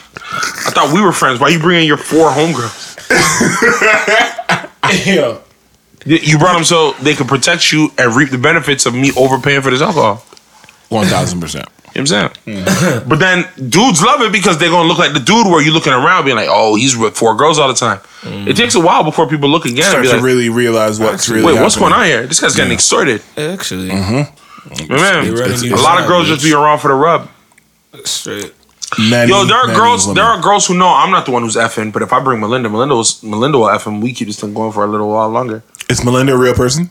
[SPEAKER 3] I thought we were friends. Why you bringing your four homegirls?
[SPEAKER 1] Yeah.
[SPEAKER 2] Mm.
[SPEAKER 3] You- You brought them so they could protect you and reap the benefits of me overpaying for this alcohol.
[SPEAKER 2] one thousand percent.
[SPEAKER 3] You know what I'm saying? but then dudes love it because they're gonna look like the dude where you looking around being like, oh, he's with four girls all the time. It takes a while before people look again and
[SPEAKER 2] Start
[SPEAKER 3] be
[SPEAKER 2] to
[SPEAKER 3] like,
[SPEAKER 2] really realize what's really.
[SPEAKER 3] wait, what's going
[SPEAKER 2] happening.
[SPEAKER 3] on here? This guy's getting extorted.
[SPEAKER 1] Actually,
[SPEAKER 2] Mm-hmm.
[SPEAKER 3] Man,
[SPEAKER 1] it's- it's-
[SPEAKER 3] a lot of
[SPEAKER 1] it's-
[SPEAKER 3] girls just be around for the rub.
[SPEAKER 1] straight.
[SPEAKER 2] Many,
[SPEAKER 3] Yo, there are
[SPEAKER 2] many
[SPEAKER 3] girls.
[SPEAKER 2] women.
[SPEAKER 3] There are girls who know I'm not the one who's effing, but if I bring Melinda, Melinda, will, Melinda will eff, and we keep this thing going for a little while longer.
[SPEAKER 2] Is Melinda a real person?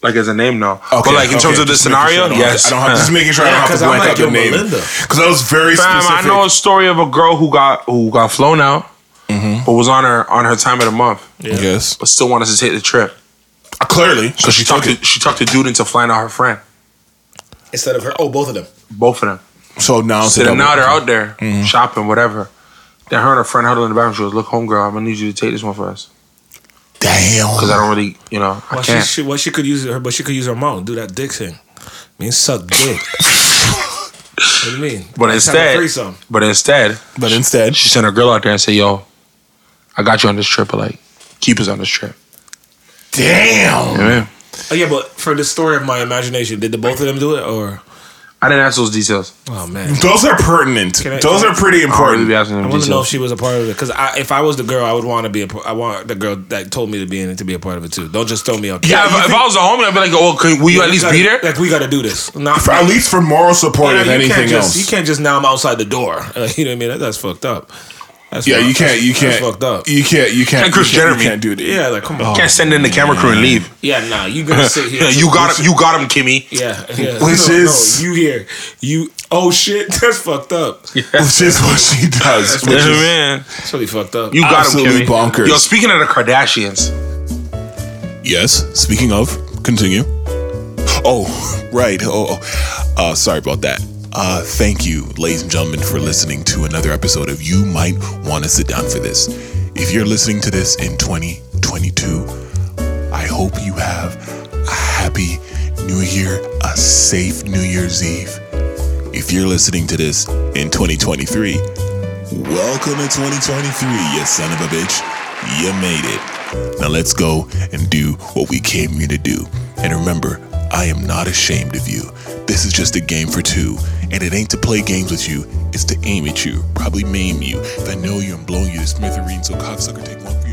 [SPEAKER 3] Like as a name, no. but like in
[SPEAKER 2] okay,
[SPEAKER 3] terms of the
[SPEAKER 2] just making sure
[SPEAKER 3] scenario,
[SPEAKER 2] I don't have
[SPEAKER 3] yes.
[SPEAKER 2] to-
[SPEAKER 3] Uh-huh.
[SPEAKER 2] I don't have just making sure
[SPEAKER 1] Yeah,
[SPEAKER 2] I don't have
[SPEAKER 1] 'cause
[SPEAKER 2] to
[SPEAKER 1] I'm
[SPEAKER 2] blank
[SPEAKER 1] like,
[SPEAKER 2] out the
[SPEAKER 1] yo,
[SPEAKER 2] name
[SPEAKER 1] Melinda.
[SPEAKER 2] because I was very
[SPEAKER 3] Fam, I
[SPEAKER 2] specific.
[SPEAKER 3] know a story of a girl who got who got flown out,
[SPEAKER 2] Mm-hmm.
[SPEAKER 3] but was on her on her time of the month,
[SPEAKER 2] Yes,
[SPEAKER 3] but still wanted to take the trip.
[SPEAKER 2] Uh, clearly.
[SPEAKER 3] So she talked to, she talked the dude into flying out her friend,
[SPEAKER 1] Instead of her, oh, both of them.
[SPEAKER 3] both of them.
[SPEAKER 2] So now, it's a
[SPEAKER 3] So then
[SPEAKER 2] double. Mm-hmm.
[SPEAKER 3] now they're out there shopping, whatever. Then her and her friend huddled in the bathroom. She goes, "Look, homegirl, I'm gonna need you to take this one for us
[SPEAKER 2] Damn,
[SPEAKER 3] because I don't really, you know, I
[SPEAKER 1] Well, she,
[SPEAKER 3] can't."
[SPEAKER 1] she, well, she could use her, but she could use her mouth. Do that dick thing. I mean, suck dick. what do you mean?
[SPEAKER 3] But
[SPEAKER 1] Let's have a
[SPEAKER 3] instead,
[SPEAKER 1] threesome.
[SPEAKER 3] but instead,
[SPEAKER 2] But instead,
[SPEAKER 3] she sent her girl out there and said, "Yo, I got you on this trip, but like, keep us on this trip."
[SPEAKER 2] damn.
[SPEAKER 3] Yeah.
[SPEAKER 1] Oh, yeah, but for the story of my imagination, did the both of them do it or?
[SPEAKER 3] I didn't ask those details.
[SPEAKER 1] Oh man,
[SPEAKER 2] Those are pertinent.
[SPEAKER 1] Can I-
[SPEAKER 2] Those
[SPEAKER 1] can I-
[SPEAKER 2] are pretty
[SPEAKER 3] I wouldn't
[SPEAKER 2] important.
[SPEAKER 3] be asking
[SPEAKER 1] I
[SPEAKER 3] them
[SPEAKER 1] want to know if
[SPEAKER 3] details.
[SPEAKER 1] she was a part of it because I, if I was the girl, I would want to be a. par- I want the girl that told me to be in it to be a part of it too. Don't just throw me out. there.
[SPEAKER 3] Yeah, if, if I was a homie, I'd be like, "Oh, can, will you at
[SPEAKER 1] We
[SPEAKER 3] least
[SPEAKER 1] gotta-
[SPEAKER 3] be there?"
[SPEAKER 1] Like we got to do this. Not
[SPEAKER 2] For- at least for moral support,
[SPEAKER 1] Yeah,
[SPEAKER 2] if
[SPEAKER 1] you
[SPEAKER 2] anything
[SPEAKER 1] can't just,
[SPEAKER 2] else.
[SPEAKER 1] You can't just now I'm outside the door. Uh, you know what I mean? That, that's fucked up. That's
[SPEAKER 2] yeah,
[SPEAKER 1] fucked-
[SPEAKER 2] you can't. You
[SPEAKER 1] that's-
[SPEAKER 2] can't.
[SPEAKER 1] That's fucked up.
[SPEAKER 2] You can't. You can't.
[SPEAKER 3] Like Chris
[SPEAKER 2] you can't,
[SPEAKER 3] Jeremy.
[SPEAKER 2] You can't do it.
[SPEAKER 1] Yeah, like come on.
[SPEAKER 3] Can't send in the camera crew and leave.
[SPEAKER 1] Yeah, nah. You gonna sit here?
[SPEAKER 3] you got him. You got him, Kimmy.
[SPEAKER 1] Yeah, yeah.
[SPEAKER 2] Which
[SPEAKER 1] No,
[SPEAKER 2] is-
[SPEAKER 1] no, you here? You oh shit, that's fucked up.
[SPEAKER 2] which is what she does. Which
[SPEAKER 3] Yeah,
[SPEAKER 2] is
[SPEAKER 3] man.
[SPEAKER 1] That's really fucked up.
[SPEAKER 3] You got him,
[SPEAKER 2] Absolutely
[SPEAKER 3] Kimmy.
[SPEAKER 2] bonkers.
[SPEAKER 3] Yo, speaking of the Kardashians,
[SPEAKER 2] yes. Speaking of, continue. Oh, right. Oh, oh. Uh, sorry about that. Uh, thank you, ladies and gentlemen, for listening to another episode of You Might Want to Sit Down for This. If you're listening to this in 2022, I hope you have a happy new year, a safe New Year's Eve. If you're listening to this in 2023, Welcome to 2023, you son of a bitch. You made it. Now let's go and do what we came here to do. And remember, I am not ashamed of you. This is just a game for two, and it ain't to play games with you, it's to aim at you, probably maim you. If I know you, I'm blowing you to smithereens, so cocksucker, take one.